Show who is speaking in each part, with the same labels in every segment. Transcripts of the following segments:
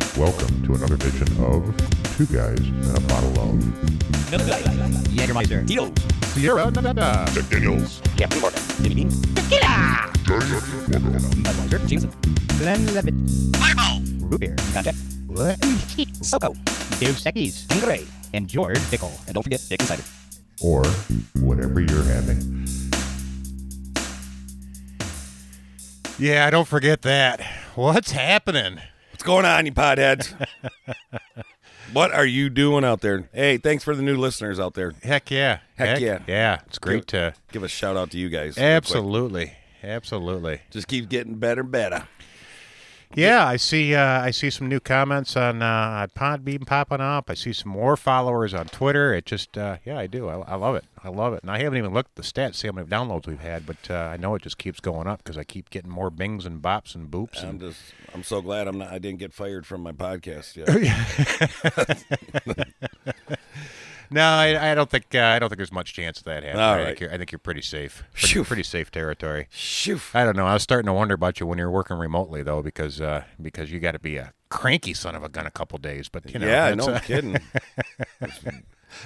Speaker 1: to another edition of Two Guys and a Bottle of
Speaker 2: Jägermeister, Tito,
Speaker 1: Sierra Nevada. Jack Daniels.
Speaker 2: Captain Morgan, Jimmy Dean, Tequila, Budweiser, Jameson, Glenn Levitt, Fireball, Root Beer, Contact,
Speaker 1: What?
Speaker 2: Soko, Dave Secchi's, Angray, and George Pickle. And don't forget Dick Insider.
Speaker 1: Or whatever you're having.
Speaker 3: Yeah, don't forget that. What's happening?
Speaker 4: What's going on, you podheads? what are you doing out there? Hey, thanks for the new listeners out there.
Speaker 3: Heck yeah.
Speaker 4: Heck yeah.
Speaker 3: Yeah. It's great to.
Speaker 4: Give a shout out to you guys. real quick.
Speaker 3: Absolutely. Absolutely.
Speaker 4: Just keep getting better and better.
Speaker 3: Yeah, I see. Uh, I see some new comments on uh, on Podbean popping up. I see some more followers on Twitter. It just, uh, yeah, I do. I, I love it. I love it. And I haven't even looked at the stats, see how many downloads we've had, but uh, I know it just keeps going up because I keep getting more bings and bops and boops.
Speaker 4: I'm
Speaker 3: And
Speaker 4: just I'm so glad I'm not I didn't get fired from my podcast yet.
Speaker 3: no, I, I don't think uh, I don't think there's much chance of that happening.
Speaker 4: All
Speaker 3: I, think
Speaker 4: right.
Speaker 3: you're, I think you're pretty safe. Pretty,
Speaker 4: Phew.
Speaker 3: pretty safe territory.
Speaker 4: Shoo.
Speaker 3: I don't know. I was starting to wonder about you when you're working remotely though, because uh, because you got to be a cranky son of a gun a couple days. But you know,
Speaker 4: yeah,
Speaker 3: that's,
Speaker 4: no
Speaker 3: uh,
Speaker 4: kidding. this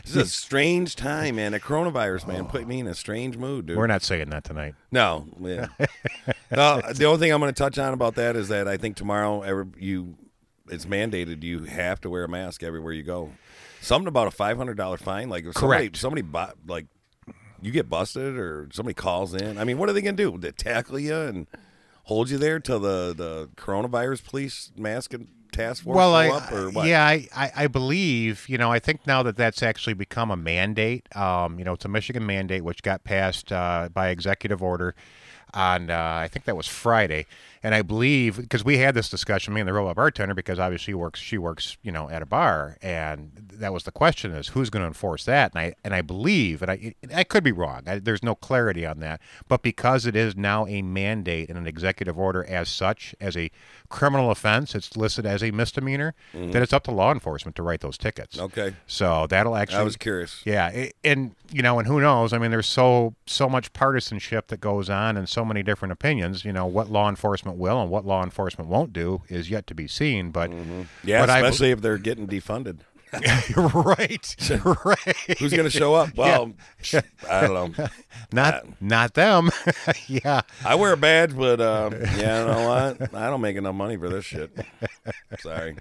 Speaker 4: is a strange time, man. The coronavirus, man, put me in a strange mood, dude.
Speaker 3: we're not saying that tonight.
Speaker 4: No, yeah. no. The only thing I'm going to touch on about that is that I think tomorrow, every, you, it's mandated. You have to wear a mask everywhere you go. Something about a five hundred dollar fine. Like if
Speaker 3: Correct.
Speaker 4: Somebody, somebody bought, like you get busted or somebody calls in. I mean, what are they going to do? They tackle you and hold you there till the the coronavirus police mask and task force
Speaker 3: well,
Speaker 4: show
Speaker 3: I,
Speaker 4: up or what?
Speaker 3: yeah, I, I, I believe, you know, I think now that that's actually become a mandate, um, you know, it's a Michigan mandate, which got passed uh, by executive order on, uh, I think that was Friday. And I believe, because we had this discussion, me and the robot bartender, because obviously she works, she works, you know, at a bar. And that was the question is who's going to enforce that? And I, and I believe, and I, I could be wrong. I, there's no clarity on that. But because it is now a mandate and an executive order as such, as a criminal offense, it's listed as a misdemeanor, then it's up to law enforcement to write those tickets.
Speaker 4: Mm-hmm. Okay.
Speaker 3: So that'll actually.
Speaker 4: I was curious.
Speaker 3: Yeah, i- and you know, and who knows? I mean, there's so so much partisanship that goes on, and so many different opinions. You know, what law enforcement will and what law enforcement won't do is yet to be seen. But
Speaker 4: Mm-hmm. Yeah,
Speaker 3: but I-
Speaker 4: especially if they're getting defunded.
Speaker 3: right, right,
Speaker 4: Who's going to show up? Well, I don't know.
Speaker 3: not not them. yeah,
Speaker 4: I wear a badge, but uh, yeah, you know what? I don't make enough money for this shit. Sorry.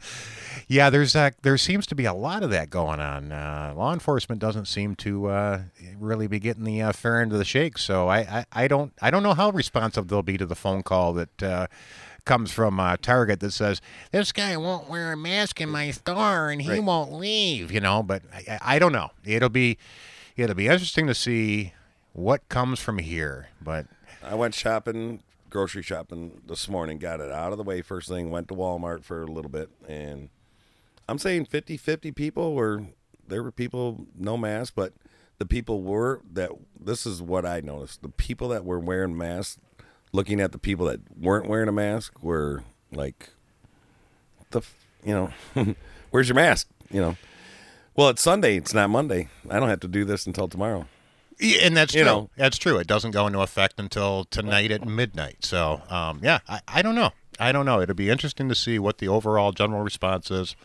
Speaker 3: Yeah, there's that. There seems to be a lot of that going on. Uh, law enforcement doesn't seem to uh, really be getting the uh, fair end of the shake. So I, I, I don't, I don't know how responsive they'll be to the phone call that uh, comes from uh, Target that says this guy won't wear a mask in my store and he
Speaker 4: Right.
Speaker 3: won't leave. You know, but I, I I don't know. It'll be, it'll be interesting to see what comes from here. But
Speaker 4: I went shopping, grocery shopping this morning, got it out of the way first thing, went to Walmart for a little bit, and I'm saying 50 50 people were there were people no mask, but the people were that this is what I noticed. The people that were wearing masks, looking at the people that weren't wearing a mask, were like, the f- you know, where's your mask? You know, well, it's Sunday, it's not Monday. I don't have to do this until tomorrow.
Speaker 3: Yeah, and that's
Speaker 4: You
Speaker 3: true.
Speaker 4: know.
Speaker 3: that's true. It doesn't go into effect until tonight at midnight. So, um, yeah, I, I don't know. I don't know. It'll be interesting to see what the overall general response is,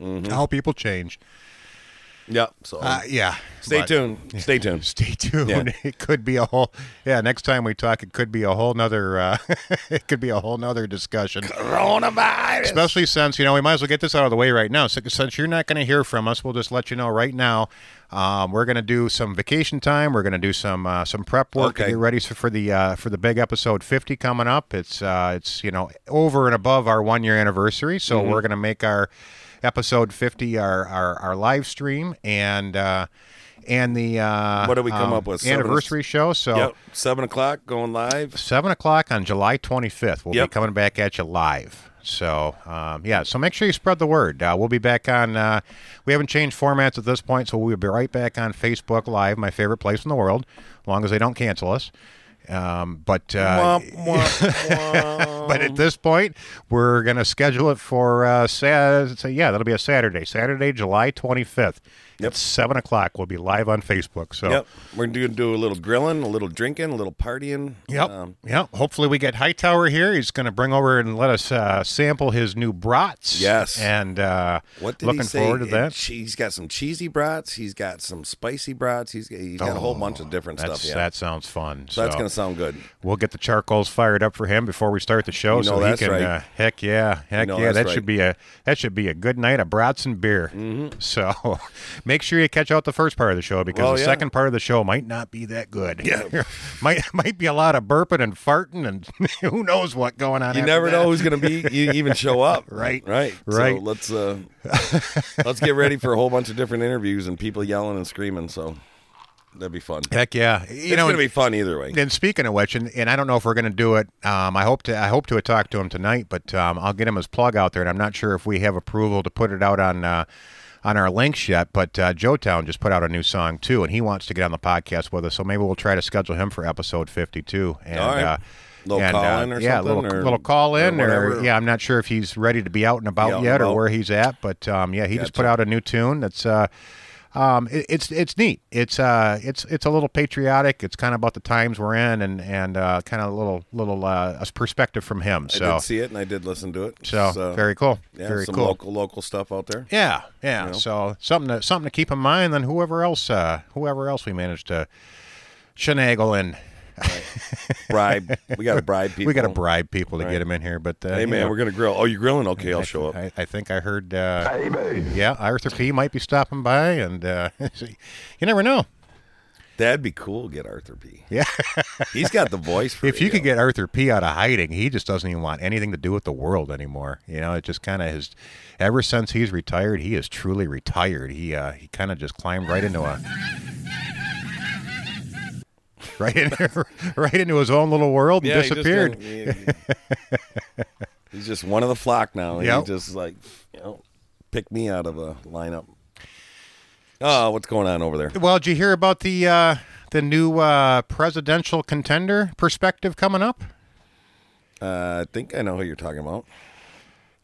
Speaker 4: Mm-hmm.
Speaker 3: how people change.
Speaker 4: Yep. So
Speaker 3: Uh, yeah.
Speaker 4: stay
Speaker 3: but-
Speaker 4: tuned. Stay tuned.
Speaker 3: Stay tuned.
Speaker 4: Yeah.
Speaker 3: It could be a whole. Yeah, next time we talk, it could be a whole nother. Uh, it could be a whole nother discussion.
Speaker 4: Coronavirus.
Speaker 3: Especially since, you know, we might as well get this out of the way right now. Since since you're not going to hear from us, we'll just let you know right now. Um, we're going to do some vacation time. We're going to do some uh, some prep work to
Speaker 4: Okay.
Speaker 3: get ready for, for the uh, for the big episode 50 coming up. It's uh, it's you know over and above our one year anniversary, so
Speaker 4: Mm-hmm.
Speaker 3: we're going to make our episode 50 our our, our live stream and uh, and the uh,
Speaker 4: What did we come up with? Seven-
Speaker 3: anniversary show. So
Speaker 4: Yep. Seven o'clock going live.
Speaker 3: seven o'clock on July 25th. We'll
Speaker 4: Yep.
Speaker 3: be coming back at you live. So um, yeah, so make sure you spread the word. Uh, we'll be back on. Uh, we haven't changed formats at this point, so we'll be right back on Facebook Live, my favorite place in the world, as long as they don't cancel us. Um, but uh,
Speaker 4: Womp, womp, womp.
Speaker 3: but at this point, we're going to schedule it for uh, Sat- so yeah, that'll be a Saturday, Saturday, July 25th. At seven o'clock, we'll be live on Facebook. So,
Speaker 4: Yep. We're going to do a little grilling, a little drinking, a little partying.
Speaker 3: Yep.
Speaker 4: Um,
Speaker 3: yep. Hopefully, we get Hightower here. He's going to bring over and let us uh, sample his new brats.
Speaker 4: Yes.
Speaker 3: And uh,
Speaker 4: what did
Speaker 3: looking
Speaker 4: he say?
Speaker 3: forward to
Speaker 4: It-
Speaker 3: that.
Speaker 4: che- He's got some cheesy brats. He's got some spicy brats. He's got, he's got a whole bunch of different
Speaker 3: Oh, That's,
Speaker 4: stuff. Yeah.
Speaker 3: That sounds fun.
Speaker 4: so that's going to sound good.
Speaker 3: We'll get the charcoals fired up for him before we start the show,
Speaker 4: You
Speaker 3: so
Speaker 4: know
Speaker 3: he
Speaker 4: that's
Speaker 3: can.
Speaker 4: right.
Speaker 3: Uh, heck yeah, heck
Speaker 4: know
Speaker 3: yeah,
Speaker 4: that's
Speaker 3: that
Speaker 4: right.
Speaker 3: should be a that should be a good night of brats and beer.
Speaker 4: Mm-hmm.
Speaker 3: So, make sure you catch out the first part of the show because
Speaker 4: Well,
Speaker 3: the
Speaker 4: Oh, yeah.
Speaker 3: second part of the show might not be that good. Yeah, might might be a lot of burping and farting and who knows what going on.
Speaker 4: You
Speaker 3: after
Speaker 4: never
Speaker 3: that.
Speaker 4: know who's going to be you even show up.
Speaker 3: Right.
Speaker 4: Right.
Speaker 3: Right.
Speaker 4: So let's uh, let's get ready for a whole bunch of different interviews and people yelling and screaming. So that'd be fun.
Speaker 3: Heck yeah, you
Speaker 4: it's
Speaker 3: know
Speaker 4: going to be fun either way.
Speaker 3: And speaking of which, and, and I don't know if we're going to do it. Um, I hope to. I hope to talk to him tonight, but um, I'll get him his plug out there. And I'm not sure if we have approval to put it out on uh, on our links yet. But uh, Joe Town just put out a new song too, and he wants to get on the podcast with us. So maybe we'll try to schedule him for episode 52. And,
Speaker 4: All right.
Speaker 3: Uh,
Speaker 4: Little
Speaker 3: and,
Speaker 4: call
Speaker 3: uh,
Speaker 4: in or
Speaker 3: yeah,
Speaker 4: something,
Speaker 3: little
Speaker 4: or-
Speaker 3: little call in,
Speaker 4: or
Speaker 3: or,
Speaker 4: whatever.
Speaker 3: yeah, I'm not sure if he's ready to be out and about
Speaker 4: Yeah,
Speaker 3: yet, or
Speaker 4: about.
Speaker 3: where he's at. But um, yeah, he just put out a new tune that's uh, um, it, it's it's neat. It's uh, it's it's a little patriotic. It's kind of about the times we're in, and and uh, kind of a little little uh, a perspective from him.
Speaker 4: I
Speaker 3: So
Speaker 4: did see it and I did listen to it.
Speaker 3: so very cool,
Speaker 4: yeah,
Speaker 3: very
Speaker 4: some
Speaker 3: cool.
Speaker 4: local local stuff out there.
Speaker 3: yeah, yeah. So something to something to keep in mind. Then whoever else uh, whoever else we managed to finagle in.
Speaker 4: Bribe. We got to bribe people.
Speaker 3: We got to bribe people to
Speaker 4: Right.
Speaker 3: get him in here, but uh,
Speaker 4: Hey
Speaker 3: you
Speaker 4: man,
Speaker 3: know,
Speaker 4: we're gonna grill. Oh, you grilling? Okay, I'll show up.
Speaker 3: I, I think I heard. Uh, Yeah, Arthur P might be stopping by, and uh, you never know.
Speaker 4: That'd be cool. Get Arthur P.
Speaker 3: Yeah.
Speaker 4: he's got the voice. For
Speaker 3: If you
Speaker 4: radio.
Speaker 3: could get Arthur P out of hiding, he just doesn't even want anything to do with the world anymore. You know, it just kind of has. Ever since he's retired, he is truly retired. He uh, he kind of just climbed right into a. Right, in, right into his own little world and
Speaker 4: Yeah, he just
Speaker 3: disappeared.
Speaker 4: kinda- yeah. he's just one of the flock now. He
Speaker 3: Yep.
Speaker 4: just like, you know, pick me out of a lineup. Oh, what's going on over there?
Speaker 3: Well, did you hear about the uh, the new uh, presidential contender perspective coming up?
Speaker 4: Uh, I think I know who you're talking about.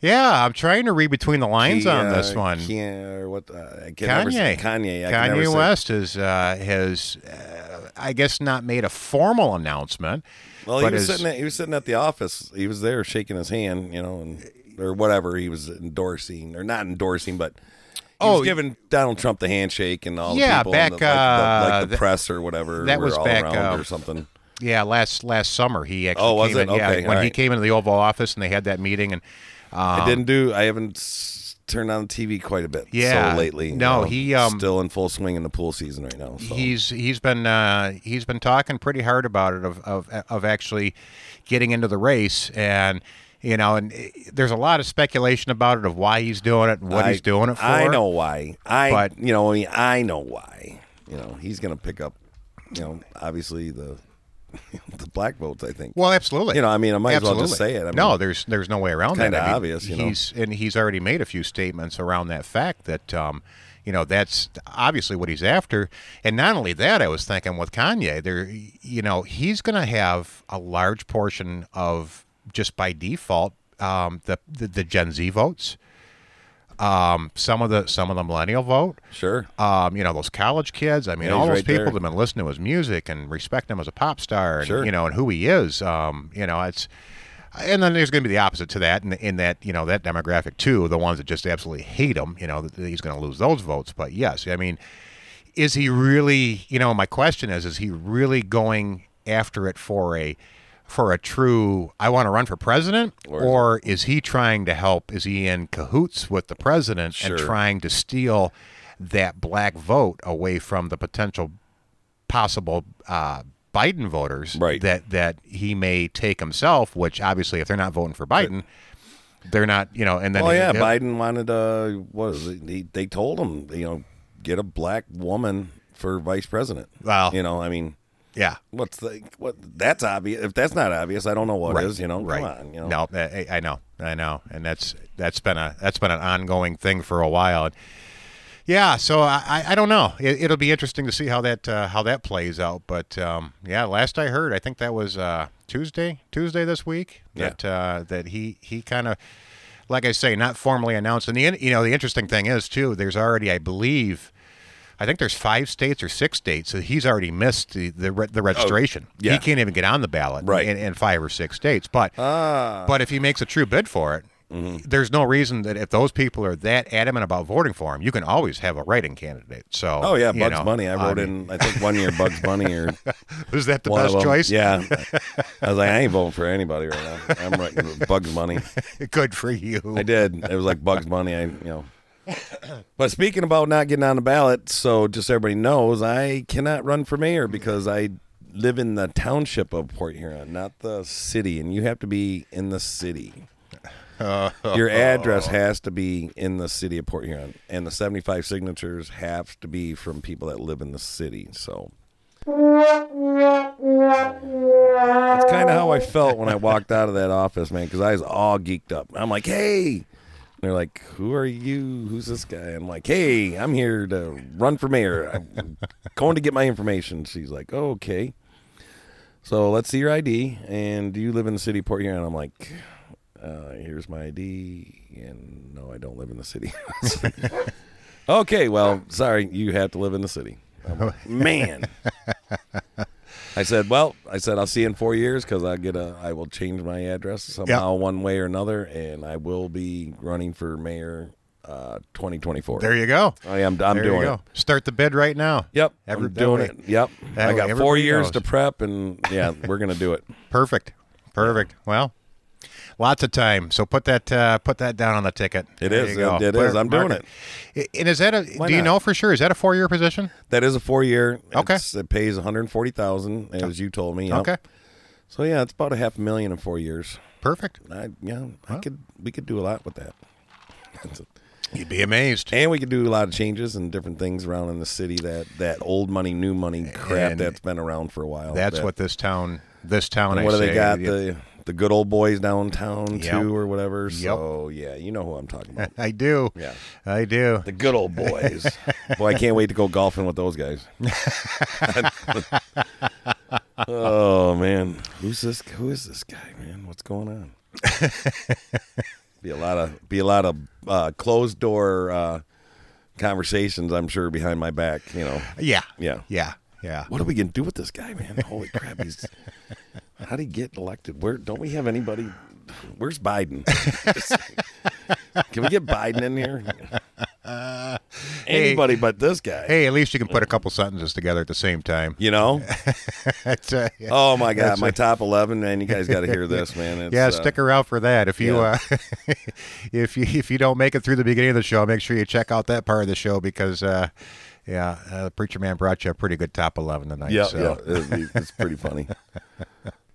Speaker 3: Yeah, I'm trying to read between the lines
Speaker 4: He,
Speaker 3: on
Speaker 4: uh,
Speaker 3: this one.
Speaker 4: Ke- or what? Uh, I can never say-
Speaker 3: Kanye,
Speaker 4: Kanye. I can never
Speaker 3: Kanye
Speaker 4: say-
Speaker 3: West has uh, has, uh, I guess, not made a formal announcement.
Speaker 4: Well,
Speaker 3: but
Speaker 4: he was
Speaker 3: is-
Speaker 4: sitting. At, he was sitting at the office. He was there shaking his hand, you know, and or whatever he was endorsing or not endorsing, but he
Speaker 3: Oh,
Speaker 4: was giving Donald Trump the handshake and all.
Speaker 3: Yeah,
Speaker 4: the people in
Speaker 3: back,
Speaker 4: the, like, the, like
Speaker 3: uh,
Speaker 4: the
Speaker 3: that-
Speaker 4: press or whatever.
Speaker 3: that
Speaker 4: were
Speaker 3: was
Speaker 4: all
Speaker 3: back,
Speaker 4: around
Speaker 3: uh,
Speaker 4: or something.
Speaker 3: Yeah, last last summer he actually.
Speaker 4: Oh, was
Speaker 3: came
Speaker 4: it?
Speaker 3: in- yeah,
Speaker 4: Okay,
Speaker 3: when he
Speaker 4: alright.
Speaker 3: came into the Oval Office and they had that meeting and. uh, um,
Speaker 4: I didn't do. I haven't s- turned on TV quite a bit.
Speaker 3: Yeah.
Speaker 4: so lately.
Speaker 3: No,
Speaker 4: you know,
Speaker 3: he, um,
Speaker 4: still in full swing in the pool season right now. So.
Speaker 3: He's he's been uh, he's been talking pretty hard about it of, of of actually getting into the race and you know and eh, there's a lot of speculation about it of why he's doing it and what
Speaker 4: I-
Speaker 3: he's doing it for.
Speaker 4: I know why. I
Speaker 3: But-
Speaker 4: you know I, mean, I know why. You know he's going to pick up. You know obviously the the black votes. I think.
Speaker 3: Well, absolutely.
Speaker 4: You know, I mean, I might as well
Speaker 3: absolutely.
Speaker 4: just say it. I mean-
Speaker 3: no, there's there's no way around that.
Speaker 4: Kinda
Speaker 3: I mean,
Speaker 4: obvious, you know.
Speaker 3: He's and he's already made a few statements around that fact that, um, you know, that's obviously what he's after. And not only that, I was thinking with Kanye, there, you know, he's going to have a large portion of just by default um, the, the the Gen Z votes, um, some of the some of the millennial vote
Speaker 4: Sure.
Speaker 3: um, you know those college kids. I mean,
Speaker 4: Yeah,
Speaker 3: all
Speaker 4: he's
Speaker 3: those
Speaker 4: right
Speaker 3: people
Speaker 4: there.
Speaker 3: that have been listening to his music and respecting him as a pop star, and
Speaker 4: Sure.
Speaker 3: you know, and who he is. Um, you know, it's and then there's going to be the opposite to that, in, in that you know that demographic too, the ones that just absolutely hate him. You know, that he's going to lose those votes. But yes, I mean, is he really? You know, my question is, is he really going after it for a for a true I want to run for president, or, is he trying to help? Is he in cahoots with the president and
Speaker 4: Sure.
Speaker 3: trying to steal that black vote away from the potential possible uh, Biden voters
Speaker 4: Right.
Speaker 3: that that he may take himself? Which obviously, if they're not voting for Biden, they're not. You know, and then
Speaker 4: Oh
Speaker 3: he-
Speaker 4: yeah,
Speaker 3: he'll-
Speaker 4: Biden wanted. Uh, what is it? They, they told him you know get a black woman for vice president.
Speaker 3: Wow.
Speaker 4: You know I mean.
Speaker 3: yeah.
Speaker 4: What's the what? That's obvious. If that's not obvious, I don't know what is. You know,
Speaker 3: right.
Speaker 4: Come on, you know.
Speaker 3: No, I, I know, I know, and that's that's been a that's been an ongoing thing for a while. And yeah, so I, I- I don't know. It, it'll be interesting to see how that uh, how that plays out. But um, yeah, last I heard, I think that was uh, Tuesday Tuesday this week
Speaker 4: Yeah.
Speaker 3: that uh, that he he kind of. Like I say, not formally announced, and the in- you know the interesting thing is too. There's already, I believe, I think there's five states or six states that he's already missed the the, re- the registration.
Speaker 4: Oh, yeah.
Speaker 3: He can't even get on the ballot
Speaker 4: Right.
Speaker 3: in, in five or six states. But
Speaker 4: Ah. Mm-hmm.
Speaker 3: but if he makes a true bid for it, there's no reason that if those people are that adamant about voting for him, you can always have a writing candidate. So
Speaker 4: Oh yeah,
Speaker 3: you
Speaker 4: Bugs
Speaker 3: know,
Speaker 4: Bunny. I wrote
Speaker 3: mean,
Speaker 4: in. I think one year Bugs Bunny or
Speaker 3: Was that the
Speaker 4: one of
Speaker 3: best
Speaker 4: them.
Speaker 3: choice?
Speaker 4: Yeah, I was like, I ain't voting for anybody right now. I'm writing Bugs Bunny.
Speaker 3: Good for you.
Speaker 4: I did. It was like Bugs Bunny. I you know. But speaking about not getting on the ballot, so just everybody knows, I cannot run for mayor because I live in the township of Port Huron, not the city, and you have to be in the city. Your address has to be in the city of Port Huron, and the 75 signatures have to be from people that live in the city. So that's kind of how I felt when I walked out of that office, man, because I was all geeked up. I'm like, hey. And they're like, who are you? Who's this guy? I'm like, hey, I'm here to run for mayor. I'm going to get my information. She's like, oh, okay. So let's see your ID. And do you live in the city of Port Huron? I'm like, uh, here's my ID. And no, I don't live in the city. okay, well, sorry, you have to live in the city. I'm like, Man. I said, well, I said I'll see you in four years because I get a, I will change my address somehow, one way or another, and I will be running for mayor, uh, 2024.
Speaker 3: There you go.
Speaker 4: I am. I'm
Speaker 3: there
Speaker 4: doing
Speaker 3: you go.
Speaker 4: it.
Speaker 3: Start the bid right now.
Speaker 4: Yep,
Speaker 3: Every-
Speaker 4: I'm doing
Speaker 3: every-
Speaker 4: it. Yep,
Speaker 3: that
Speaker 4: I
Speaker 3: way
Speaker 4: got four
Speaker 3: everybody
Speaker 4: years
Speaker 3: knows.
Speaker 4: to prep, and yeah, we're gonna do it.
Speaker 3: Perfect. Perfect. Well, lots of time. So put that uh, put that down on the ticket.
Speaker 4: It
Speaker 3: It
Speaker 4: is.
Speaker 3: is.
Speaker 4: It- it is. I'm doing
Speaker 3: And is that a?
Speaker 4: Why
Speaker 3: do you
Speaker 4: not?
Speaker 3: know for sure? Is that a four year position?
Speaker 4: That is a four year.
Speaker 3: Okay.
Speaker 4: It's- it pays 140,000 as you told me. Yep.
Speaker 3: Okay.
Speaker 4: so yeah, it's about a half million in four years.
Speaker 3: Perfect.
Speaker 4: I yeah, I
Speaker 3: Wow.
Speaker 4: could we could do a lot with that. That's it.
Speaker 3: You'd be amazed.
Speaker 4: And we could do a lot of changes and different things around in the city that that old money, new money crap
Speaker 3: And
Speaker 4: that's been around for a while.
Speaker 3: That's
Speaker 4: That-
Speaker 3: what this town. This town.
Speaker 4: and
Speaker 3: I
Speaker 4: what do they
Speaker 3: say,
Speaker 4: got
Speaker 3: you-
Speaker 4: the the good old boys downtown
Speaker 3: Yep.
Speaker 4: too or whatever. So yeah, you know who I'm talking about.
Speaker 3: I do.
Speaker 4: Yeah.
Speaker 3: I do.
Speaker 4: The good old boys. Boy, I can't wait to go golfing with those guys. oh man, who's this? Who is this guy, man? What's going on? be a lot of be a lot of uh, closed door uh, conversations, I'm sure, behind my back. You know,
Speaker 3: Yeah.
Speaker 4: Yeah.
Speaker 3: Yeah. Yeah.
Speaker 4: what are we gonna do with this guy, man? Holy crap, he's how did he get elected? Where don't we have anybody? Where's Biden? Can we get Biden in here? Anybody but this guy.
Speaker 3: Hey, at least you can put a couple sentences together at the same time.
Speaker 4: You know?
Speaker 3: That's, uh, yeah.
Speaker 4: Oh my God,
Speaker 3: That's
Speaker 4: my
Speaker 3: a-
Speaker 4: top eleven, man! You guys got to hear this, man. It's,
Speaker 3: yeah,
Speaker 4: uh,
Speaker 3: stick around for that. If you
Speaker 4: yeah.
Speaker 3: uh, if you if you don't make it through the beginning of the show, make sure you check out that part of the show because uh, yeah, uh, preacher man brought you a pretty good top eleven tonight.
Speaker 4: Yeah,
Speaker 3: so.
Speaker 4: yeah, it- it's pretty funny.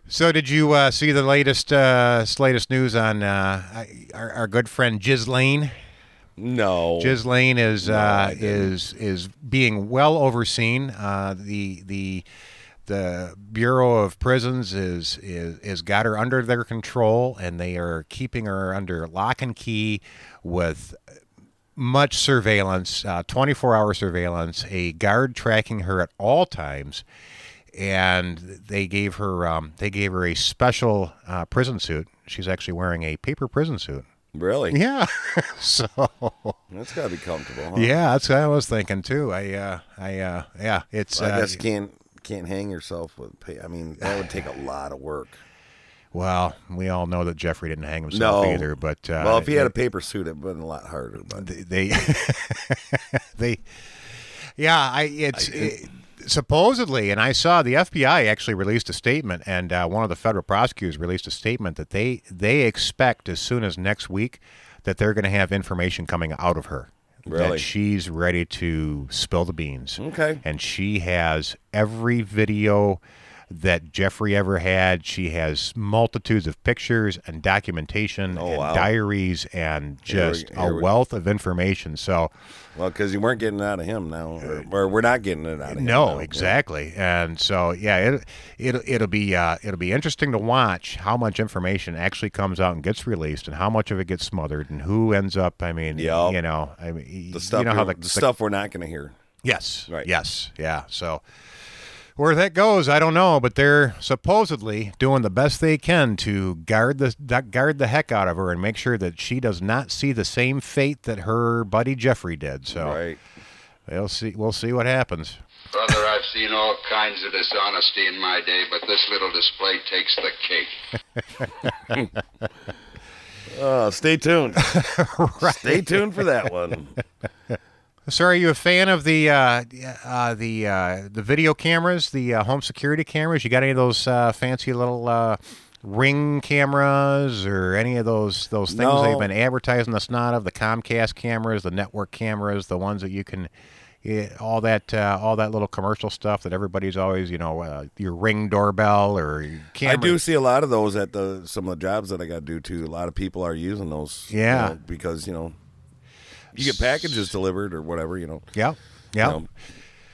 Speaker 3: So did you uh, see the latest uh, latest news on uh, I- our, our good friend Ghislaine?
Speaker 4: No,
Speaker 3: Ghislaine is uh,
Speaker 4: I
Speaker 3: is is being well overseen. Uh, the the the Bureau of Prisons is is is got her under their control, and they are keeping her under lock and key with much surveillance, uh, 24 hour surveillance, a guard tracking her at all times. And they gave her um, they gave her a special uh, prison suit. She's actually wearing a paper prison suit.
Speaker 4: really,
Speaker 3: Yeah, so
Speaker 4: that's got to be comfortable. Huh?
Speaker 3: yeah, that's what I was thinking too. I, uh, I, uh, yeah, it's.
Speaker 4: I
Speaker 3: uh,
Speaker 4: guess you can't can't hang yourself with. pay- I mean, that would take a lot of work.
Speaker 3: well, we all know that Jeffrey didn't hang himself
Speaker 4: No.
Speaker 3: either, but uh,
Speaker 4: well, if he had a paper suit, it would have been a lot harder. But
Speaker 3: they, they, they- yeah, I, it's it- supposedly, and I saw the FBI actually released a statement, and uh, one of the federal prosecutors released a statement that they they expect as soon as next week that they're going to have information coming out of her.
Speaker 4: Really?
Speaker 3: That she's ready to spill the beans.
Speaker 4: Okay.
Speaker 3: and she has every video that Jeffrey ever had. She has multitudes of pictures and documentation and
Speaker 4: Oh, wow.
Speaker 3: diaries and
Speaker 4: Here we-
Speaker 3: just
Speaker 4: here
Speaker 3: a
Speaker 4: we-
Speaker 3: wealth of information. So,
Speaker 4: well, because you weren't getting it out of him now, or, or we're not getting it out of him.
Speaker 3: Uh, no,
Speaker 4: now.
Speaker 3: exactly. And so, yeah, it it'll, it'll be uh, it'll be interesting to watch how much information actually comes out and gets released, and how much of it gets smothered, and who ends up. I mean,
Speaker 4: Yep.
Speaker 3: you know, I mean,
Speaker 4: The stuff,
Speaker 3: you know how
Speaker 4: you're-
Speaker 3: the,
Speaker 4: the stuff we're not going to hear.
Speaker 3: Yes.
Speaker 4: Right.
Speaker 3: Yes. Yeah. So where that goes, I don't know, but they're supposedly doing the best they can to guard the guard the heck out of her and Oh. make sure that she does not see the same fate that her buddy Jeffrey did. So
Speaker 4: Right.
Speaker 3: We'll see. We'll see what happens.
Speaker 5: Brother, I've seen all kinds of dishonesty in my day, but this little display takes the cake.
Speaker 4: Uh, stay tuned. Stay tuned for that one.
Speaker 3: Sir, are you a fan of the uh, uh, the uh, the video cameras, the uh, home security cameras? You got any of those uh, fancy little uh, ring cameras or any of those those things they've
Speaker 4: No.
Speaker 3: been advertising us not of? The Comcast cameras, the network cameras, the ones that you can. Yeah, all that, uh, all that little commercial stuff that everybody's always, you know, uh, your ring doorbell or your camera.
Speaker 4: I do see a lot of those at the some of the jobs that I got to do too. A lot of people are using those. you
Speaker 3: Yeah.
Speaker 4: know, because you know, you get packages delivered or whatever. You know,
Speaker 3: Yeah, yeah,
Speaker 4: You, know,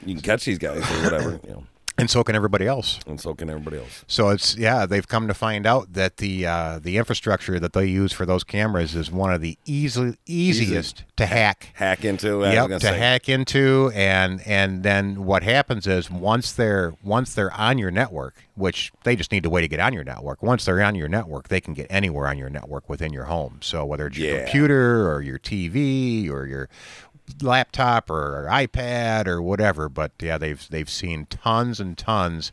Speaker 4: you can catch these guys or whatever. You know,
Speaker 3: and so can everybody else.
Speaker 4: and so can everybody else.
Speaker 3: So it's yeah, they've come to find out that the uh, the infrastructure that they use for those cameras is one of the easily easiest to hack.
Speaker 4: Hack into. I was
Speaker 3: Yep,
Speaker 4: gonna
Speaker 3: to
Speaker 4: say.
Speaker 3: hack into, and and then what happens is once they're once they're on your network, which they just need a way to get on your network. Once they're on your network, they can get anywhere on your network within your home. So whether it's your
Speaker 4: Yeah.
Speaker 3: computer or your TV or your laptop or iPad or whatever, but yeah, they've they've seen tons and tons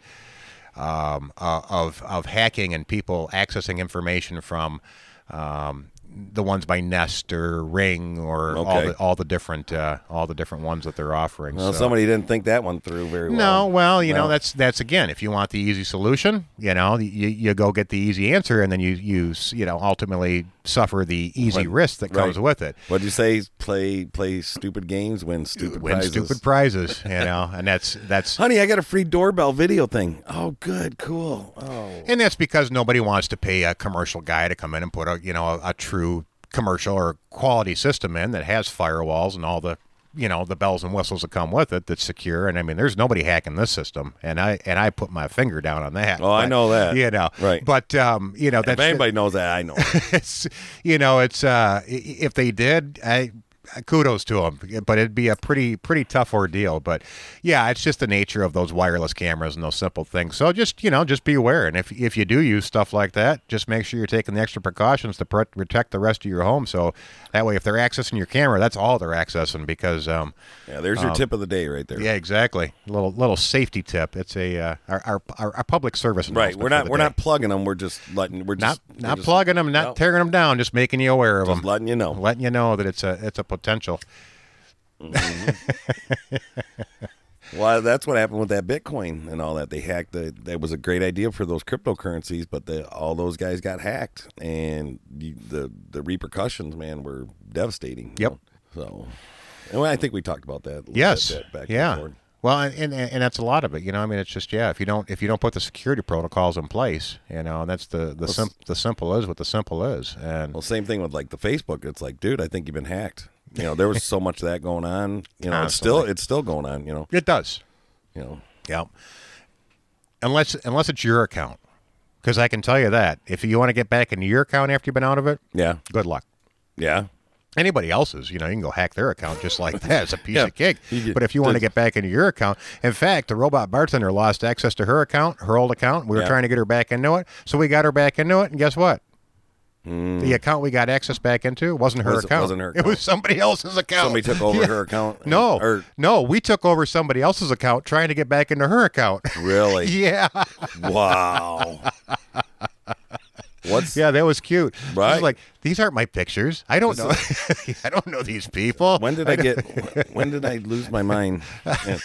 Speaker 3: um, uh, of of hacking and people accessing information from um, the ones by Nest or Ring or all
Speaker 4: Okay.
Speaker 3: the all the different uh, all the different ones that they're offering.
Speaker 4: Well,
Speaker 3: so.
Speaker 4: somebody didn't think that one through very
Speaker 3: No,
Speaker 4: well.
Speaker 3: well, you know
Speaker 4: No.
Speaker 3: that's that's again. If you want the easy solution, you know you, you go get the easy answer, and then you you s- you know ultimately suffer the easy
Speaker 4: Right.
Speaker 3: risk that comes
Speaker 4: Right.
Speaker 3: with it.
Speaker 4: What'd you say? Play play stupid games, win stupid
Speaker 3: Win
Speaker 4: prizes.
Speaker 3: stupid prizes, you know, and that's that's
Speaker 4: Honey, I got a free doorbell video thing. Oh, good, cool. Oh,
Speaker 3: And that's because nobody wants to pay a commercial guy to come in and put a you know a, a true commercial or quality system in that has firewalls and all the you know the bells and whistles that come with it that's secure. And I mean, there's nobody hacking this system, and I and I put my finger down on that.
Speaker 4: Oh, I
Speaker 3: But,
Speaker 4: know that.
Speaker 3: You know,
Speaker 4: Right.
Speaker 3: But um, you know
Speaker 4: if
Speaker 3: that's
Speaker 4: anybody knows that, I know.
Speaker 3: it's you know it's uh i- if they did i kudos to them but it'd be a pretty pretty tough ordeal but yeah it's just the nature of those wireless cameras and those simple things so just you know just be aware and if if you do use stuff like that just make sure you're taking the extra precautions to pr- protect the rest of your home so that way if they're accessing your camera that's all they're accessing because um
Speaker 4: Yeah, there's your tip of the day right there.
Speaker 3: yeah exactly little little safety tip it's a uh, our, our our our public service
Speaker 4: Right.
Speaker 3: announcement
Speaker 4: We're
Speaker 3: for
Speaker 4: not
Speaker 3: the
Speaker 4: we're
Speaker 3: day.
Speaker 4: not plugging them. We're just letting we're
Speaker 3: not
Speaker 4: just we're
Speaker 3: not
Speaker 4: just
Speaker 3: plugging them not
Speaker 4: no.
Speaker 3: tearing them down just making you aware of them
Speaker 4: Just letting you know.
Speaker 3: letting you know that it's a it's a potential.
Speaker 4: Well, that's what happened with that Bitcoin and all that. They hacked. The, that was a great idea for those cryptocurrencies, but the, all those guys got hacked, and you, the the repercussions, man, were devastating. you
Speaker 3: Yep.
Speaker 4: know? So, and I think we talked about that. a little
Speaker 3: Yes.
Speaker 4: bit back and
Speaker 3: yeah.
Speaker 4: forth.
Speaker 3: Well, and, and and that's a lot of it. You know, I mean, it's just yeah. If you don't if you don't put the security protocols in place, you know, and that's the the sim- the simple is what the simple is, and
Speaker 4: Well, same thing with like the Facebook. It's like, dude, I think you've been hacked. You know, there was so much of that going on. You know, it's still
Speaker 3: Constantly.
Speaker 4: it's still going on. You know,
Speaker 3: it does.
Speaker 4: you know.
Speaker 3: Yeah. Unless unless it's your account, because I can tell you that if you want to get back into your account after you've been out of it,
Speaker 4: Yeah.
Speaker 3: good luck.
Speaker 4: Yeah.
Speaker 3: anybody else's, you know, you can go hack their account just like that. It's a piece of cake.
Speaker 4: You get-
Speaker 3: But if you want to get back into your account, in fact, the robot bartender lost access to her account, her old account. We were
Speaker 4: Yeah.
Speaker 3: trying to get her back into it, so we got her back into it, and guess what? The account we got access back into wasn't her
Speaker 4: Hmm. Was-
Speaker 3: account.
Speaker 4: wasn't her
Speaker 3: It was
Speaker 4: account.
Speaker 3: somebody else's account.
Speaker 4: Somebody took over
Speaker 3: Yeah.
Speaker 4: her account. and-
Speaker 3: No,
Speaker 4: Or
Speaker 3: no, we took over somebody else's account trying to get back into her account.
Speaker 4: really?
Speaker 3: yeah,
Speaker 4: Wow. What's
Speaker 3: yeah, that was cute. It was
Speaker 4: Right.
Speaker 3: like these aren't my pictures. I don't know. I don't know these people.
Speaker 4: when did I get when did I lose my mind? Man,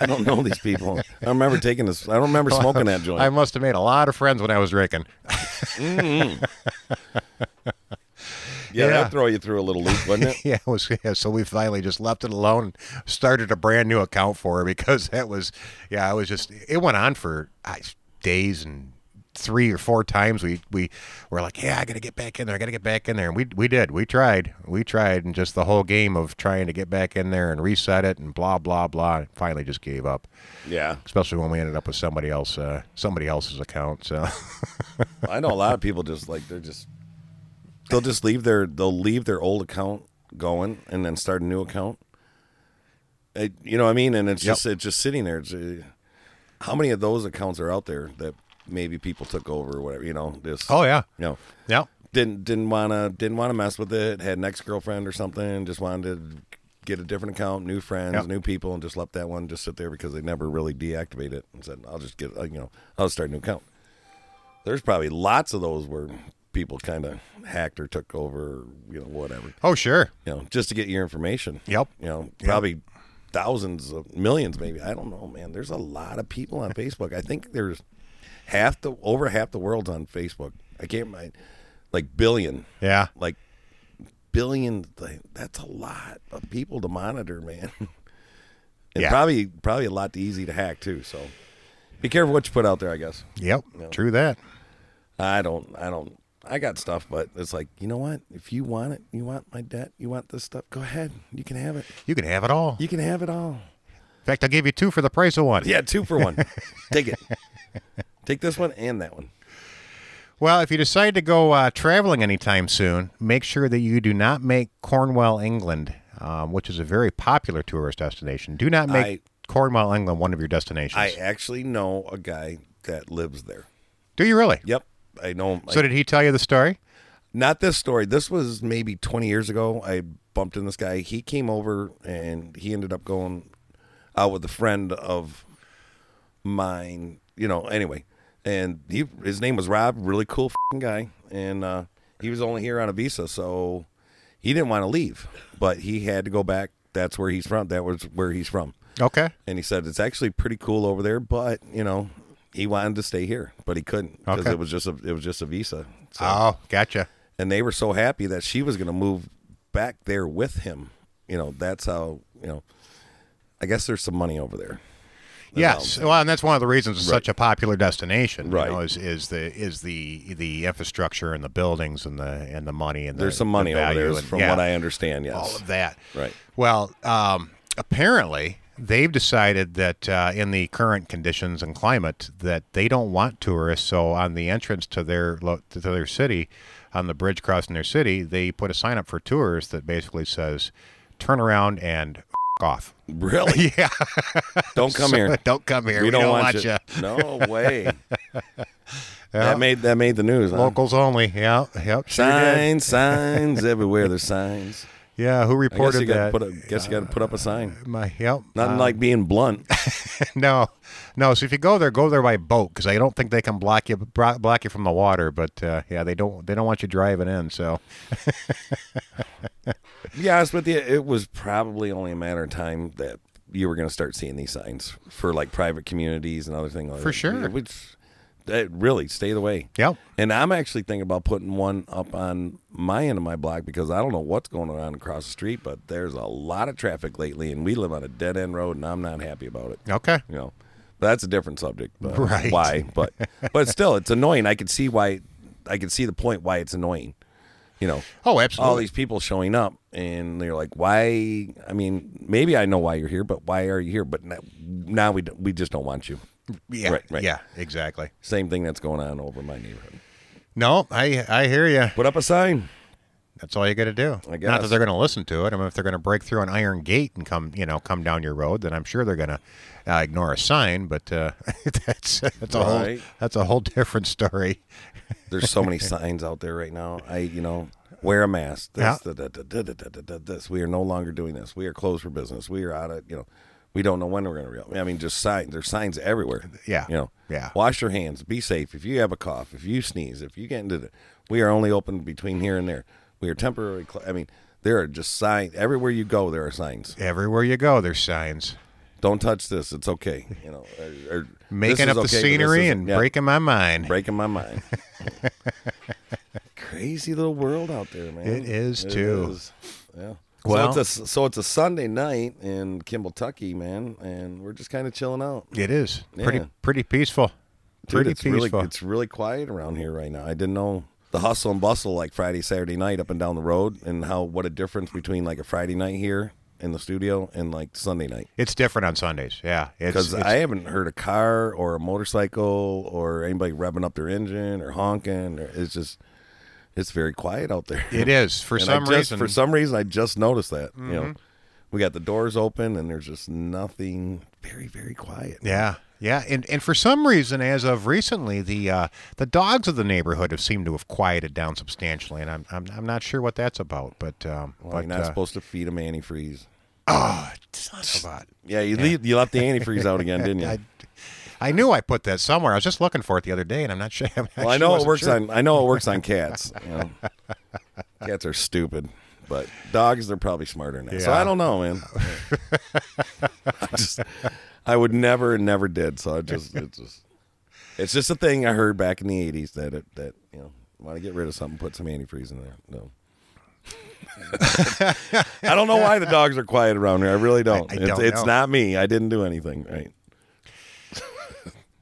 Speaker 4: I don't know these people. I don't remember taking this. I don't remember smoking that joint.
Speaker 3: I must have made a lot of friends when I was drinking.
Speaker 4: yeah,
Speaker 3: yeah.
Speaker 4: that'd throw you through a little loop, wouldn't it?
Speaker 3: Yeah, it was. Yeah, so we finally just left it alone, and started a brand new account for her because that was, yeah, I was just. It went on for I, days and three or four times. We we were like, yeah, I gotta get back in there. I gotta get back in there, and we we did. We tried. We tried, and just the whole game of trying to get back in there and reset it and blah blah blah. And finally, just gave up.
Speaker 4: Yeah.
Speaker 3: Especially when we ended up with somebody else, uh, somebody else's account. So
Speaker 4: I know a lot of people just like they're just they'll just leave their they'll leave their old account going and then start a new account. It, you know what I mean? And it's
Speaker 3: Yep.
Speaker 4: just it's just sitting there. It's, uh, how many of those accounts are out there that maybe people took over or whatever? You know, this.
Speaker 3: oh yeah,
Speaker 4: You know,
Speaker 3: yeah.
Speaker 4: didn't didn't wanna didn't wanna mess with it. Had an ex girlfriend or something. Just wanted to get a different account, new friends,
Speaker 3: Yep.
Speaker 4: new people, and just let that one just sit there because they never really deactivated it and said, I'll just get, uh, you know, I'll start a new account. There's probably lots of those where people kind of hacked or took over, you know, whatever,
Speaker 3: Oh, sure.
Speaker 4: you know, just to get your information.
Speaker 3: Yep.
Speaker 4: You know, probably thousands of millions, maybe. I don't know, man. There's a lot of people on Facebook. I think there's half the, over half the world's on Facebook. I can't, I, like billion
Speaker 3: Yeah.
Speaker 4: like billion like, that's a lot of people to monitor man and
Speaker 3: Yeah.
Speaker 4: probably probably a lot easy to hack too so be careful what you put out there i guess
Speaker 3: Yep. True that.
Speaker 4: i don't i don't i got stuff but it's like you know what if you want it you want my debt you want this stuff go ahead you can have it
Speaker 3: You can have it all.
Speaker 4: you can have it all
Speaker 3: In fact, I'll give you two for the price of one.
Speaker 4: yeah two for one take it take this one and that one
Speaker 3: Well, if you decide to go uh, traveling anytime soon, make sure that you do not make Cornwall, England, um, which is a very popular tourist destination. Do not make
Speaker 4: I-
Speaker 3: Cornwall, England, one of your destinations.
Speaker 4: i actually know a guy that lives there
Speaker 3: do you really?
Speaker 4: yep i know him.
Speaker 3: So did he tell you the story?
Speaker 4: not this story. This was maybe 20 years ago. I bumped in this guy. He came over and he ended up going out with a friend of mine, you know, anyway. And he, his name was Rob, really cool fing guy. And uh, he was only here on a visa, so he didn't want to leave, but he had to go back. That's where he's from. That was where he's from.
Speaker 3: Okay.
Speaker 4: And he said it's actually pretty cool over there, but you know, he wanted to stay here, but he couldn't because
Speaker 3: Okay.
Speaker 4: it was just a it was just a visa. So
Speaker 3: Oh, gotcha.
Speaker 4: and they were so happy that she was going to move back there with him. You know, that's how you know. I guess there's some money over there.
Speaker 3: Yes. Well, and that's one of the reasons it's such a popular destination.
Speaker 4: Right.
Speaker 3: You know, is, is the is the the infrastructure and the buildings and the and the money and the,
Speaker 4: There's some money
Speaker 3: the
Speaker 4: over
Speaker 3: value
Speaker 4: there,
Speaker 3: and-
Speaker 4: from
Speaker 3: yeah.
Speaker 4: what I understand. Yes,
Speaker 3: all of that.
Speaker 4: Right.
Speaker 3: Well, um, apparently they've decided that uh, in the current conditions and climate that they don't want tourists. So on the entrance to their lo- to their city, on the bridge crossing their city, they put a sign up for tours that basically says, "Turn around and f- off."
Speaker 4: really.
Speaker 3: Yeah.
Speaker 4: Don't come here.
Speaker 3: don't come here.
Speaker 4: We, don't, want,
Speaker 3: ya.
Speaker 4: you. No way. That made that made the news. huh?
Speaker 3: Locals only. Yeah. Yep. Sure did.
Speaker 4: signs, signs everywhere. There's signs.
Speaker 3: Yeah. Who
Speaker 4: I guess
Speaker 3: reported
Speaker 4: you got
Speaker 3: that? Uh, um,
Speaker 4: to put a, guess you got to put up a sign.
Speaker 3: My yep.
Speaker 4: Nothing like being blunt.
Speaker 3: No, no. So if you go there, go there by boat because I don't think they can block you bro- block you from the water. But uh, yeah, they don't they don't want you driving in. So
Speaker 4: be honest with you, it was probably only a matter of time that you were going to start seeing these signs for like private communities and other things. Like
Speaker 3: For
Speaker 4: that.
Speaker 3: sure.
Speaker 4: It was- that really stayed away.
Speaker 3: Yep.
Speaker 4: And I'm actually thinking about putting one up on my end of my block because I don't know what's going on across the street, but there's a lot of traffic lately, and we live on a dead end road, and I'm not happy about it.
Speaker 3: okay,
Speaker 4: You know, that's a different subject. But
Speaker 3: Right.
Speaker 4: Why? But but still, it's annoying. I could see why. I could see the point why it's annoying. You know
Speaker 3: oh
Speaker 4: all
Speaker 3: absolutely,
Speaker 4: these people showing up and they're like why i mean maybe i know why you're here but why are you here but now, now we don't, we just don't want you
Speaker 3: yeah,
Speaker 4: right, right.
Speaker 3: yeah, exactly.
Speaker 4: same thing that's going on over my neighborhood
Speaker 3: No, I I hear you.
Speaker 4: put up a sign
Speaker 3: That's all you got to do.
Speaker 4: I
Speaker 3: Not
Speaker 4: guess.
Speaker 3: that they're going to listen to it. I mean, if they're going to break through an iron gate and come you know come down your road, then I'm sure they're going to uh, ignore a sign. But uh, that's that's a whole
Speaker 4: Right.
Speaker 3: that's a whole different story.
Speaker 4: there's so many signs out there right now i you know wear a mask this,
Speaker 3: Yeah.
Speaker 4: da, da, da, da, da, da, da, da, this we are no longer doing this we are closed for business we are out of you know we don't know when we're going to reopen. I mean, just signs. There's signs everywhere.
Speaker 3: Yeah.
Speaker 4: You know.
Speaker 3: Yeah.
Speaker 4: Wash your hands. Be safe. If you have a cough, if you sneeze, if you get into the, we are only open between here and there. We are temporarily. Cl- I mean, there are just signs everywhere you go. There are signs.
Speaker 3: Everywhere you go, there's signs.
Speaker 4: Don't touch this. It's okay. You know. Or, or,
Speaker 3: Making
Speaker 4: this
Speaker 3: up
Speaker 4: is
Speaker 3: the
Speaker 4: okay, but this
Speaker 3: scenery
Speaker 4: isn't.
Speaker 3: and
Speaker 4: Yeah
Speaker 3: breaking my mind.
Speaker 4: breaking my mind. Crazy little world out there, man.
Speaker 3: It is, too.
Speaker 4: is. Yeah.
Speaker 3: Well-
Speaker 4: so it's a so it's a Sunday night in Kimball, Tucky, man, and we're just kind of chilling out.
Speaker 3: It is
Speaker 4: Yeah.
Speaker 3: pretty pretty peaceful.
Speaker 4: Dude,
Speaker 3: Pretty
Speaker 4: it's
Speaker 3: peaceful.
Speaker 4: really it's really quiet around here right now. I didn't know the hustle and bustle like Friday, Saturday night up and down the road, and how what a difference between like a Friday night here in the studio and like Sunday night.
Speaker 3: It's different on Sundays. Yeah, It's-
Speaker 4: Because
Speaker 3: it's-
Speaker 4: I haven't heard a car or a motorcycle or anybody revving up their engine or honking. Or, it's just, it's very quiet out there.
Speaker 3: it is for
Speaker 4: And I
Speaker 3: some
Speaker 4: just-
Speaker 3: reason. Mm-hmm.
Speaker 4: For some reason, I just noticed that. You know, we got the doors open and there's just nothing. Very, very quiet.
Speaker 3: yeah, yeah, and and for some reason, as of recently, the uh, the dogs of the neighborhood have seemed to have quieted down substantially, and I'm I'm, I'm not sure what that's about, but um,
Speaker 4: Well,
Speaker 3: but
Speaker 4: you're not
Speaker 3: uh,
Speaker 4: supposed to feed them antifreeze.
Speaker 3: Oh, son of a.
Speaker 4: Yeah, you leave, you left the antifreeze out again, didn't you?
Speaker 3: I, I knew I put that somewhere. I was just looking for it the other day, and I'm not sure. I'm not
Speaker 4: well, I
Speaker 3: sure
Speaker 4: know it
Speaker 3: wasn't
Speaker 4: works
Speaker 3: sure.
Speaker 4: on I know it works on cats. you know. Cats are stupid, but dogs they're probably smarter than that. So
Speaker 3: Yeah.
Speaker 4: I don't know, man. I just I would never and never did. So I just it's just it's just a thing I heard back in the eighties that it that you know want to get rid of something, put some antifreeze in there. No. I don't know why the dogs are quiet around here. I really don't.
Speaker 3: I
Speaker 4: it's,
Speaker 3: don't
Speaker 4: it's
Speaker 3: know.
Speaker 4: not me. I didn't do anything. Right.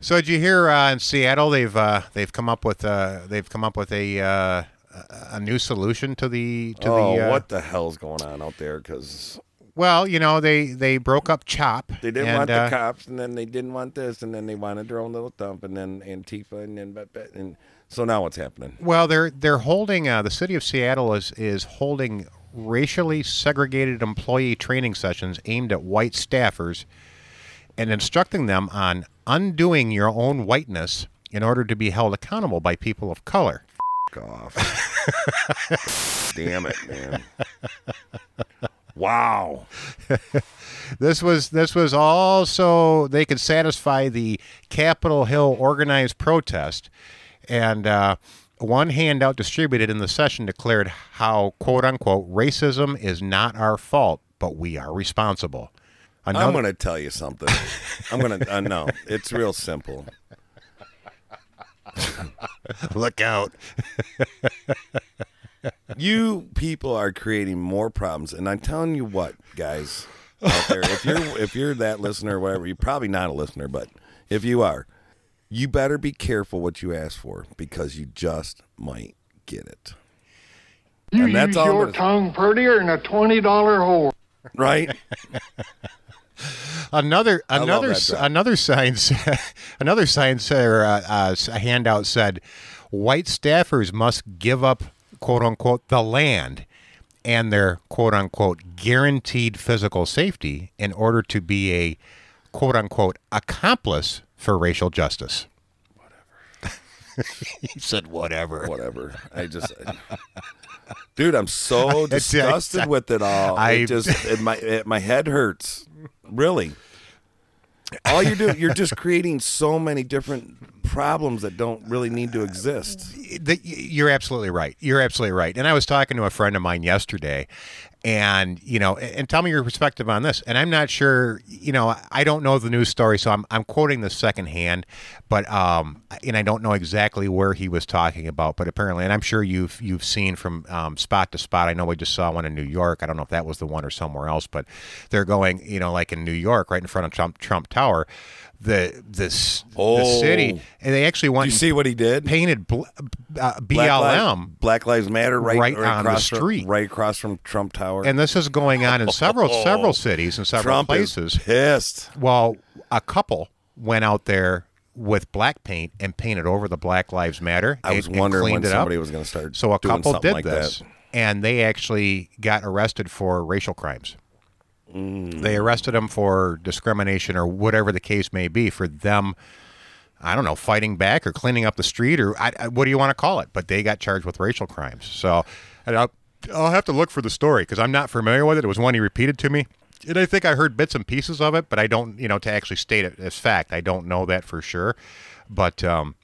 Speaker 3: So did you hear uh, in Seattle they've uh, they've come up with uh, they've come up with a uh, a new solution to the to
Speaker 4: oh,
Speaker 3: the uh,
Speaker 4: what the hell's going on out there? Because
Speaker 3: Well, you know they they broke up Chop.
Speaker 4: They didn't
Speaker 3: and,
Speaker 4: want
Speaker 3: uh,
Speaker 4: the cops, and then they didn't want this, and then they wanted their own little dump, and then Antifa, and then but, but and so now what's happening?
Speaker 3: Well, they're they're holding uh, the city of Seattle is is holding racially segregated employee training sessions aimed at white staffers and instructing them on undoing your own whiteness in order to be held accountable by people of color.
Speaker 4: F- off! Damn it, man! Wow!
Speaker 3: This was this was all so they could satisfy the Capitol Hill organized protest, and uh, one handout distributed in the session declared how "quote unquote" racism is not our fault, but we are responsible.
Speaker 4: I'm
Speaker 3: Another,
Speaker 4: gonna tell you something. I'm gonna uh, no. It's real simple.
Speaker 3: look out!
Speaker 4: You people are creating more problems, and I'm telling you what, guys out there, if you're if you're that listener, or whatever, you're probably not a listener, but if you are, you better be careful what you ask for because you just might get it.
Speaker 6: You
Speaker 4: And that's
Speaker 6: use
Speaker 4: all I'm
Speaker 6: your
Speaker 4: gonna-
Speaker 6: tongue prettier than a twenty dollar whore.
Speaker 4: Right?
Speaker 3: Another
Speaker 4: love
Speaker 3: another
Speaker 4: that
Speaker 3: s-
Speaker 4: drop.
Speaker 3: another sign sa- another sign sa- or, uh, uh, s- handout said, "White staffers must give up quote unquote the land and their quote unquote guaranteed physical safety in order to be a quote unquote accomplice for racial justice." Whatever. he said, "Whatever."
Speaker 4: Whatever. I just Dude, I'm so disgusted with it all.
Speaker 3: I-
Speaker 4: I just it, my it, my head hurts. Really. All you're doing, you're just creating so many different problems that don't really need to exist.
Speaker 3: the, you're absolutely right. You're absolutely right. And I was talking to a friend of mine yesterday, and you know, and tell me your perspective on this. And I'm not sure, you know, I don't know the news story, so I'm I'm quoting this secondhand, but um, and I don't know exactly where he was talking about, but apparently, and I'm sure you've you've seen from um, spot to spot. I know we just saw one in New York. I don't know if that was the one or somewhere else, but they're going, you know, like in New York, right in front of Trump Trump Tower. The this the
Speaker 4: Oh.
Speaker 3: city, and they actually went
Speaker 4: You
Speaker 3: and
Speaker 4: see what he did?
Speaker 3: painted bl- uh,
Speaker 4: Black
Speaker 3: BLM,
Speaker 4: Lives, Black Lives Matter, right,
Speaker 3: Right on the
Speaker 4: across from-
Speaker 3: street.
Speaker 4: right across from Trump Tower.
Speaker 3: and this is going on in several several cities and several
Speaker 4: Oh. Trump
Speaker 3: places.
Speaker 4: is pissed.
Speaker 3: Well, a couple went out there with black paint and painted over the Black Lives Matter.
Speaker 4: I
Speaker 3: and-
Speaker 4: was
Speaker 3: and
Speaker 4: wondering
Speaker 3: cleaned
Speaker 4: when
Speaker 3: it up.
Speaker 4: somebody was going to start.
Speaker 3: So a
Speaker 4: doing
Speaker 3: couple
Speaker 4: something
Speaker 3: did
Speaker 4: like
Speaker 3: this,
Speaker 4: That.
Speaker 3: and they actually got arrested for racial crimes.
Speaker 4: Mm.
Speaker 3: They arrested them for discrimination or whatever the case may be for them. I don't know, fighting back or cleaning up the street or I, I- what do you want to call it? But they got charged with racial crimes. So and I'll, I'll have to look for the story because I'm not familiar with it. It was one he repeated to me. And I think I heard bits and pieces of it, but I don't, you know, to actually state it as fact. I don't know that for sure. But, um,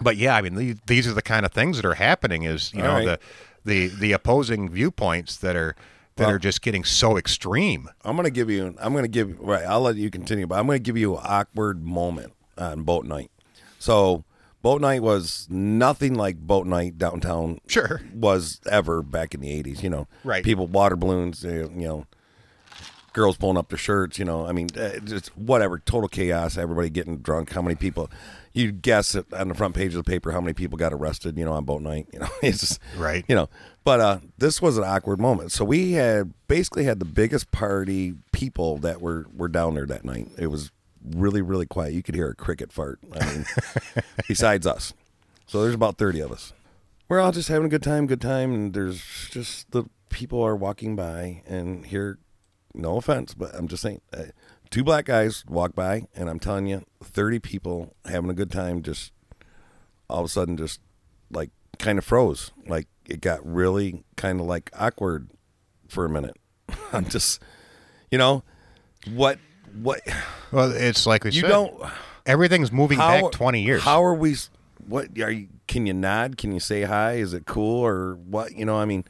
Speaker 3: but yeah, I mean, these, these are the kind of things that are happening is, you know,
Speaker 4: All right.
Speaker 3: the, the, the opposing viewpoints that are, that are just getting so extreme.
Speaker 4: I'm going to give you. I'm going to give. Right. I'll let you continue, but I'm going to give you an awkward moment on boat night. So boat night was nothing like boat night downtown.
Speaker 3: Sure.
Speaker 4: Was ever back in the '80s. You know.
Speaker 3: Right.
Speaker 4: People water balloons. uh, You know. girls pulling up their shirts, you know, I mean, uh, just whatever, total chaos, everybody getting drunk, how many people, you guess it on the front page of the paper, how many people got arrested, you know, on boat night, you know, it's just,
Speaker 3: Right.
Speaker 4: you know, but uh, this was an awkward moment. So we had basically had the biggest party people that were, were down there that night. It was really, really quiet. You could hear a cricket fart, I mean, besides us. So there's about 30 of us we're all just having a good time, good time, and there's just the people are walking by and here, no offense, but I'm just saying, uh, two black guys walk by, and I'm telling you, thirty people having a good time, just all of a sudden, just like kind of froze, like it got really kind of like awkward for a minute. I'm just, You know what? What
Speaker 3: Well, it's like we
Speaker 4: you
Speaker 3: said.
Speaker 4: don't?
Speaker 3: Everything's moving
Speaker 4: How
Speaker 3: back 20 years.
Speaker 4: How are we? s- What are you? Can you nod? Can you say hi? Is it cool or what? You know, I mean,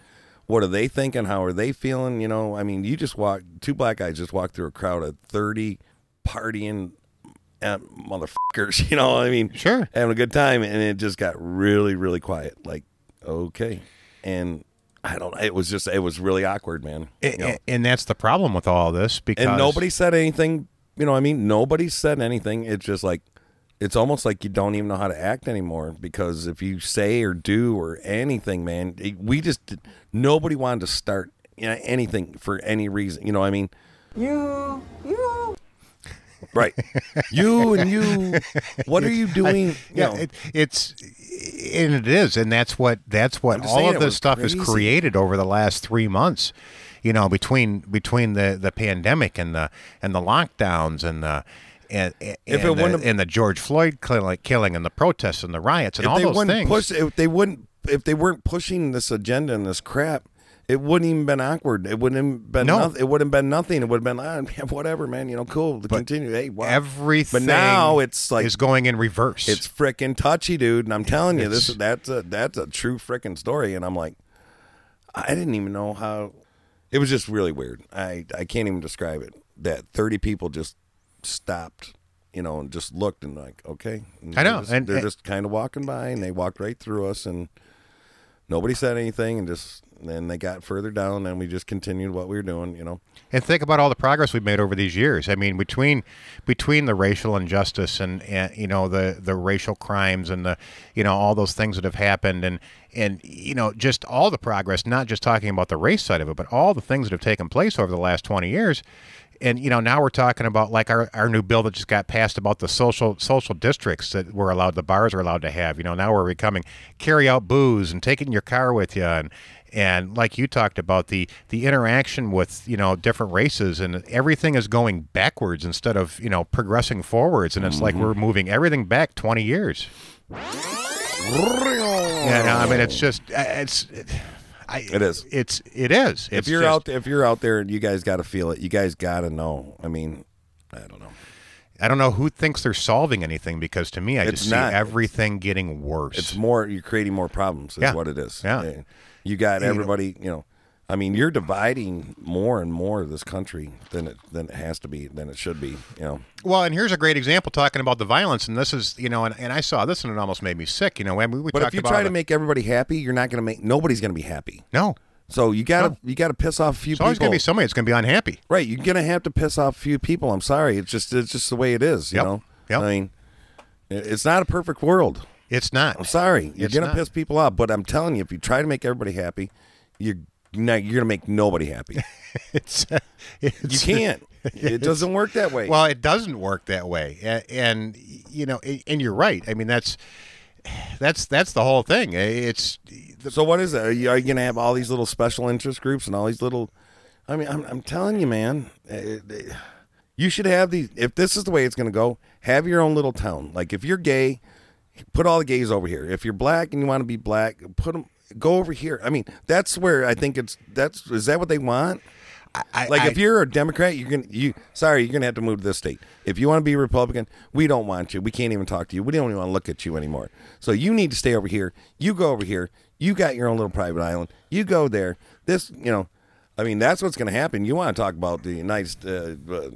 Speaker 4: what are they thinking? How are they feeling? You know, I mean, you just walk. Two black guys just walked through a crowd of thirty partying uh, motherfuckers. You know, I mean,
Speaker 3: Sure.
Speaker 4: having a good time, and it just got really, really quiet. Like, okay, and I don't. It was just. It was really awkward, man.
Speaker 3: A-
Speaker 4: You know?
Speaker 3: a- and that's the problem with all this because
Speaker 4: and nobody said anything. You know, what I mean, nobody said anything. It's just like, it's almost like you don't even know how to act anymore because if you say or do or anything, man, it- we just did- nobody wanted to start you know, anything for any reason. You know, what I mean, you, you, right, you and you. What are you doing?
Speaker 3: yeah,
Speaker 4: you know,
Speaker 3: it, it's and it is, and that's what that's what
Speaker 4: I'm just
Speaker 3: all
Speaker 4: saying
Speaker 3: of
Speaker 4: it
Speaker 3: this
Speaker 4: was
Speaker 3: stuff is
Speaker 4: crazy.
Speaker 3: created over the last three months. You know, between between the the pandemic and the and the lockdowns and the. And, and,
Speaker 4: If it
Speaker 3: and
Speaker 4: wouldn't
Speaker 3: the,
Speaker 4: have-
Speaker 3: and the George Floyd cli- killing and the protests and the riots and
Speaker 4: if
Speaker 3: all
Speaker 4: they
Speaker 3: those
Speaker 4: wouldn't
Speaker 3: things.
Speaker 4: push if they wouldn't if they weren't pushing this agenda and this crap it wouldn't even been awkward it wouldn't have been
Speaker 3: No.
Speaker 4: noth- it wouldn't have been nothing it would have been ah, man, whatever man you know cool to continue hey wow.
Speaker 3: everything
Speaker 4: but now it's like
Speaker 3: is going in reverse.
Speaker 4: it's freaking touchy dude and i'm telling you this
Speaker 3: It's-
Speaker 4: that's a that's a true freaking story and i'm like i didn't even know how it was just really weird i i can't even describe it that 30 people just stopped you know and just looked and like okay and
Speaker 3: I know,
Speaker 4: they're just,
Speaker 3: and-
Speaker 4: they're
Speaker 3: and-
Speaker 4: just kind of walking by and they walked right through us and nobody said anything and just then they got further down and we just continued what we were doing you know
Speaker 3: And think about all the progress we've made over these years. I mean, between between the racial injustice and, and you know the the racial crimes and the you know all those things that have happened and and you know just all the progress, not just talking about the race side of it, but all the things that have taken place over the last 20 years. And you know now we're talking about like our, our new bill that just got passed about the social social districts that we're allowed the bars are allowed to have. You know now we're becoming carry out booze and taking your car with you and and like you talked about the the interaction with you know different races and everything is going backwards instead of you know progressing forwards and it's like
Speaker 4: Mm-hmm.
Speaker 3: we're moving everything back 20 years yeah no, i mean it's just uh, it's it, I,
Speaker 4: It is.
Speaker 3: it's it is
Speaker 4: if
Speaker 3: It's
Speaker 4: you're
Speaker 3: just-
Speaker 4: out if you're out there and you guys got to feel it you guys got to know i mean i don't know
Speaker 3: i don't know who thinks they're solving anything because to me i
Speaker 4: It's
Speaker 3: just
Speaker 4: not.
Speaker 3: see everything getting worse
Speaker 4: It's more you're creating more problems is
Speaker 3: Yeah.
Speaker 4: what it is.
Speaker 3: Yeah.
Speaker 4: And You got everybody, you know. I mean, you're dividing more and more of this country than it than it has to be, than it should be, you know.
Speaker 3: well and here's a great example talking about the violence and this is you know and, and i saw this and it almost made me sick you know and we, we
Speaker 4: But
Speaker 3: talked
Speaker 4: if you
Speaker 3: about
Speaker 4: try to
Speaker 3: it-
Speaker 4: make everybody happy, you're not going to make nobody's going to be happy.
Speaker 3: no
Speaker 4: So you got to you got to piss off a few
Speaker 3: there's always
Speaker 4: people.
Speaker 3: going to be somebody that's going to be unhappy
Speaker 4: Right, you're gonna have to piss off a few people. I'm sorry, it's just it's just the way it is. You
Speaker 3: Yep.
Speaker 4: know,
Speaker 3: Yep.
Speaker 4: I mean, it- it's not a perfect world.
Speaker 3: it's not
Speaker 4: I'm sorry, you're
Speaker 3: It's
Speaker 4: gonna
Speaker 3: not.
Speaker 4: piss people off. But I'm telling you, if you try to make everybody happy, you're not, you're gonna make nobody happy.
Speaker 3: it's, uh,
Speaker 4: You
Speaker 3: it's-
Speaker 4: can't. It doesn't work that way.
Speaker 3: Well, it doesn't work that way, A- and you know, a- and you're right. I mean, that's that's that's the whole thing. It's
Speaker 4: so what is it? Are you, are you going to have all these little special interest groups and all these little? I mean, I'm, I'm telling you, man. eh, eh, You should have these. If this is the way it's going to go, have your own little town. Like if you're gay, put all the gays over here. If you're black and you want to be black, put them. Go over here. I mean, that's where I think it's. That's is that what they want?
Speaker 3: I,
Speaker 4: like
Speaker 3: I-
Speaker 4: if you're a Democrat, you're gonna you sorry, you're gonna have to move to this state. If you want to be a Republican, we don't want you. We can't even talk to you. We don't even want to look at you anymore. So you need to stay over here. You go over here. You got your own little private island. You go there. This you know, I mean that's what's gonna happen. You want to talk about the United uh, uh,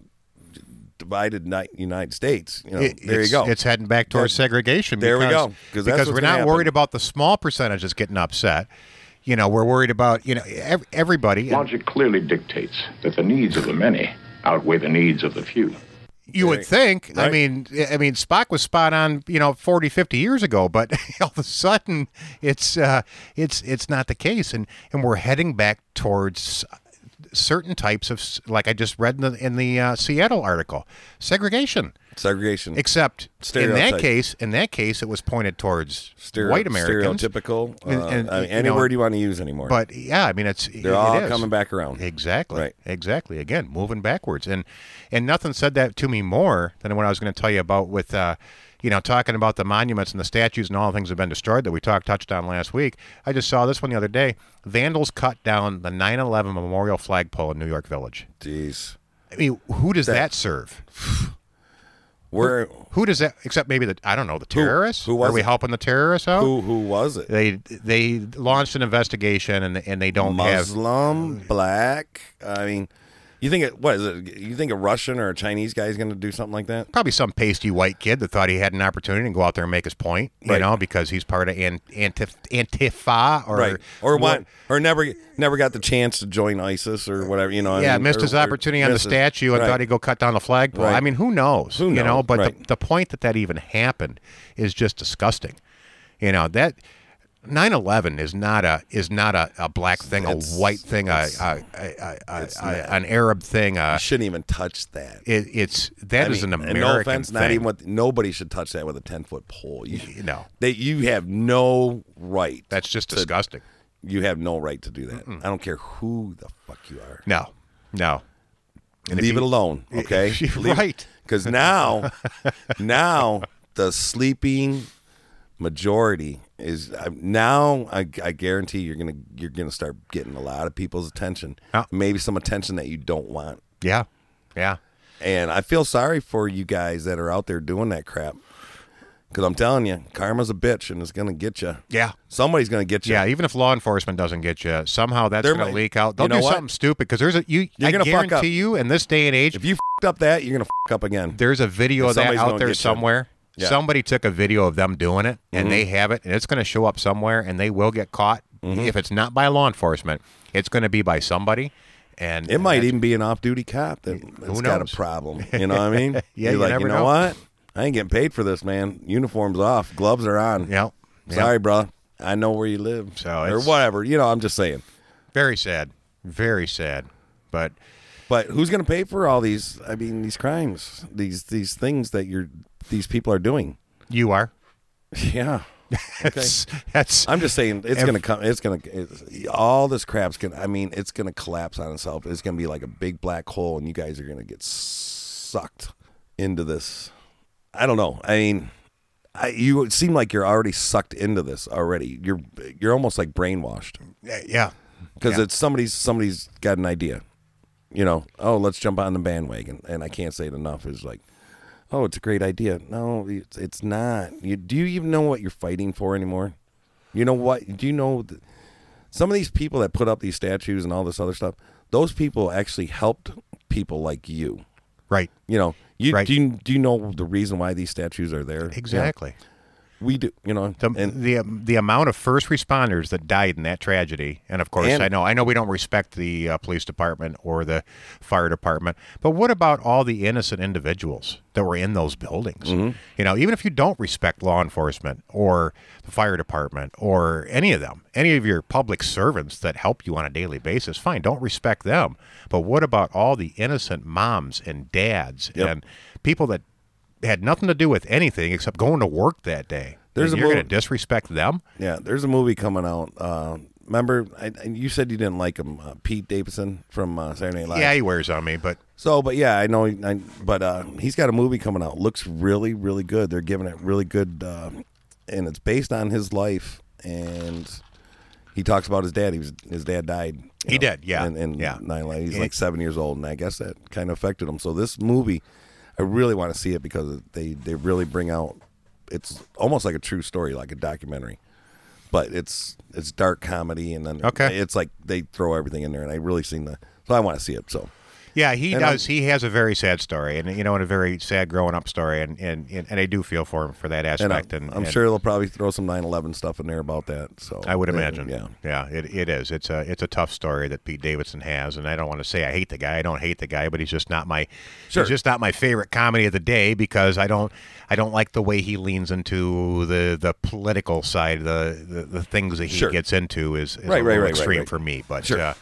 Speaker 4: divided ni- United States? You know,
Speaker 3: it-
Speaker 4: there you
Speaker 3: it's-
Speaker 4: go.
Speaker 3: It's heading back towards
Speaker 4: That-
Speaker 3: segregation.
Speaker 4: there we
Speaker 3: because-
Speaker 4: go, 'cause that's
Speaker 3: Because
Speaker 4: what's
Speaker 3: we're
Speaker 4: gonna
Speaker 3: not worried
Speaker 4: happen.
Speaker 3: about the small percentage that's getting upset. You know, we're worried about you know ev- everybody. and
Speaker 7: Logic clearly dictates that the needs of the many outweigh the needs of the few.
Speaker 3: you would think. I
Speaker 4: Right.
Speaker 3: mean, I mean, Spock was spot on. You know, 40, 50 years ago, but all of a sudden, it's uh, it's it's not the case, and and we're heading back towards certain types of, s- like I just read in the in the uh, Seattle article, segregation.
Speaker 4: segregation.
Speaker 3: Except in that
Speaker 4: Stereotype.
Speaker 3: case, in that case, it was pointed towards
Speaker 4: Stere-
Speaker 3: white Americans.
Speaker 4: Stereotypical. Uh,
Speaker 3: And- and,
Speaker 4: I mean,
Speaker 3: you
Speaker 4: any
Speaker 3: know,
Speaker 4: word you want to use anymore.
Speaker 3: But yeah, I mean, it's it-
Speaker 4: they're
Speaker 3: it
Speaker 4: all
Speaker 3: is.
Speaker 4: coming back around.
Speaker 3: Exactly.
Speaker 4: Right.
Speaker 3: Exactly. Again, moving backwards, and and nothing said that to me more than what I was going to tell you about with, uh, you know, talking about the monuments and the statues and all the things that have been destroyed that we talked touched on last week. I just saw this one the other day. Vandals cut down the 9/11 memorial flagpole in New York Village.
Speaker 4: Jeez.
Speaker 3: I mean, who does that serve?
Speaker 4: Where
Speaker 3: Who does that? Except maybe the I don't know the terrorists.
Speaker 4: who was
Speaker 3: Are we
Speaker 4: it?
Speaker 3: helping the terrorists out?
Speaker 4: who who was it?
Speaker 3: They they launched an investigation and and they don't have.
Speaker 4: Muslim, black. I mean, you think it? What is it? You think a Russian or a Chinese guy is going to do something like that?
Speaker 3: Probably some pasty white kid that thought he had an opportunity to go out there and make his point, you
Speaker 4: Right.
Speaker 3: know, because he's part of an, Antif- Antifa or
Speaker 4: right. Or what? Or never never got the chance to join ISIS or whatever. You know. I
Speaker 3: Yeah,
Speaker 4: mean,
Speaker 3: missed
Speaker 4: or-
Speaker 3: his
Speaker 4: or
Speaker 3: opportunity on the
Speaker 4: missed his-
Speaker 3: statue and
Speaker 4: right.
Speaker 3: thought he'd go cut down the flagpole.
Speaker 4: Right.
Speaker 3: I mean, who knows?
Speaker 4: Who
Speaker 3: You know,
Speaker 4: knows?
Speaker 3: but the,
Speaker 4: Right.
Speaker 3: the point that that even happened is just disgusting. You know that 9/11 is not a is not a, a black thing,
Speaker 4: It's-
Speaker 3: a white thing, a,
Speaker 4: it's-
Speaker 3: a, a, a, a an Arab thing. A,
Speaker 4: Shouldn't even touch that.
Speaker 3: it, it's that
Speaker 4: I
Speaker 3: is
Speaker 4: mean,
Speaker 3: an
Speaker 4: and
Speaker 3: American
Speaker 4: no offense,
Speaker 3: thing.
Speaker 4: not even with nobody should touch that with a ten foot pole. You,
Speaker 3: no.
Speaker 4: they, you have no right.
Speaker 3: That's just
Speaker 4: to-
Speaker 3: disgusting.
Speaker 4: You have no right to do that. I don't care who the fuck you are.
Speaker 3: No, no.
Speaker 4: Leave it alone, okay?
Speaker 3: You're right.
Speaker 4: Because now, now the sleeping majority is I- now. I, I guarantee you're gonna you're gonna start getting a lot of people's attention.
Speaker 3: Yeah.
Speaker 4: Maybe some attention that you don't want.
Speaker 3: Yeah, yeah.
Speaker 4: And I feel sorry for you guys that are out there doing that crap. Because I'm telling you, karma's a bitch and it's going to get you.
Speaker 3: Yeah.
Speaker 4: Somebody's going to get you.
Speaker 3: Yeah, even if law enforcement doesn't get you, somehow that's
Speaker 4: There
Speaker 3: going to
Speaker 4: might-
Speaker 3: leak out. They'll
Speaker 4: you know
Speaker 3: do
Speaker 4: what?
Speaker 3: something stupid because there's a you.
Speaker 4: You're
Speaker 3: I
Speaker 4: gonna fuck up.
Speaker 3: guarantee you, in this day and age,
Speaker 4: If you f***ed up that, you're going to f*** up again.
Speaker 3: there's a video
Speaker 4: And
Speaker 3: of that
Speaker 4: somebody's
Speaker 3: out
Speaker 4: gonna
Speaker 3: there
Speaker 4: get you.
Speaker 3: somewhere.
Speaker 4: Yeah. Mm-hmm.
Speaker 3: Somebody took a video of them doing it, and they have it, and it's going to show up somewhere, and they will get caught. If it's not by law enforcement, it's going to be by somebody, and
Speaker 4: It might even be an off-duty cop that, that's got
Speaker 3: knows?
Speaker 4: a problem. You know what I mean?
Speaker 3: Yeah,
Speaker 4: you're
Speaker 3: you
Speaker 4: like,
Speaker 3: never
Speaker 4: you know,
Speaker 3: know."
Speaker 4: what? I ain't getting paid for this, man. Uniform's off, gloves are on.
Speaker 3: Yeah, yeah.
Speaker 4: Sorry, bro. I know where you live,
Speaker 3: So
Speaker 4: or
Speaker 3: it's-
Speaker 4: whatever. You know, I'm just saying.
Speaker 3: very sad, very sad. But
Speaker 4: But who's going to pay for all these? I mean, these crimes, these these things that you're these people are doing.
Speaker 3: you are.
Speaker 4: Yeah. Okay.
Speaker 3: That's, that's
Speaker 4: I'm just saying it's going to come. It's going to all this crap's going. to I mean, it's going to collapse on itself. It's going to be like a big black hole, and you guys are going to get sucked into this. I don't know. I mean, I, you seem like you're already sucked into this already. You're you're almost like brainwashed
Speaker 3: yeah,
Speaker 4: because it's somebody's somebody's got an idea. You know, oh, let's jump on the bandwagon, and I can't say it enough. Is like, oh, it's a great idea. No, it's, it's not. You, do you even know what you're fighting for anymore? You know what? Do you know th- some of these people that put up these statues and all this other stuff? Those people actually helped people like you.
Speaker 3: right,
Speaker 4: You know, you
Speaker 3: Right.
Speaker 4: do. You, do you know the reason why these statues are there? You know,
Speaker 3: exactly.
Speaker 4: we do. You know,
Speaker 3: The,
Speaker 4: and
Speaker 3: the um, the amount of first responders that died in that tragedy, and of course,
Speaker 4: And-
Speaker 3: I know I know we don't respect the uh, police department or the fire department, but what about all the innocent individuals that were in those buildings?
Speaker 4: Mm-hmm.
Speaker 3: You know, even if you don't respect law enforcement or the fire department or any of them, any of your public servants that help you on a daily basis, fine, don't respect them. But what about all the innocent moms and dads
Speaker 4: Yep.
Speaker 3: and people that had nothing to do with anything except going to work that day.
Speaker 4: There's
Speaker 3: and
Speaker 4: a
Speaker 3: you're going
Speaker 4: mov-
Speaker 3: to disrespect them.
Speaker 4: Yeah, there's a movie coming out. Uh, remember, I, I- you said you didn't like him, uh, Pete Davidson from uh, Saturday Night Live.
Speaker 3: Yeah, he wears on me, but
Speaker 4: So, but yeah, I know. I, but uh, he's got a movie coming out. Looks really, really good. They're giving it really good, uh, and it's based on his life. And he talks about his dad. He was his dad died. you
Speaker 3: He did, yeah,
Speaker 4: And, and
Speaker 3: yeah.
Speaker 4: nine lives. He's
Speaker 3: And-
Speaker 4: like seven years old, and I guess that kind of affected him. So this movie, I really want to see it because they they really bring out. It's almost like a true story, like a documentary. But it's it's dark comedy, and then
Speaker 3: Okay.
Speaker 4: it's like they throw everything in there, and I really seen the. So I want to see it. So
Speaker 3: yeah, he
Speaker 4: And I'm-
Speaker 3: does. he has a very sad story, and you know, and a very sad growing up story, and and, and, and I do feel for him for that
Speaker 4: and
Speaker 3: aspect.
Speaker 4: I'm,
Speaker 3: And,
Speaker 4: I'm
Speaker 3: and
Speaker 4: sure they'll probably throw some 9/11 stuff in there about that. So
Speaker 3: I would
Speaker 4: they-
Speaker 3: imagine.
Speaker 4: yeah.
Speaker 3: yeah, it, it is. It's a it's a tough story that Pete Davidson has, and I don't want to say I hate the guy. I don't hate the guy, but he's just not my
Speaker 4: Sure.
Speaker 3: he's just not my favorite comedy of the day because I don't I don't like the way he leans into the the political side, the the, the things that he
Speaker 4: Sure.
Speaker 3: gets into is, is
Speaker 4: Right,
Speaker 3: a
Speaker 4: right,
Speaker 3: little
Speaker 4: right, right,
Speaker 3: extreme
Speaker 4: right.
Speaker 3: for me. But
Speaker 4: Sure.
Speaker 3: uh,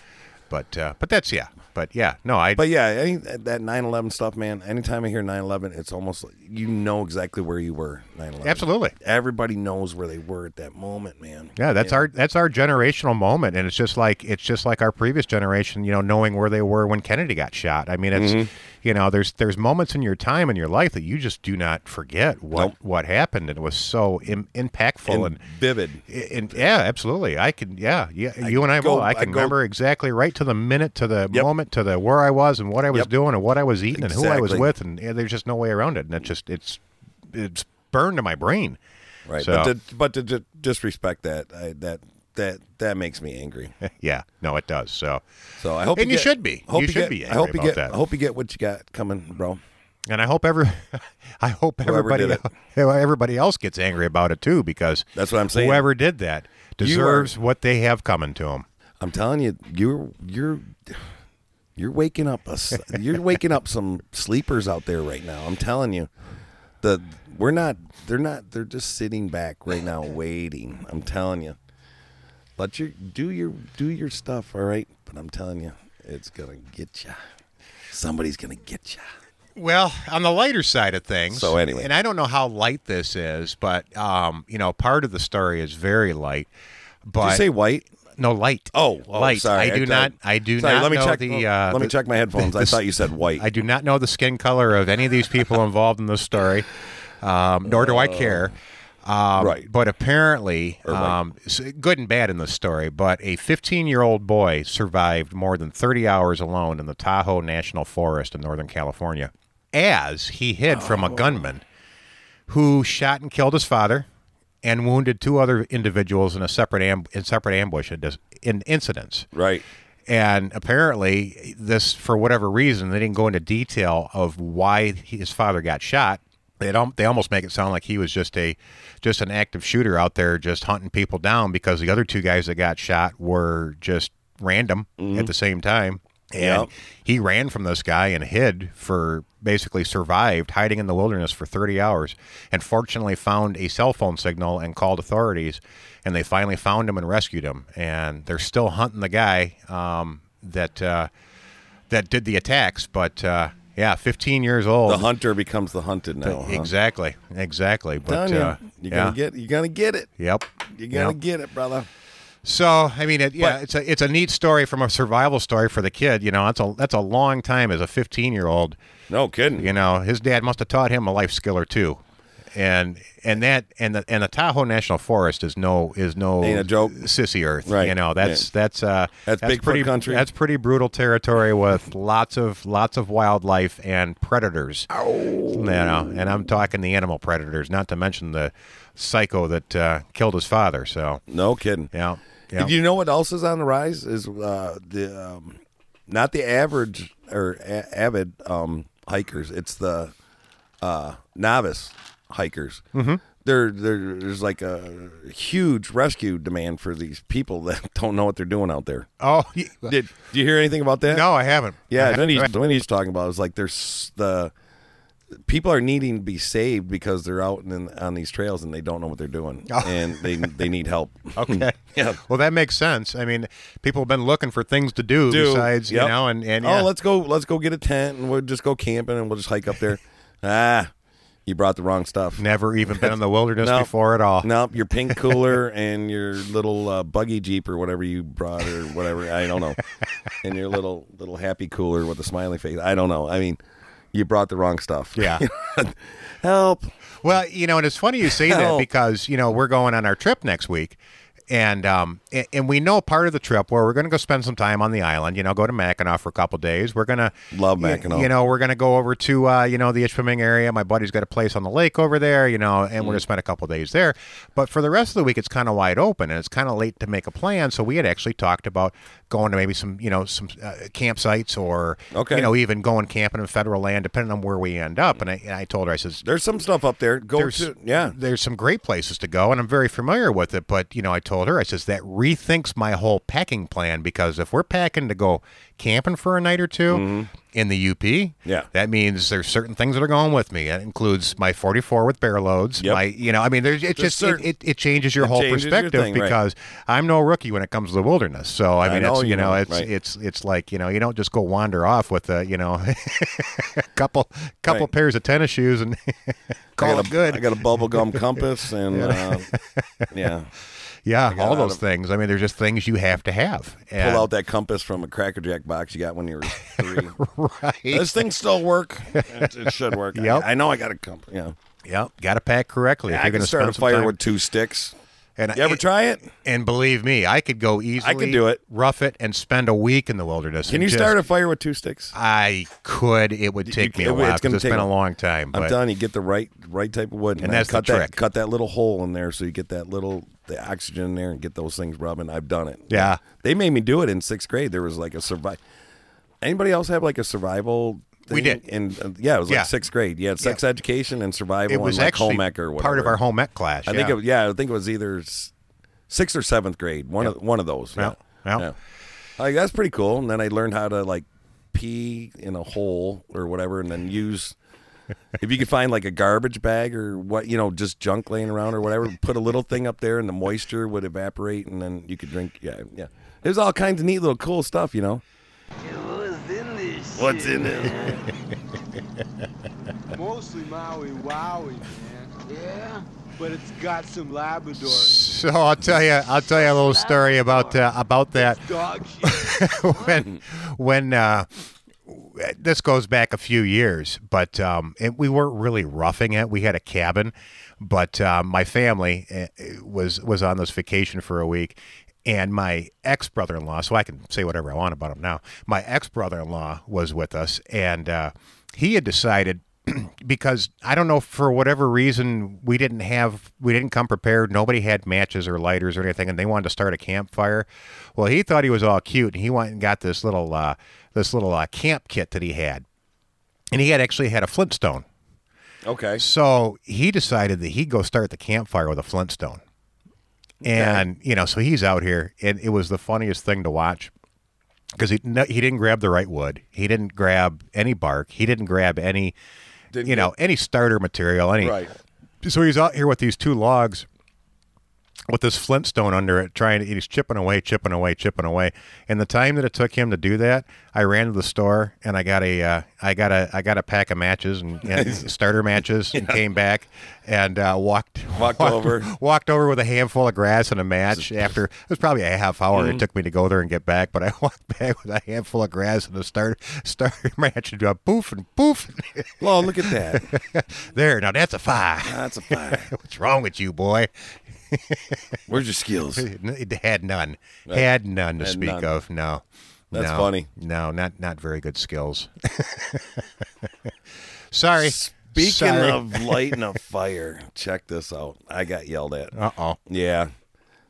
Speaker 3: but uh, but that's yeah. But yeah, no, I
Speaker 4: But yeah, any, that 9/11 stuff, man. Anytime I hear 9/11, it's almost like you know exactly where you were 9/11.
Speaker 3: absolutely.
Speaker 4: Everybody knows where they were at that moment, man.
Speaker 3: Yeah, that's our that's our generational moment,
Speaker 4: Mm-hmm.
Speaker 3: and it's just like it's just like our previous generation, you know, knowing where they were when Kennedy got shot. I mean, it's You know, there's there's moments in your time in your life that you just do not forget what
Speaker 4: Nope.
Speaker 3: what happened, and it was so Im- impactful and.
Speaker 4: and vivid.
Speaker 3: and yeah, absolutely. I can. Yeah, yeah. You and I
Speaker 4: go-
Speaker 3: both. I
Speaker 4: I
Speaker 3: can
Speaker 4: go-
Speaker 3: remember exactly right to the minute, to the
Speaker 4: Yep.
Speaker 3: moment, to the where I was and what I was
Speaker 4: Yep.
Speaker 3: doing and what I was eating and who I was
Speaker 4: Exactly.
Speaker 3: with, and yeah, there's just no way around it. And it's just it's it's burned to my brain.
Speaker 4: Right.
Speaker 3: So-
Speaker 4: But to, but to di- disrespect that, I, that that that makes me angry.
Speaker 3: yeah. No, it does. So.
Speaker 4: So I hope
Speaker 3: And you
Speaker 4: get-
Speaker 3: should be.
Speaker 4: Hope
Speaker 3: You
Speaker 4: you,
Speaker 3: should
Speaker 4: get,
Speaker 3: be
Speaker 4: I hope
Speaker 3: angry
Speaker 4: you
Speaker 3: about
Speaker 4: get.
Speaker 3: that.
Speaker 4: I hope you get what you got coming, bro.
Speaker 3: And I hope every, I hope
Speaker 4: Whoever
Speaker 3: everybody,
Speaker 4: did
Speaker 3: everybody else gets angry about it too, because
Speaker 4: That's what I'm saying.
Speaker 3: Whoever did that
Speaker 4: You are-
Speaker 3: deserves what they have coming to them.
Speaker 4: I'm telling you, you're you're you're waking up us. You're waking up some sleepers out there right now. I'm telling you, the we're not. They're not. They're just sitting back right now, waiting. I'm telling you. Let your do your do your stuff, all right. But I'm telling you, it's gonna get you. Somebody's gonna get you.
Speaker 3: Well, on the lighter side of things.
Speaker 4: So anyway.
Speaker 3: and I don't know how light this is, but um, you know, part of the story is very light.
Speaker 4: Did
Speaker 3: But
Speaker 4: you say white?
Speaker 3: no light.
Speaker 4: Oh, oh,
Speaker 3: light.
Speaker 4: sorry.
Speaker 3: I do not.
Speaker 4: thought-
Speaker 3: I do
Speaker 4: sorry,
Speaker 3: not.
Speaker 4: Let me
Speaker 3: know
Speaker 4: check.
Speaker 3: the. Uh,
Speaker 4: let me
Speaker 3: the-
Speaker 4: check my headphones. I
Speaker 3: this-
Speaker 4: thought you said white.
Speaker 3: I do not know the skin color of any of these people involved in this story, um, nor do I care. Um,
Speaker 4: Right.
Speaker 3: But apparently, um, s- good and bad in this story, but a 15 year old boy survived more than 30 hours alone in the Tahoe National Forest in Northern California as he hid from a gunman who shot and killed his father and wounded two other individuals in a separate, amb- in separate ambush in, dis- in incidents.
Speaker 4: right.
Speaker 3: And apparently, this for whatever reason, they didn't go into detail of why he- his father got shot. They don't. They almost make it sound like he was just a, just an active shooter out there, just hunting people down because the other two guys that got shot were just random at the same time. And
Speaker 4: Yep.
Speaker 3: he ran from this guy and hid for basically survived hiding in the wilderness for 30 hours and fortunately found a cell phone signal and called authorities and they finally found him and rescued him and they're still hunting the guy um, that uh, that did the attacks but uh, yeah 15 years old
Speaker 4: The hunter becomes the hunted now. huh?
Speaker 3: exactly exactly but
Speaker 4: Telling you,
Speaker 3: uh,
Speaker 4: you're
Speaker 3: yeah.
Speaker 4: gonna get. You're gonna get it.
Speaker 3: yep
Speaker 4: You're gonna
Speaker 3: Yep.
Speaker 4: get it, brother.
Speaker 3: So I mean, it, yeah,
Speaker 4: But-
Speaker 3: it's a it's a neat story from a survival story for the kid. You know, that's a that's a long time as a 15 year old.
Speaker 4: No kidding.
Speaker 3: You know, his dad must have taught him a life skill or two, and and that and the and the Tahoe National Forest is no is no
Speaker 4: Ain't a joke.
Speaker 3: sissy earth.
Speaker 4: Right.
Speaker 3: You know, that's
Speaker 4: Yeah.
Speaker 3: that's uh
Speaker 4: That's Bigfoot
Speaker 3: pretty
Speaker 4: country.
Speaker 3: That's pretty brutal territory with lots of lots of wildlife and predators. You know, and I'm talking the animal predators, not to mention the psycho that uh, killed his father. So
Speaker 4: No kidding.
Speaker 3: yeah, yeah.
Speaker 4: You know what else is on the rise is uh, the um, not the average or a- avid um, hikers. It's the uh, novice hikers. Mm-hmm. There, there- there's like a huge rescue demand for these people that don't know what they're doing out there.
Speaker 3: Oh,
Speaker 4: Did, do you hear anything about that?
Speaker 3: no, I haven't.
Speaker 4: Yeah,
Speaker 3: I
Speaker 4: then he's,
Speaker 3: haven't.
Speaker 4: then he's talking about it was like there's the people are needing to be saved because they're out and on these trails and they don't know what they're doing and they they need help.
Speaker 3: Oh. Okay.
Speaker 4: yeah.
Speaker 3: Well, that makes sense. I mean, people have been looking for things to do,
Speaker 4: Do-
Speaker 3: besides,
Speaker 4: yep.
Speaker 3: you know, and, and
Speaker 4: oh,
Speaker 3: yeah.
Speaker 4: let's go let's go get a tent and we'll just go camping and we'll just hike up there. ah, you brought the wrong stuff.
Speaker 3: never even been in the wilderness
Speaker 4: No.
Speaker 3: before at all.
Speaker 4: Nope, your pink cooler and your little uh, buggy jeep or whatever you brought or whatever I don't know, and your little little happy cooler with a smiley face. I don't know. I mean, you brought the wrong stuff.
Speaker 3: Yeah.
Speaker 4: help.
Speaker 3: Well, you know, and it's funny you say that
Speaker 4: Hell.
Speaker 3: because you know we're going on our trip next week, and um, and, and we know part of the trip where we're going to go spend some time on the island. You know, go to Mackinac for a couple days. We're gonna
Speaker 4: Love
Speaker 3: y-
Speaker 4: Mackinac.
Speaker 3: You know, we're gonna go over to uh, you know the Ishpeming area. My buddy's got a place on the lake over there. You know, and
Speaker 4: Mm.
Speaker 3: we're gonna spend a couple days there. But for the rest of the week, it's kind of wide open, and it's kind of late to make a plan. So we had actually talked about going to maybe some you know some uh, campsites or
Speaker 4: Okay. Mm.
Speaker 3: you know even going camping in federal land, depending on where we end up. And I, and I told her, I says,
Speaker 4: There's some stuff up there. Go
Speaker 3: there's
Speaker 4: to yeah.
Speaker 3: there's some great places to go and i'm very familiar with it but you know i told her i says that rethinks my whole packing plan because if we're packing to go camping for a night or 2 in the up
Speaker 4: Mm-hmm. Yeah.
Speaker 3: that means there's certain things that are going with me that includes my 44 with bear loads
Speaker 4: Yep.
Speaker 3: my you know i mean there's it just
Speaker 4: certain-
Speaker 3: it, it, it changes your whole
Speaker 4: changes your
Speaker 3: perspective
Speaker 4: thing, right.
Speaker 3: because i'm no rookie when it comes to the wilderness so i
Speaker 4: I
Speaker 3: mean
Speaker 4: know
Speaker 3: it's you
Speaker 4: you
Speaker 3: know,
Speaker 4: don't,
Speaker 3: it's
Speaker 4: right.
Speaker 3: it's it's like you know you don't just go wander off with a you know couple couple
Speaker 4: Right.
Speaker 3: pairs of tennis shoes and
Speaker 4: I
Speaker 3: call
Speaker 4: got
Speaker 3: it
Speaker 4: a,
Speaker 3: good
Speaker 4: I got a bubblegum compass and uh, yeah.
Speaker 3: Yeah,
Speaker 4: got
Speaker 3: all
Speaker 4: out
Speaker 3: those
Speaker 4: of-
Speaker 3: things. I mean, they're just things you have to have. And-
Speaker 4: Pull out that compass from a Cracker Jack box you got when you were three.
Speaker 3: right.
Speaker 4: this thing still work. It, it should work.
Speaker 3: Yep.
Speaker 4: I, I know I got a compass. Yeah.
Speaker 3: Yep. Got to pack correctly. if
Speaker 4: I
Speaker 3: you're
Speaker 4: can
Speaker 3: gonna
Speaker 4: start a
Speaker 3: spend some
Speaker 4: fire
Speaker 3: time- Uh,
Speaker 4: with two sticks.
Speaker 3: And
Speaker 4: You ever try it?
Speaker 3: And believe me, I could go easily.
Speaker 4: do it.
Speaker 3: Rough it and spend a week in the wilderness.
Speaker 4: Can
Speaker 3: and
Speaker 4: you
Speaker 3: just-
Speaker 4: start a fire with two sticks?
Speaker 3: I could. It would take me
Speaker 4: it
Speaker 3: a
Speaker 4: would-
Speaker 3: while.
Speaker 4: it's gonna
Speaker 3: 'cause It's
Speaker 4: take
Speaker 3: been
Speaker 4: a-
Speaker 3: a long time.
Speaker 4: I'm
Speaker 3: but
Speaker 4: telling you, get the right right type of wood, and,
Speaker 3: And
Speaker 4: then
Speaker 3: that's the
Speaker 4: cut
Speaker 3: trick.
Speaker 4: that cut that little hole in there so you get that little the oxygen in there and get those things rubbing. I've done it.
Speaker 3: Yeah.
Speaker 4: they made me do it in sixth grade. There was like a survive. Anybody else have like a survival? Thing?
Speaker 3: We did.
Speaker 4: and uh, yeah, it was like
Speaker 3: Yeah.
Speaker 4: sixth grade. You had sex education and survival.
Speaker 3: it was
Speaker 4: and like
Speaker 3: actually
Speaker 4: home ec or whatever.
Speaker 3: part of our home ec class.
Speaker 4: I
Speaker 3: yeah.
Speaker 4: think it, was- yeah, I think it was either s- sixth or seventh grade. One of one of those. Yeah,
Speaker 3: Yep. Yep.
Speaker 4: Like, that's pretty cool. And then I learned how to like pee in a hole or whatever, and then use. If you could find like a garbage bag or what, you know, just junk laying around or whatever, put a little thing up there and the moisture would evaporate and then you could drink. Yeah, yeah. There's all kinds of neat little cool stuff, you know. What's in this? What's in it?
Speaker 8: Mostly Maui Wowie, man. Yeah? But it's got some Labrador
Speaker 3: So I'll tell you, I'll tell you a little story about uh, about that.
Speaker 8: dog shit.
Speaker 3: when when uh, this goes back a few years, but um, and we weren't really roughing it. We had a cabin, but um, my family eh, was was on this vacation for a week, and my ex brother in law. So I can say whatever I want about him now. My ex brother in law was with us, and uh, he had decided. Because I don't know for whatever reason we didn't have we didn't come prepared. Nobody had matches or lighters or anything, and they wanted to start a campfire. Well, he thought he was all cute, and he went and got this little uh, this little uh, camp kit that he had, and he had actually had a Flintstone.
Speaker 4: Okay.
Speaker 3: So he decided that he'd go start the campfire with a Flintstone, and you know, so he's out here, and it was the funniest thing to watch because he no, he didn't grab the right wood, he didn't grab any bark, he didn't grab any,
Speaker 4: Didn't
Speaker 3: you know, any starter material, any
Speaker 4: Right.
Speaker 3: so he's out here with these two logs with this flintstone under it trying to he's chipping away chipping away chipping away and the time that it took him to do that i ran to the store and i got a uh, i got a i got a pack of matches and, and starter matches and came back and uh, walked
Speaker 4: Walked over.
Speaker 3: walked over with a handful of grass and a match after it was probably a half hour
Speaker 4: Mm-hmm.
Speaker 3: it took me to go there and get back but i walked back with a handful of grass and a starter starter match and do a poof and poof
Speaker 4: Well, look at that.
Speaker 3: there now that's a fire
Speaker 4: That's a fire.
Speaker 3: what's wrong with you boy
Speaker 4: Where's your skills?
Speaker 3: It had none. Had none to
Speaker 4: Had
Speaker 3: speak
Speaker 4: none.
Speaker 3: of. No.
Speaker 4: That's
Speaker 3: No.
Speaker 4: funny.
Speaker 3: No, not not very good skills. Sorry.
Speaker 4: Speaking
Speaker 3: Sorry.
Speaker 4: of lighting a fire, check this out. I got yelled at.
Speaker 3: Uh-oh.
Speaker 4: Yeah.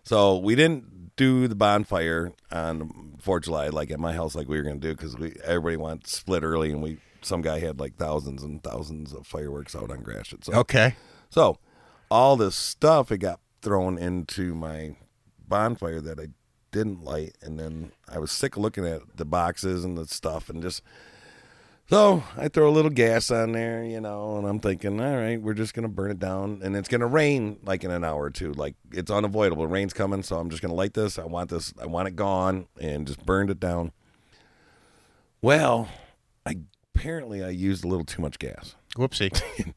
Speaker 4: So we didn't do the bonfire on Fourth of July like at my house like we were gonna do because we everybody went split early and we some guy had like thousands and thousands of fireworks out on Gratiot. So
Speaker 3: Okay.
Speaker 4: so all this stuff it got thrown into my bonfire that I didn't light and then I was sick of looking at the boxes and the stuff and just so I throw a little gas on there, you know, and I'm thinking, all right, we're just gonna burn it down and it's gonna rain like in an hour or two. Like it's unavoidable. Rain's coming, so I'm just gonna light this. I want this I want it gone and just burned it down. Well, I apparently I used a little too much gas.
Speaker 3: Whoopsie.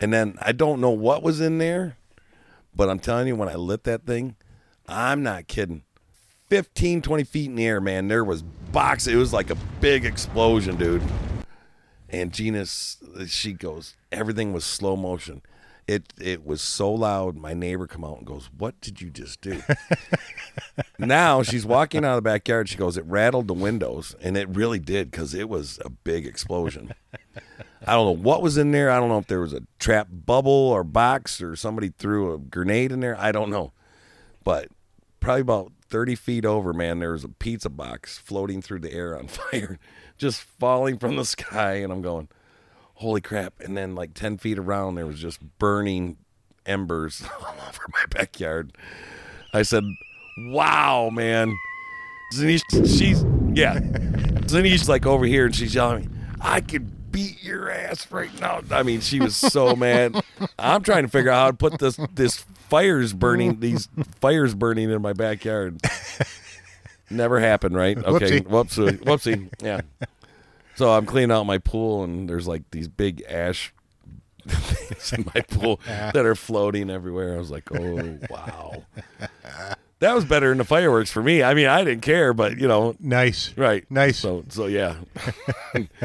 Speaker 4: And then I don't know what was in there, but I'm telling you, when I lit that thing, I'm not kidding. 15, 20 feet in the air, man, there was box. It was like a big explosion, dude. And Gina, s- she goes, everything was slow motion. It it was so loud. My neighbor come out and goes, "What did you just do?" now she's walking out of the backyard. She goes, "It rattled the windows," and it really did because it was a big explosion. I don't know what was in there. I don't know if there was a trap bubble or box or somebody threw a grenade in there. I don't know. But probably about 30 feet over, man, there was a pizza box floating through the air on fire, just falling from the sky. And I'm going, holy crap. And then like 10 feet around, there was just burning embers all over my backyard. I said, wow, man. Zanish, she's yeah. Zanish's like over here, and she's yelling at me. I could beat your ass right now. I mean, she was so mad. I'm trying to figure out how to put this this fires burning these fires burning in my backyard. Never happened, right? Okay, whoopsie, whoopsie, yeah. So I'm cleaning out my pool, and there's like these big ash things in my pool that are floating everywhere. I was like, oh wow, that was better than the fireworks for me. I mean, I didn't care, but you know,
Speaker 3: Nice.
Speaker 4: right,
Speaker 3: Nice.
Speaker 4: So, so yeah,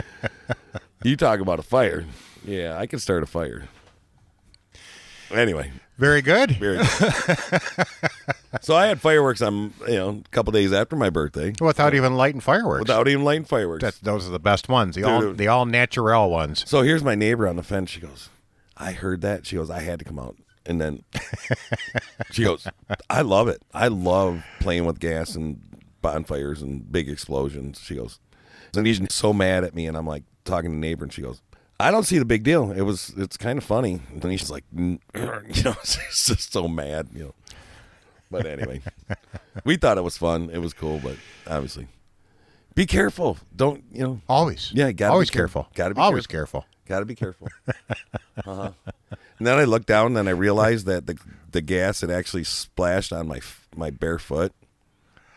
Speaker 4: you talk about a fire. Yeah, I can start a fire. Anyway,
Speaker 3: Very good.
Speaker 4: very good. so I had fireworks on, you know, a couple days after my birthday
Speaker 3: Without even lighting fireworks.
Speaker 4: without even lighting fireworks.
Speaker 3: That- those are the best ones. The all
Speaker 4: Dude.
Speaker 3: the all natural ones.
Speaker 4: So here's my neighbor on the fence. She goes, I heard that. She goes, I had to come out. And then she goes, I love it. I love playing with gas and bonfires and big explosions. She goes, and he's so mad at me. And I'm like talking to the neighbor, and she goes, I don't see the big deal. It was, it's kind of funny. And then he's just like, "Mm," you know, she's just so mad, you know. But anyway, we thought it was fun. It was cool, but obviously, be careful. Don't, you know,
Speaker 3: Always.
Speaker 4: Yeah, gotta be
Speaker 3: always
Speaker 4: careful.
Speaker 3: careful.
Speaker 4: Gotta be
Speaker 3: always careful.
Speaker 4: Got to be careful. uh-huh. And then I looked down and I realized that the the gas had actually splashed on my f- my bare foot,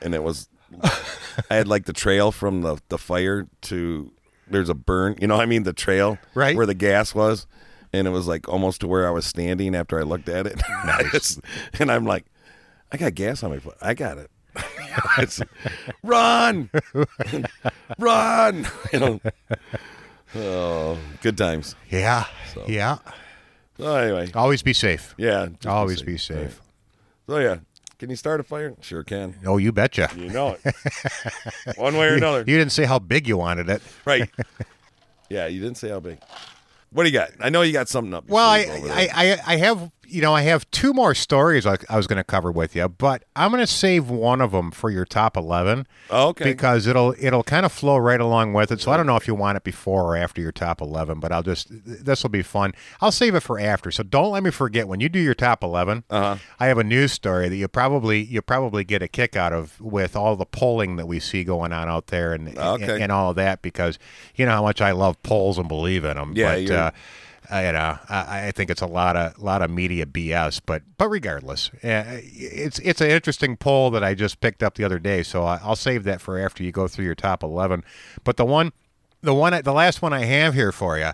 Speaker 4: and it was I had like the trail from the the fire to there's a burn. You know, what I mean the trail
Speaker 3: Right.
Speaker 4: where the gas was, and it was like almost to where I was standing after I looked at it. Nice. and I'm like, I got gas on my foot. I got it. It's, run, run! You know, oh, good times.
Speaker 3: Yeah.
Speaker 4: So-
Speaker 3: Yeah.
Speaker 4: So anyway,
Speaker 3: Always be safe.
Speaker 4: yeah. just
Speaker 3: Always be safe.
Speaker 4: Right. So yeah, can you start a fire? Sure can.
Speaker 3: Oh, you betcha.
Speaker 4: You know it. One way or another.
Speaker 3: You didn't say how big you wanted it.
Speaker 4: right. Yeah, you didn't say how big. What do you got? I know you got something up. your
Speaker 3: Well, I,
Speaker 4: sleeve over there.
Speaker 3: I, I, I have, you know, I have two more stories I, I was going to cover with you, but I'm going to save one of them for your top 11
Speaker 4: Oh, okay.
Speaker 3: because it'll, it'll kind of flow right along with it. So I don't know if you want it before or after your top 11, but I'll just, this will be fun. I'll save it for after. So don't let me forget when you do your top 11, uh-huh. I have a news story that you probably, you probably get a kick out of with all the polling that we see going on out there and,
Speaker 4: Okay.
Speaker 3: and, and all of that, because you know how much I love polls and believe in them.
Speaker 4: Yeah,
Speaker 3: but,
Speaker 4: you're-
Speaker 3: uh, I- you know, I, I think it's a lot of lot of media BS, but but regardless, eh, it's it's an interesting poll that I just picked up the other day, so I, I'll save that for after you go through your top eleven. But the one, the one, the last one I have here for you,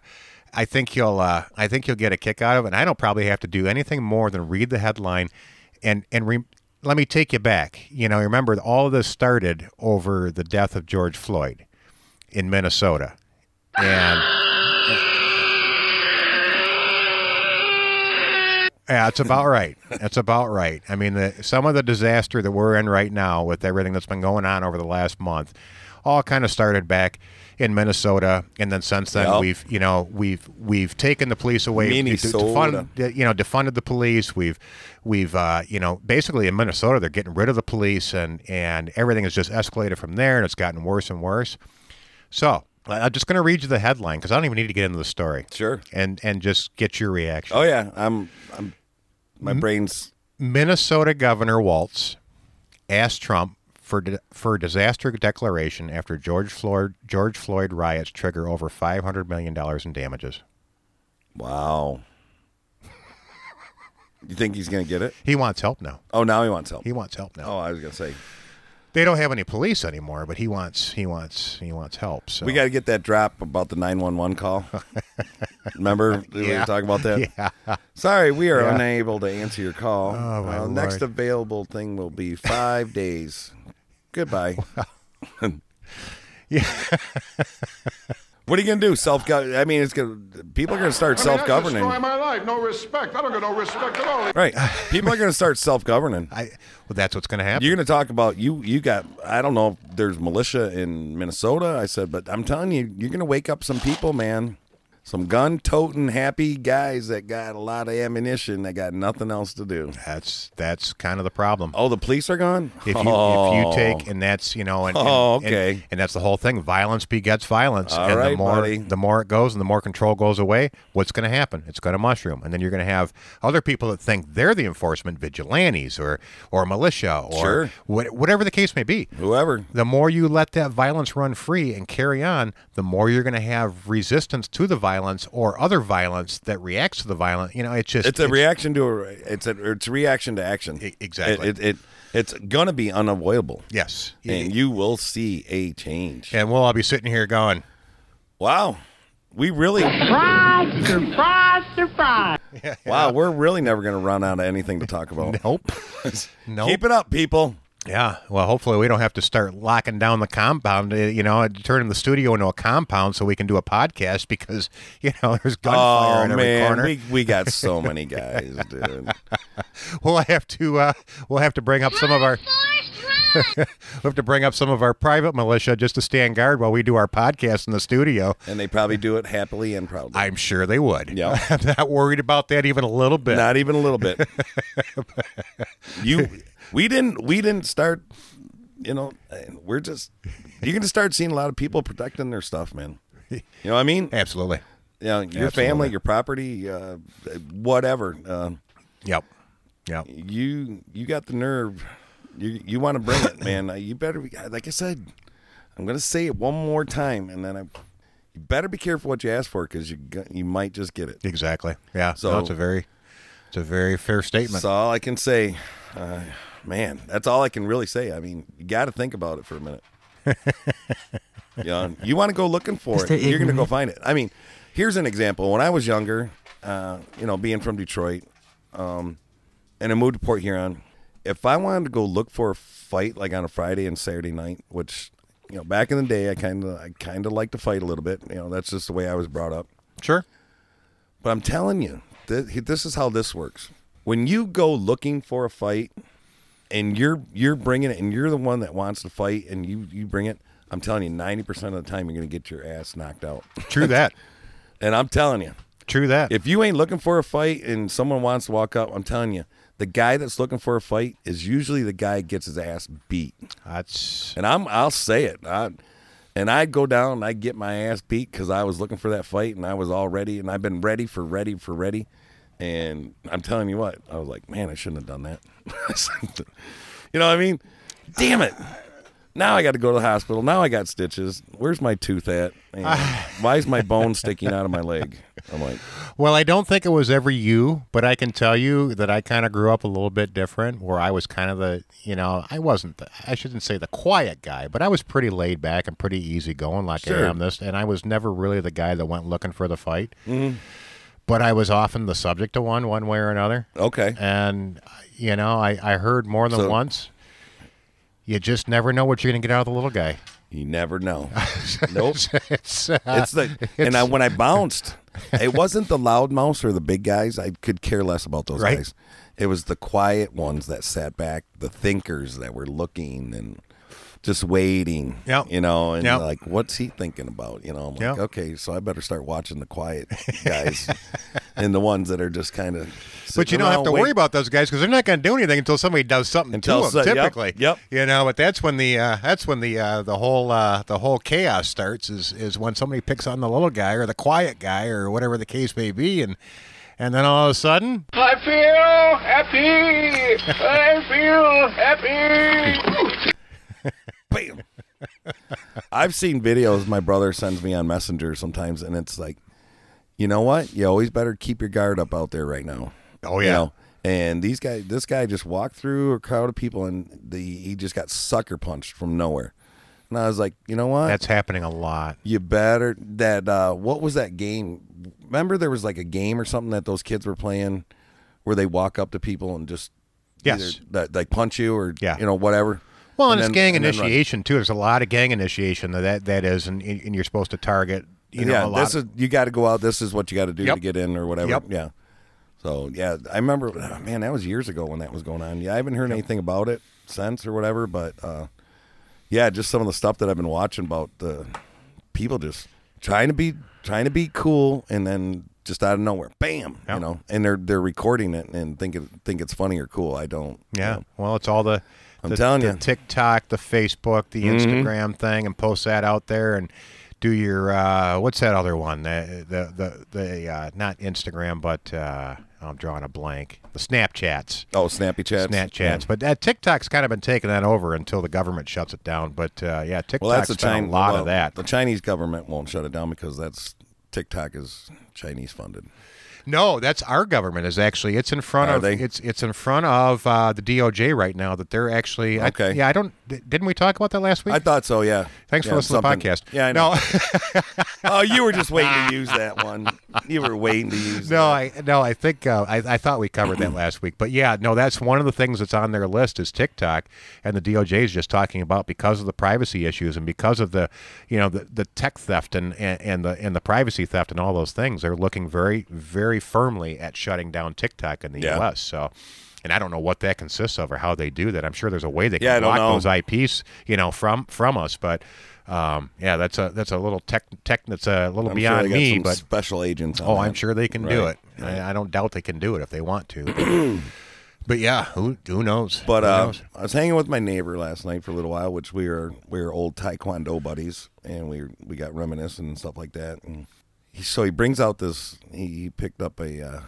Speaker 3: I think you'll uh, I think you'll get a kick out of, it. and I don't probably have to do anything more than read the headline, and and re- let me take you back. You know, remember all of this started over the death of George Floyd in Minnesota, and. Yeah, that's about right. That's about right. I mean, the, some of the disaster that we're in right now with everything that's been going on over the last month, all kind of started back in Minnesota, and then since then
Speaker 4: Yep.
Speaker 3: we've, you know, we've we've taken the police away, de- de-
Speaker 4: Minnesota.
Speaker 3: defund, you know, defunded the police. We've we've uh, you know, basically in Minnesota they're getting rid of the police, and and everything has just escalated from there, and it's gotten worse and worse. So I- I'm just going to read you the headline because I don't even need to get into the story.
Speaker 4: Sure.
Speaker 3: And and just get your reaction.
Speaker 4: Oh yeah, I'm. I'm. My
Speaker 3: Hmm?
Speaker 4: brain's.
Speaker 3: Minnesota Governor Waltz asked Trump for di- for disaster declaration after George Floyd George Floyd riots trigger over 500 million dollars in damages.
Speaker 4: Wow. You think he's gonna get it?
Speaker 3: He wants help now.
Speaker 4: Oh, now he wants help.
Speaker 3: He wants help now.
Speaker 4: Oh, I was gonna say
Speaker 3: They don't have any police anymore, but he wants he wants he wants help. So
Speaker 4: we got to get that drop about the nine one one call. Remember we were talking about that?
Speaker 3: yeah.
Speaker 4: Sorry, we are
Speaker 3: Yeah.
Speaker 4: unable to answer your call.
Speaker 3: Oh, my
Speaker 4: Uh, next
Speaker 3: Lord.
Speaker 4: available thing will be five days. Goodbye.
Speaker 3: Yeah.
Speaker 4: what are you gonna do? Self govern? I mean, it's gonna. People are gonna start
Speaker 6: I mean,
Speaker 4: self
Speaker 6: that's
Speaker 4: governing,
Speaker 6: Destroy my life. No respect. I don't get no respect at all.
Speaker 4: right? People are gonna start self governing.
Speaker 3: I well that's what's going to happen.
Speaker 4: You're gonna talk about you. You got. I don't know if there's militia in Minnesota. I said, but I'm telling you, you're gonna wake up some people, man. Some gun toting happy guys that got a lot of ammunition that got nothing else to do.
Speaker 3: that's that's kind of the problem.
Speaker 4: Oh, the police are gone.
Speaker 3: If you
Speaker 4: Oh.
Speaker 3: if you take and that's you know and and-
Speaker 4: Oh,
Speaker 3: and-
Speaker 4: okay.
Speaker 3: and, that's the whole thing. Violence begets violence,
Speaker 4: All
Speaker 3: and
Speaker 4: right,
Speaker 3: the more
Speaker 4: buddy.
Speaker 3: the more it goes and the more control goes away, what's going to happen? It's going to mushroom, and then you're going to have other people that think they're the enforcement vigilantes or or militia or
Speaker 4: Sure.
Speaker 3: what, whatever the case may be.
Speaker 4: whoever.
Speaker 3: The more you let that violence run free and carry on, the more you're going to have resistance to the violence or other violence that reacts to the violence. You know, it's just
Speaker 4: It's a reaction to a. It's a. It's a reaction to action.
Speaker 3: E- exactly.
Speaker 4: It, it, it- It's gonna be unavoidable.
Speaker 3: yes,
Speaker 4: And you will see a change.
Speaker 3: and we'll all be sitting here going.
Speaker 4: Wow. We really.
Speaker 9: Surprise! Surprise!
Speaker 4: Wow, we're really never going to run out of anything to talk about.
Speaker 3: Nope. nope.
Speaker 4: Keep it up, people.
Speaker 3: Yeah. Well, hopefully we don't have to start locking down the compound, uh, you know, and turning the studio into a compound so we can do a podcast because, you know, there's gunfire
Speaker 4: Oh
Speaker 3: in every
Speaker 4: man,
Speaker 3: corner.
Speaker 4: we, we got so many guys, dude.
Speaker 3: We'll have to uh, we'll have to bring up some of our we'll have to bring up some of our private militia just to stand guard while we do our podcast in the studio.
Speaker 4: And they probably do it happily and proudly.
Speaker 3: I'm sure they would.
Speaker 4: Yeah.
Speaker 3: I'm not worried about that even a little bit.
Speaker 4: Not even a little bit. you, we didn't, we didn't start. You know, we're just. You're gonna start seeing a lot of people protecting their stuff, man. You know what I mean?
Speaker 3: Absolutely.
Speaker 4: You know, your family, your property, uh, whatever. Uh,
Speaker 3: Yep. Yep.
Speaker 4: you you got the nerve. You you want to bring it, man. Uh, You better be. Like I said, I'm gonna say it one more time, and then I. You better be careful what you ask for because you go- you might just get it.
Speaker 3: Exactly. Yeah. So
Speaker 4: So-
Speaker 3: it's a very it's a very fair statement.
Speaker 4: That's all I can say. Uh, man, that's all I can really say. I mean, you got to think about it for a minute. yeah, you want to go looking for it. You're going to go find it. I mean, here's an example. When I was younger, uh, you know, being from Detroit, um, and I moved to Port Huron, if I wanted to go look for a fight like on a Friday and Saturday night, which you know, back in the day, I kind of I kind of liked to fight a little bit. You know, that's just the way I was brought up.
Speaker 3: sure.
Speaker 4: But I'm telling you, th- this is how this works. When you go looking for a fight, and you're you're bringing it, and you're the one that wants to fight, and you you bring it. I'm telling you, ninety percent of the time, you're gonna get your ass knocked out.
Speaker 3: True that.
Speaker 4: And I'm telling you,
Speaker 3: True that.
Speaker 4: if you ain't looking for a fight, and someone wants to walk up, I'm telling you, the guy that's looking for a fight is usually the guy that gets his ass beat.
Speaker 3: That's
Speaker 4: And I'm I'll say it. I, and I'd go down and I'd get my ass beat because I was looking for that fight and I was all ready and I've been ready for ready for ready. And I'm telling you what, I was like, man, I shouldn't have done that. you know what I mean? Damn it. Now I got to go to the hospital. Now I got stitches. Where's my tooth at? And why is my bone sticking out of my leg? I'm like,
Speaker 3: Well, I don't think it was ever you, but I can tell you that I kind of grew up a little bit different, where I was kind of the, you know, I wasn't, the, I shouldn't say the quiet guy, but I was pretty laid back and pretty easygoing, like
Speaker 4: Sure.
Speaker 3: I am this, and I was never really the guy that went looking for the fight.
Speaker 4: Mm-hmm.
Speaker 3: But I was often the subject of one, one way or another,
Speaker 4: okay.
Speaker 3: and you know, I I heard more than
Speaker 4: So-
Speaker 3: once. You just never know what you're going to get out of the little guy.
Speaker 4: You never know. nope.
Speaker 3: it's, uh,
Speaker 4: It's the and I, when I bounced, it wasn't the loud mouse or the big guys. I could care less about those
Speaker 3: Right.
Speaker 4: guys. It was the quiet ones that sat back, the thinkers that were looking and just waiting.
Speaker 3: Yep.
Speaker 4: You know, and
Speaker 3: Yep.
Speaker 4: like, what's he thinking about? You know, I'm like,
Speaker 3: Yep.
Speaker 4: okay, so I better start watching the quiet guys and the ones that are just kind of.
Speaker 3: But you don't have to worry about those guys because they're not going to do anything until somebody does something
Speaker 4: Until
Speaker 3: to them.
Speaker 4: so- yep,
Speaker 3: typically,
Speaker 4: yep.
Speaker 3: You know, but that's when the uh, that's when the uh, the whole uh, the whole chaos starts is is when somebody picks on the little guy or the quiet guy or whatever the case may be, and and then all of a sudden,
Speaker 8: I feel happy. I feel happy.
Speaker 4: Bam. I've seen videos my brother sends me on Messenger sometimes, and it's like, you know what? You always better keep your guard up out there right now.
Speaker 3: Oh,
Speaker 4: You
Speaker 3: yeah.
Speaker 4: know? And these guys, this guy just walked through a crowd of people, and the he just got sucker punched from nowhere. And I was like, you know what?
Speaker 3: that's happening a lot.
Speaker 4: you better that. Uh, what was that game? Remember there was like a game or something that those kids were playing, where they walk up to people and just
Speaker 3: Yes.
Speaker 4: either, that- like punch you or
Speaker 3: Yeah.
Speaker 4: you know whatever.
Speaker 3: Well, and, it's
Speaker 4: then-
Speaker 3: gang
Speaker 4: and then run.
Speaker 3: initiation too. There's a lot of gang initiation that that, that is, and, and you're supposed to target. You know,
Speaker 4: yeah,
Speaker 3: a lot
Speaker 4: this
Speaker 3: of-
Speaker 4: is you got to go out. This is what you got to do
Speaker 3: Yep.
Speaker 4: to get in or whatever.
Speaker 3: Yep.
Speaker 4: Yeah. So yeah, I remember. ah, Man, that was years ago when that was going on. Yeah, I haven't heard anything about it since or whatever. But uh, yeah, just some of the stuff that I've been watching about the people just trying to be trying to be cool and then just out of nowhere, bam, you
Speaker 3: Yep.
Speaker 4: know. And they're they're recording it and think it, think it's funny or cool. I don't. you
Speaker 3: Yeah.
Speaker 4: know.
Speaker 3: Well, it's all the.
Speaker 4: I'm
Speaker 3: the,
Speaker 4: telling
Speaker 3: the
Speaker 4: ya. Mm-hmm.
Speaker 3: TikTok, the Facebook, the Instagram thing, and post that out there and do your uh, what's that other one? The the the, the uh, not Instagram, but uh, I'm drawing a blank. The Snapchats.
Speaker 4: Oh, snappy chats.
Speaker 3: Snapchats, but uh, TikTok's kind of been taking that over until the government shuts it down. But uh, yeah, TikTok's
Speaker 4: Well, that's the
Speaker 3: been
Speaker 4: China.
Speaker 3: a lot
Speaker 4: well,
Speaker 3: of that.
Speaker 4: The Chinese government won't shut it down because that's TikTok is Chinese funded.
Speaker 3: No, that's our government is actually it's in front
Speaker 4: Are
Speaker 3: of
Speaker 4: they?
Speaker 3: it's it's in front of uh, the DOJ right now that they're actually I-
Speaker 4: Okay.
Speaker 3: yeah, I don't di- didn't we talk about that last week?
Speaker 4: I thought so. Yeah.
Speaker 3: Thanks for
Speaker 4: Yeah,
Speaker 3: listening
Speaker 4: something.
Speaker 3: to the podcast.
Speaker 4: Yeah, I know.
Speaker 3: no,
Speaker 4: oh, you were just waiting to use that one. You were waiting to use.
Speaker 3: no,
Speaker 4: that.
Speaker 3: I no, I think uh, I I thought we covered that last week, but yeah, no, that's one of the things that's on their list is TikTok, and the DOJ is just talking about because of the privacy issues and because of the you know the, the tech theft and, and and the and the privacy theft and all those things, they're looking very very firmly at shutting down TikTok in the
Speaker 4: Yeah.
Speaker 3: U.S. So. And I don't know what that consists of or how they do that. I'm sure there's a way they can
Speaker 4: Yeah, I don't
Speaker 3: block
Speaker 4: know.
Speaker 3: those IPs, you know, from from us. But um, yeah, that's a that's a little tech tech that's a little
Speaker 4: I'm sure
Speaker 3: beyond
Speaker 4: they got
Speaker 3: me.
Speaker 4: some
Speaker 3: But
Speaker 4: special agents. on
Speaker 3: Oh, I'm
Speaker 4: that.
Speaker 3: sure they can do
Speaker 4: Right,
Speaker 3: it. I, I don't doubt they can do it if they want to. but yeah, who who knows?
Speaker 4: But
Speaker 3: Who
Speaker 4: uh,
Speaker 3: knows?
Speaker 4: I was hanging with my neighbor last night for a little while, which we were we were old Taekwondo buddies, and we we got reminiscing and stuff like that. And he, so he brings out this. He, he picked up a, uh,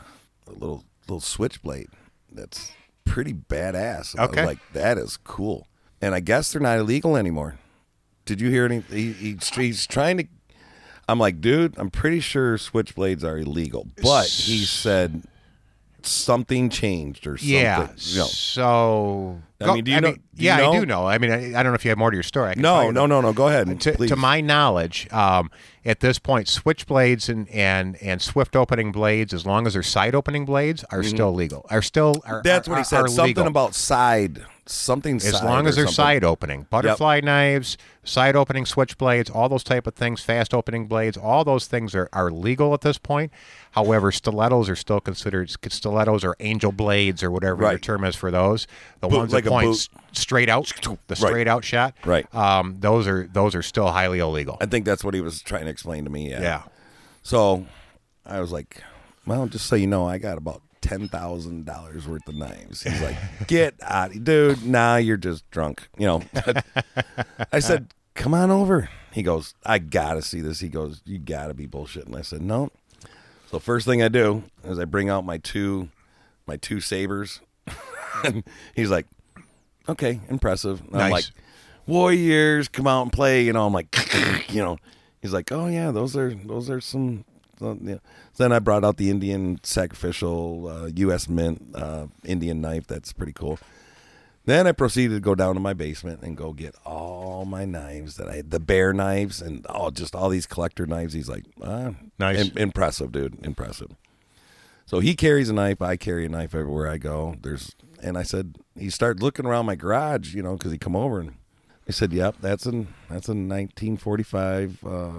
Speaker 4: a little little switchblade that's pretty badass. And I was
Speaker 3: Okay.
Speaker 4: like that is cool. And I guess they're not illegal anymore. Did you hear any? He, he, he's trying to. I'm like, dude, I'm pretty sure switchblades are illegal, but he said something changed or something.
Speaker 3: yeah.
Speaker 4: You know,
Speaker 3: So
Speaker 4: I
Speaker 3: Go-
Speaker 4: mean, do you know- do you
Speaker 3: yeah, I
Speaker 4: know?
Speaker 3: do know. I mean, I, I don't know if you have more to your story. I can tell
Speaker 4: No,
Speaker 3: you
Speaker 4: no,
Speaker 3: that.
Speaker 4: no, no. Go ahead.
Speaker 3: To,
Speaker 4: please.
Speaker 3: to my knowledge, um, at this point, switchblades and, and, and swift opening blades, as long as they're side opening blades, are still legal. Are still are,
Speaker 4: Mm-hmm. that's
Speaker 3: are-
Speaker 4: what he
Speaker 3: are-
Speaker 4: said.
Speaker 3: are
Speaker 4: Something
Speaker 3: legal.
Speaker 4: about side, something.
Speaker 3: as
Speaker 4: side
Speaker 3: long
Speaker 4: or
Speaker 3: as they're
Speaker 4: something.
Speaker 3: side opening butterfly knives side opening switchblades all those type of things fast opening blades all those things are, are legal at this point however stilettos are still considered stilettos or angel blades or whatever your
Speaker 4: Right.
Speaker 3: term is for those the
Speaker 4: Boot-
Speaker 3: ones
Speaker 4: like
Speaker 3: that
Speaker 4: a
Speaker 3: point
Speaker 4: boot.
Speaker 3: s- straight out the straight out shot
Speaker 4: Right.
Speaker 3: um, those are those are still highly illegal
Speaker 4: I think that's what he was trying to explain to me. Yeah.
Speaker 3: yeah
Speaker 4: So I was like, well, just so you know, I got about ten thousand dollars worth of knives. He's like, get out, dude. Nah, you're just drunk. You know. I said, come on over. He goes, I gotta see this. He goes, you gotta be bullshitting. I said, no. So first thing I do is I bring out my two, my two sabers. and he's like, okay, impressive. And I'm
Speaker 3: Nice.
Speaker 4: like, Warriors, come out and play. You know, I'm like, you know, he's like, oh yeah, those are those are some. uh, yeah. Then I brought out the Indian sacrificial uh, U.S. Mint uh, Indian knife. That's pretty cool. Then I proceeded to go down to my basement and go get all my knives that I the bear knives and all just all these collector knives. He's like, ah,
Speaker 3: Nice.
Speaker 4: im- impressive, dude, impressive. So he carries a knife. I carry a knife everywhere I go. There's and I said he started looking around my garage, you know, because he come over and he said, "Yep, that's an that's a 1945 uh,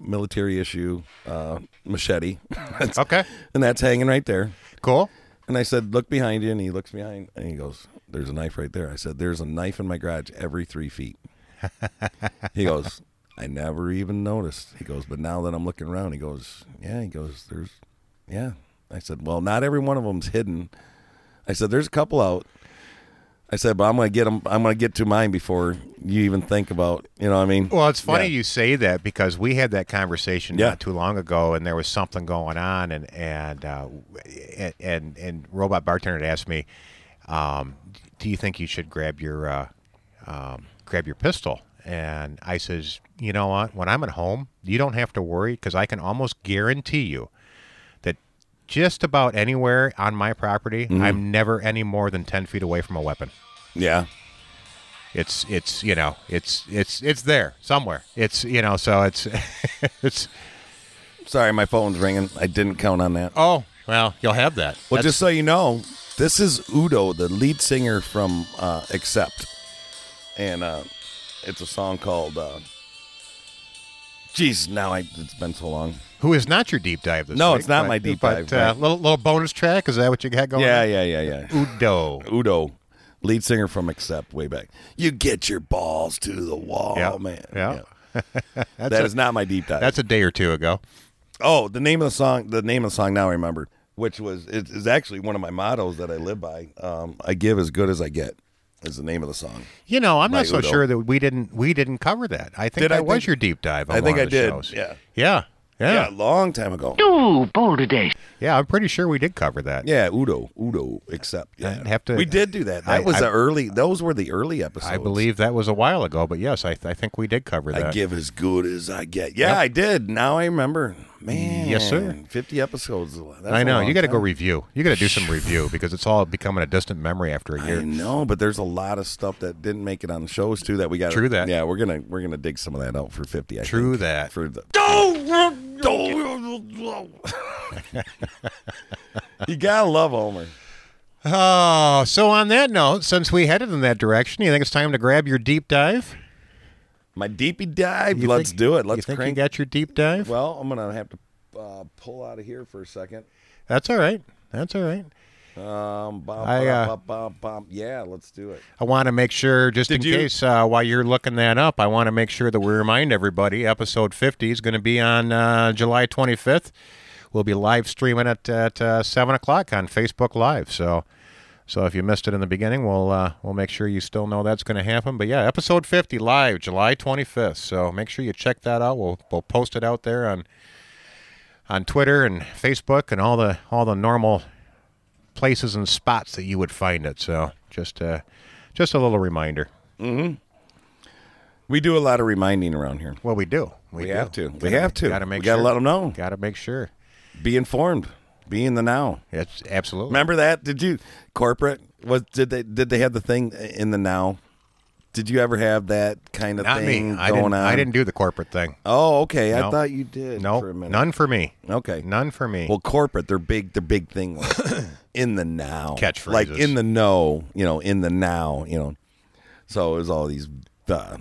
Speaker 4: military issue uh, machete." That's-
Speaker 3: okay
Speaker 4: and that's hanging right there.
Speaker 3: cool
Speaker 4: And I said, "Look behind you." And he looks behind, and he goes, "There's a knife right there." I said, "There's a knife in my garage every three feet." he goes, "I never even noticed." He goes, "But now that I'm looking around," he goes, "Yeah." He goes, "There's, yeah." I said, "Well, not every one of them's hidden." I said, "There's a couple out." I said, "But I'm gonna get them. I'm gonna get to mine before you even think about, you know what I mean?"
Speaker 3: Well, it's funny
Speaker 4: Yeah.
Speaker 3: you say that because we had that conversation
Speaker 4: Yeah.
Speaker 3: not too long ago, and there was something going on, and and uh, and, and and robot bartender had asked me, um, "Do you think you should grab your uh, um, grab your pistol?" And I says, "You know what? When I'm at home, you don't have to worry because I can almost guarantee you that just about anywhere on my property,
Speaker 4: Mm-hmm.
Speaker 3: I'm never any more than ten feet away from a weapon."
Speaker 4: yeah.
Speaker 3: it's it's you know it's it's it's there somewhere it's you know so it's it's
Speaker 4: Sorry, my phone's ringing. I didn't count on that.
Speaker 3: oh well you'll have that
Speaker 4: Well,
Speaker 3: That's-
Speaker 4: just so you know, this is Udo, the lead singer from uh, Accept, and uh, it's a song called. Uh, Jeez, now I, it's been so long.
Speaker 3: who is not your deep dive this
Speaker 4: No,
Speaker 3: week,
Speaker 4: it's not
Speaker 3: but-
Speaker 4: my deep
Speaker 3: but,
Speaker 4: dive,
Speaker 3: uh,
Speaker 4: right.
Speaker 3: little little bonus track is that what you got going
Speaker 4: Yeah,
Speaker 3: on?
Speaker 4: yeah, yeah, yeah.
Speaker 3: udo
Speaker 4: Udo, lead singer from Accept, way back. You get your balls to the wall,
Speaker 3: Yep,
Speaker 4: man.
Speaker 3: yep.
Speaker 4: Yeah.
Speaker 3: that's
Speaker 4: That
Speaker 3: a,
Speaker 4: is not my deep dive.
Speaker 3: that's a day or two ago
Speaker 4: Oh, the name of the song. The name of the song now I remember, which was it is actually one of my mottos that I live by. Um, I give as good as I get is the name of the song.
Speaker 3: you know I'm
Speaker 4: By
Speaker 3: not so
Speaker 4: Udo.
Speaker 3: sure that we didn't we didn't cover that I think
Speaker 4: Did I
Speaker 3: that was
Speaker 4: think-
Speaker 3: your deep dive on
Speaker 4: I think
Speaker 3: one
Speaker 4: I
Speaker 3: of the
Speaker 4: did,
Speaker 3: shows.
Speaker 4: yeah.
Speaker 3: yeah yeah
Speaker 4: a long time ago.
Speaker 3: yeah I'm pretty sure we did cover that
Speaker 4: Yeah, Udo, Udo. Except yeah,
Speaker 3: I'd have to-
Speaker 4: We did do that. That
Speaker 3: I-
Speaker 4: was
Speaker 3: I-
Speaker 4: the early. Those were the early episodes.
Speaker 3: I believe that was a while ago but yes I, I think we did cover that
Speaker 4: I give as good as I get. Yeah,
Speaker 3: Yep.
Speaker 4: I did. Now I remember. Man.
Speaker 3: Yes, sir.
Speaker 4: 50 episodes. That's
Speaker 3: I
Speaker 4: a
Speaker 3: know.
Speaker 4: long
Speaker 3: You got to go
Speaker 4: time.
Speaker 3: review. You got to do some review because it's all becoming a distant memory after a
Speaker 4: I
Speaker 3: year.
Speaker 4: know, but there's a lot of stuff that didn't make it on the shows too that we got.
Speaker 3: True that.
Speaker 4: Yeah, we're gonna we're gonna dig some of that out for fifty. I
Speaker 3: True
Speaker 4: think,
Speaker 3: that.
Speaker 4: For the you gotta love Homer.
Speaker 3: Oh, so on that note, since we headed in that direction, you think it's time to grab your deep dive?
Speaker 4: My deepy dive.
Speaker 3: You
Speaker 4: Let's
Speaker 3: think-
Speaker 4: do it. Let's
Speaker 3: you think
Speaker 4: crank.
Speaker 3: you got your deep dive?
Speaker 4: well, I'm gonna have to uh, pull out of here for a second.
Speaker 3: That's all right. That's all right.
Speaker 4: Um, bum,
Speaker 3: I, uh,
Speaker 4: bum, bum, bum. yeah, let's do it.
Speaker 3: I want to make sure, just
Speaker 4: Did
Speaker 3: in
Speaker 4: you-
Speaker 3: case, uh, while you're looking that up, I want to make sure that we remind everybody episode 50 is going to be on uh, July 25th. We'll be live streaming it at uh, 7 o'clock on Facebook Live. So. So if you missed it in the beginning, we'll uh, we'll make sure you still know that's going to happen. But yeah, episode 50 live, July 25th. So make sure you check that out. We'll we'll post it out there on on Twitter and Facebook and all the all the normal places and spots that you would find it. So just uh, just a little reminder.
Speaker 4: We do a lot of reminding around here.
Speaker 3: Well, we do. We,
Speaker 4: We
Speaker 3: do.
Speaker 4: have to. We
Speaker 3: Gotta-
Speaker 4: have to.
Speaker 3: Gotta make
Speaker 4: We gotta
Speaker 3: sure.
Speaker 4: let 'em know.
Speaker 3: Gotta make sure.
Speaker 4: Be informed. Be in the now.
Speaker 3: It's absolutely.
Speaker 4: Remember that? Did you corporate was did they did they have the thing in the now? Did you ever have that kind of
Speaker 3: not
Speaker 4: thing
Speaker 3: me.
Speaker 4: going
Speaker 3: I didn't.
Speaker 4: on?
Speaker 3: I didn't do the corporate thing.
Speaker 4: Oh, okay. I
Speaker 3: No.
Speaker 4: thought you did.
Speaker 3: No,
Speaker 4: for a minute.
Speaker 3: none for me.
Speaker 4: Okay.
Speaker 3: None for me.
Speaker 4: Well, corporate, their big, their big thing was in the now,
Speaker 3: Catchphrases.
Speaker 4: like in the know, you know, in the now, you know. So it was all these. Uh,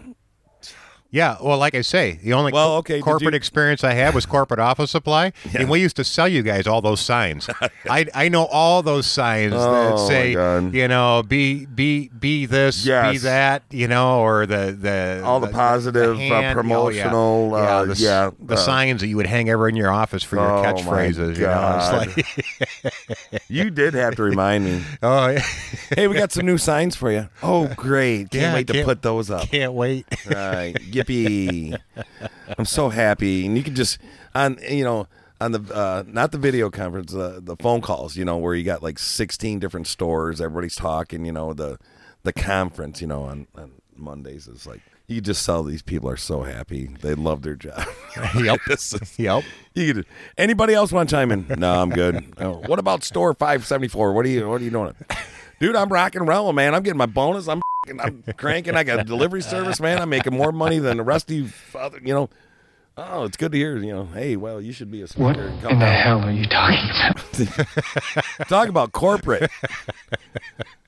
Speaker 3: yeah. Well, like I say, the only
Speaker 4: Well,
Speaker 3: co-
Speaker 4: okay, did
Speaker 3: corporate
Speaker 4: you-
Speaker 3: experience I had was corporate office supply, and we used to sell you guys all those signs. I I know all those signs
Speaker 4: Oh,
Speaker 3: that
Speaker 4: my
Speaker 3: say
Speaker 4: God.
Speaker 3: you know be be be this be
Speaker 4: Yes.
Speaker 3: that you know or the the
Speaker 4: All the positive, uh,
Speaker 3: hand- oh, yeah.
Speaker 4: promotional, uh,
Speaker 3: the, s-
Speaker 4: yeah,
Speaker 3: the
Speaker 4: uh,
Speaker 3: signs that you would hang ever in your office for your
Speaker 4: Oh, my
Speaker 3: catchphrases. You know, it's
Speaker 4: God.
Speaker 3: like
Speaker 4: you did have to remind me.
Speaker 3: Oh, yeah.
Speaker 4: hey, we got some new signs for you. Oh, great! Can't
Speaker 3: Yeah,
Speaker 4: wait to
Speaker 3: can't-
Speaker 4: put those up.
Speaker 3: can't wait.
Speaker 4: Right. Yippee. I'm so happy. And you can just on you know, on the uh not the video conference, uh, the phone calls, you know, where you got like sixteen different stores, everybody's talking, you know, the the conference, you know, on, on Mondays is like you just tell these people are so happy. They love their job.
Speaker 3: yep.
Speaker 4: This is-
Speaker 3: Yep.
Speaker 4: you could, anybody else want to chime in? No, I'm good. Oh, what about store 574? What are you what are you doing? Dude, I'm rocking and rolling, man. I'm getting my bonus. I'm f***ing- I'm cranking. I got a delivery service, man. I'm making more money than the rest of you other, you know. Oh, it's good to hear, you know. Hey, well, you should be a smoker. and Come down.
Speaker 9: are you talking about?
Speaker 4: Talk about corporate.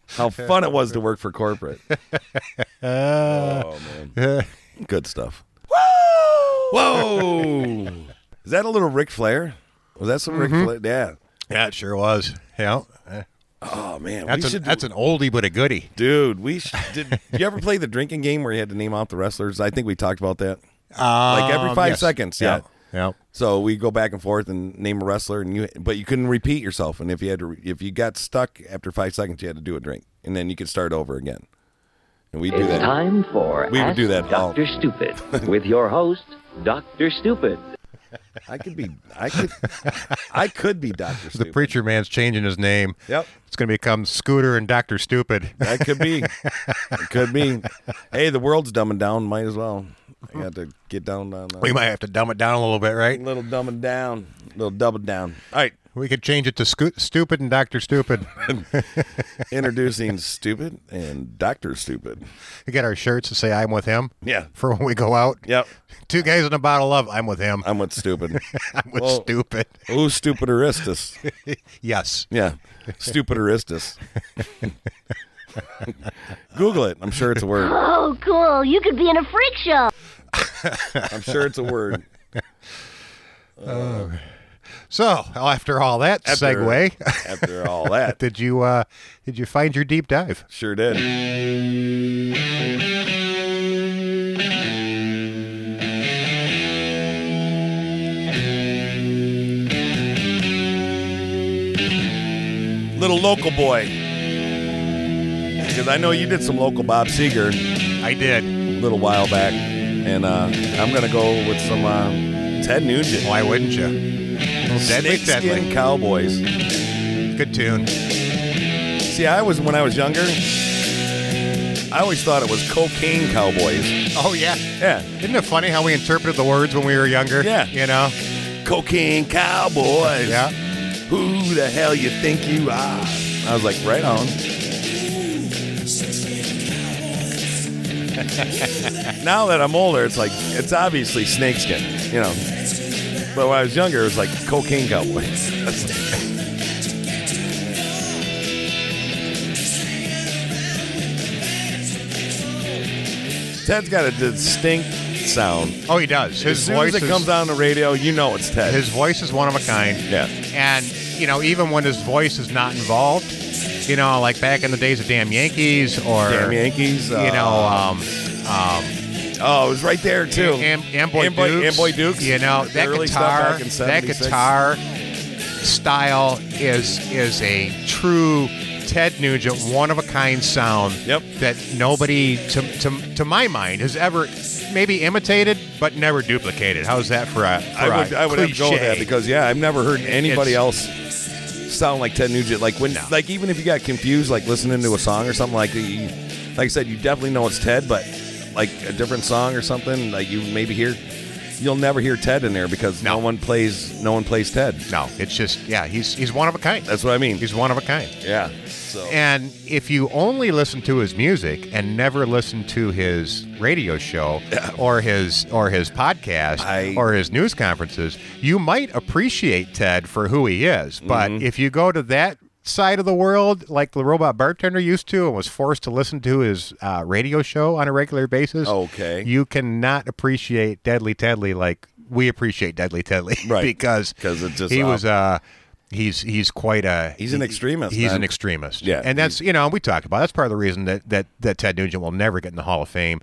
Speaker 4: How fun it was to work for corporate. oh man. Good stuff. Whoa! Whoa! Is that a little Ric Flair? Was that some
Speaker 3: Mm-hmm.
Speaker 4: Ric Flair? Yeah.
Speaker 3: Yeah, it sure was. Yeah.
Speaker 4: Oh man, we
Speaker 3: That's, an,
Speaker 4: should do-
Speaker 3: that's an oldie but a goodie.
Speaker 4: dude. We sh- did. did you ever play the drinking game where you had to name off the wrestlers? I think we talked about that. Like every
Speaker 3: Um,
Speaker 4: five
Speaker 3: yes.
Speaker 4: seconds, yeah.
Speaker 3: Yeah.
Speaker 4: So we go back and forth and name a wrestler, and you but you couldn't repeat yourself. And if you had to, if you got stuck after five seconds, you had to do a drink, and then you could start over again. And we do
Speaker 10: It's
Speaker 4: that.
Speaker 10: time for
Speaker 4: We would
Speaker 10: Ask
Speaker 4: do that all-
Speaker 10: Dr. Stupid with your host, Dr. Stupid.
Speaker 4: I could be, I could, I could be Doctor
Speaker 3: The
Speaker 4: Stupid.
Speaker 3: preacher man's changing his name.
Speaker 4: Yep.
Speaker 3: It's going to become Scooter and Dr. Stupid.
Speaker 4: That could be, it could be. Hey, the world's dumbing down. Might as well. I got to get down on uh, that.
Speaker 3: We might have to dumb it down a little bit, right?
Speaker 4: little dumbing down, little double down. All right,
Speaker 3: We could change it to Scoot Stupid and Dr. Stupid.
Speaker 4: introducing Stupid and Doctor Stupid.
Speaker 3: we get our shirts to say, I'm with him
Speaker 4: Yeah.
Speaker 3: for when we go out.
Speaker 4: Yep.
Speaker 3: Two guys in a bottle of, I'm with him.
Speaker 4: I'm with Stupid.
Speaker 3: I'm with
Speaker 4: well-
Speaker 3: Stupid.
Speaker 4: Ooh, Stupidistus.
Speaker 3: Yes.
Speaker 4: Yeah, Stupidistus. Google it. I'm sure it's a word.
Speaker 9: Oh, cool. You could be in a freak show.
Speaker 4: I'm sure it's a word.
Speaker 3: So after all that
Speaker 4: After-
Speaker 3: segue,
Speaker 4: After all that,
Speaker 3: did you uh, did you find your deep dive?
Speaker 4: sure did. Little local boy. Because I know you did some local Bob Seger.
Speaker 3: I did.
Speaker 4: a little while back, and uh, I'm gonna go with some uh, Ted Nugent.
Speaker 3: Why wouldn't you? Deadly,
Speaker 4: Snakeskin
Speaker 3: deadly.
Speaker 4: Cowboys.
Speaker 3: Good tune.
Speaker 4: See, I was when I was younger. I always thought it was cocaine cowboys.
Speaker 3: Oh yeah.
Speaker 4: Yeah,
Speaker 3: Isn't it funny how we interpreted the words when we were younger?
Speaker 4: Yeah.
Speaker 3: You know,
Speaker 4: cocaine cowboys.
Speaker 3: Yeah.
Speaker 4: Who the hell you think you are? I was like, right on. now that I'm older, it's like it's obviously snakeskin, you know. But when I was younger, it was like cocaine cowboys. Ted's got a distinct sound.
Speaker 3: Oh, he does. His
Speaker 4: as soon
Speaker 3: voice
Speaker 4: as it
Speaker 3: is,
Speaker 4: comes on the radio, you know it's Ted.
Speaker 3: His voice is one of a kind.
Speaker 4: yeah.
Speaker 3: And you know, even when his voice is not involved, you know, like back in the days of Damn Yankees or
Speaker 4: Damn Yankees. uh,
Speaker 3: you know, um,
Speaker 4: oh, it was right there too.
Speaker 3: Am, Amboy,
Speaker 4: Amboy-
Speaker 3: Dukes,
Speaker 4: Amboy Dukes.
Speaker 3: You know,
Speaker 4: The
Speaker 3: that
Speaker 4: early
Speaker 3: guitar,
Speaker 4: stuff back in
Speaker 3: that
Speaker 4: 76.
Speaker 3: guitar style is is a true Ted Nugent one of a kind sound.
Speaker 4: Yep.
Speaker 3: That nobody, to, to, to my mind, has ever maybe imitated but never duplicated. How's that for a? For
Speaker 4: I would,
Speaker 3: a
Speaker 4: I would have to go with that
Speaker 3: cliche?
Speaker 4: because yeah, I've never heard anybody
Speaker 3: It's-
Speaker 4: else sound like Ted Nugent. Like when,
Speaker 3: No.
Speaker 4: like even if you got confused, like listening to a song or something like that, you, like I said, you definitely know it's Ted, but like a different song or something, like you maybe hear, you'll never hear Ted in there because no,
Speaker 3: No.
Speaker 4: one plays, no one plays Ted.
Speaker 3: No, it's just yeah, he's he's one of a kind.
Speaker 4: That's what I mean.
Speaker 3: He's one of a kind.
Speaker 4: Yeah. So
Speaker 3: And if you only listen to his music and never listen to his radio show or his or his podcast
Speaker 4: I-
Speaker 3: or his news conferences, you might appreciate Ted for who he is. But if you go to that side of the world like the robot bartender used to and was forced to listen to his uh, radio show on a regular basis
Speaker 4: Okay.
Speaker 3: you cannot appreciate deadly tedley like we appreciate deadly tedley
Speaker 4: Right.
Speaker 3: because
Speaker 4: 'Cause it's just
Speaker 3: he
Speaker 4: off.
Speaker 3: was uh he's he's quite a
Speaker 4: He's an extremist,
Speaker 3: he's
Speaker 4: man.
Speaker 3: an extremist
Speaker 4: Yeah.
Speaker 3: and that's you know we talked about it. that's part of the reason that that that Ted Nugent will never get in the Hall of Fame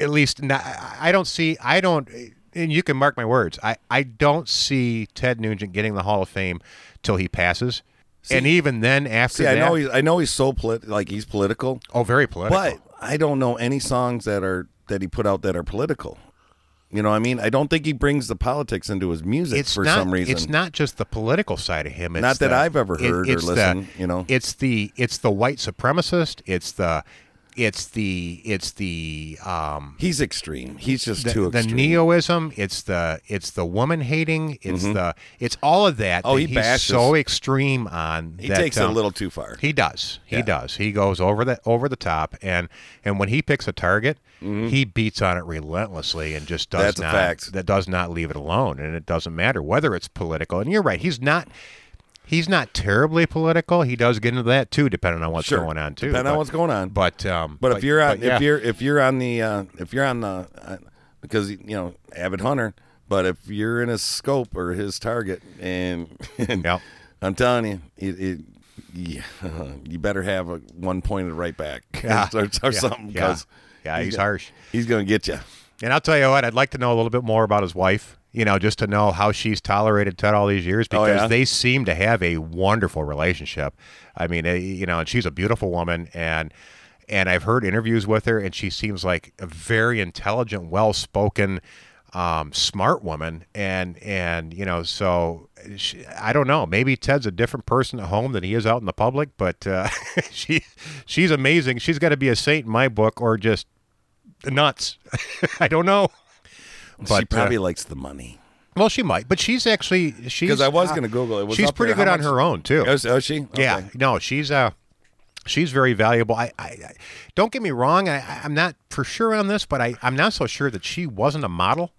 Speaker 3: at least not, I don't see I don't and you can mark my words I I don't see Ted Nugent getting the Hall of Fame till he passes and even then after
Speaker 4: see, I
Speaker 3: that
Speaker 4: know he's, I know he's so polit- like he's political,
Speaker 3: oh very political
Speaker 4: but I don't know any songs that are that he put out that are political. You know, what I mean, I don't think he brings the politics into his music
Speaker 3: it's
Speaker 4: for
Speaker 3: not,
Speaker 4: some reason.
Speaker 3: It's not just the political side of him. It's
Speaker 4: Not that
Speaker 3: the-
Speaker 4: I've ever heard or
Speaker 3: it's the-
Speaker 4: listened, you know.
Speaker 3: it's the it's the white supremacist. It's the it's the it's the um
Speaker 4: He's extreme. He's just
Speaker 3: the,
Speaker 4: too
Speaker 3: the
Speaker 4: extreme. Mm-hmm.
Speaker 3: neoism. It's the it's the woman hating. It's the it's all of that.
Speaker 4: Oh,
Speaker 3: that
Speaker 4: he
Speaker 3: he's
Speaker 4: bashes.
Speaker 3: so extreme on.
Speaker 4: he
Speaker 3: that,
Speaker 4: takes it a
Speaker 3: um,
Speaker 4: little too far.
Speaker 3: He does. He
Speaker 4: Yeah.
Speaker 3: does. He goes over the over the top, and and when he picks a target, he beats on it relentlessly and just does
Speaker 4: Mm-hmm. That's a
Speaker 3: not
Speaker 4: fact.
Speaker 3: that does not leave it alone. And it doesn't matter whether it's political. And you're right. He's not. He's not terribly political. He does get into that too, depending on what's
Speaker 4: Sure.
Speaker 3: going on too.
Speaker 4: Depending
Speaker 3: but,
Speaker 4: on what's going on.
Speaker 3: But um,
Speaker 4: but, if you're on,
Speaker 3: yeah.
Speaker 4: if you're if you're on the uh, if you're on the uh, because you know avid hunter, but if you're in his scope or his target, and,
Speaker 3: Yep.
Speaker 4: I'm telling you, it. it yeah, you better have a one pointed right back
Speaker 3: Yeah.
Speaker 4: or, or
Speaker 3: Yeah.
Speaker 4: something
Speaker 3: Yeah.
Speaker 4: because
Speaker 3: Yeah, he's
Speaker 4: gonna-
Speaker 3: harsh.
Speaker 4: He's gonna get you.
Speaker 3: And I'll tell you what, I'd like to know a little bit more about his wife, you know, just to know how she's tolerated Ted all these years
Speaker 4: Oh,
Speaker 3: because
Speaker 4: yeah?
Speaker 3: they seem to have a wonderful relationship. I mean, eh, you know, and she's a beautiful woman and and I've heard interviews with her and she seems like a very intelligent, well-spoken um, smart woman and and you know so she, I don't know maybe Ted's a different person at home than he is out in the public but uh, she she's amazing she's got to be a saint in my book or just nuts. I don't know. But,
Speaker 4: she
Speaker 3: uh,
Speaker 4: probably likes the money.
Speaker 3: Well, she might, but she's actually she's
Speaker 4: Because I was
Speaker 3: uh,
Speaker 4: gonna Google it. it. was
Speaker 3: she's
Speaker 4: up
Speaker 3: pretty
Speaker 4: there.
Speaker 3: good
Speaker 4: How
Speaker 3: on
Speaker 4: much-
Speaker 3: her own too.
Speaker 4: Oh, is- oh, is she? Okay.
Speaker 3: Yeah, no, she's uh, she's very valuable. I, I, I don't get me wrong. I, I- I'm not for sure on this, but I, I'm not so sure that she wasn't a model.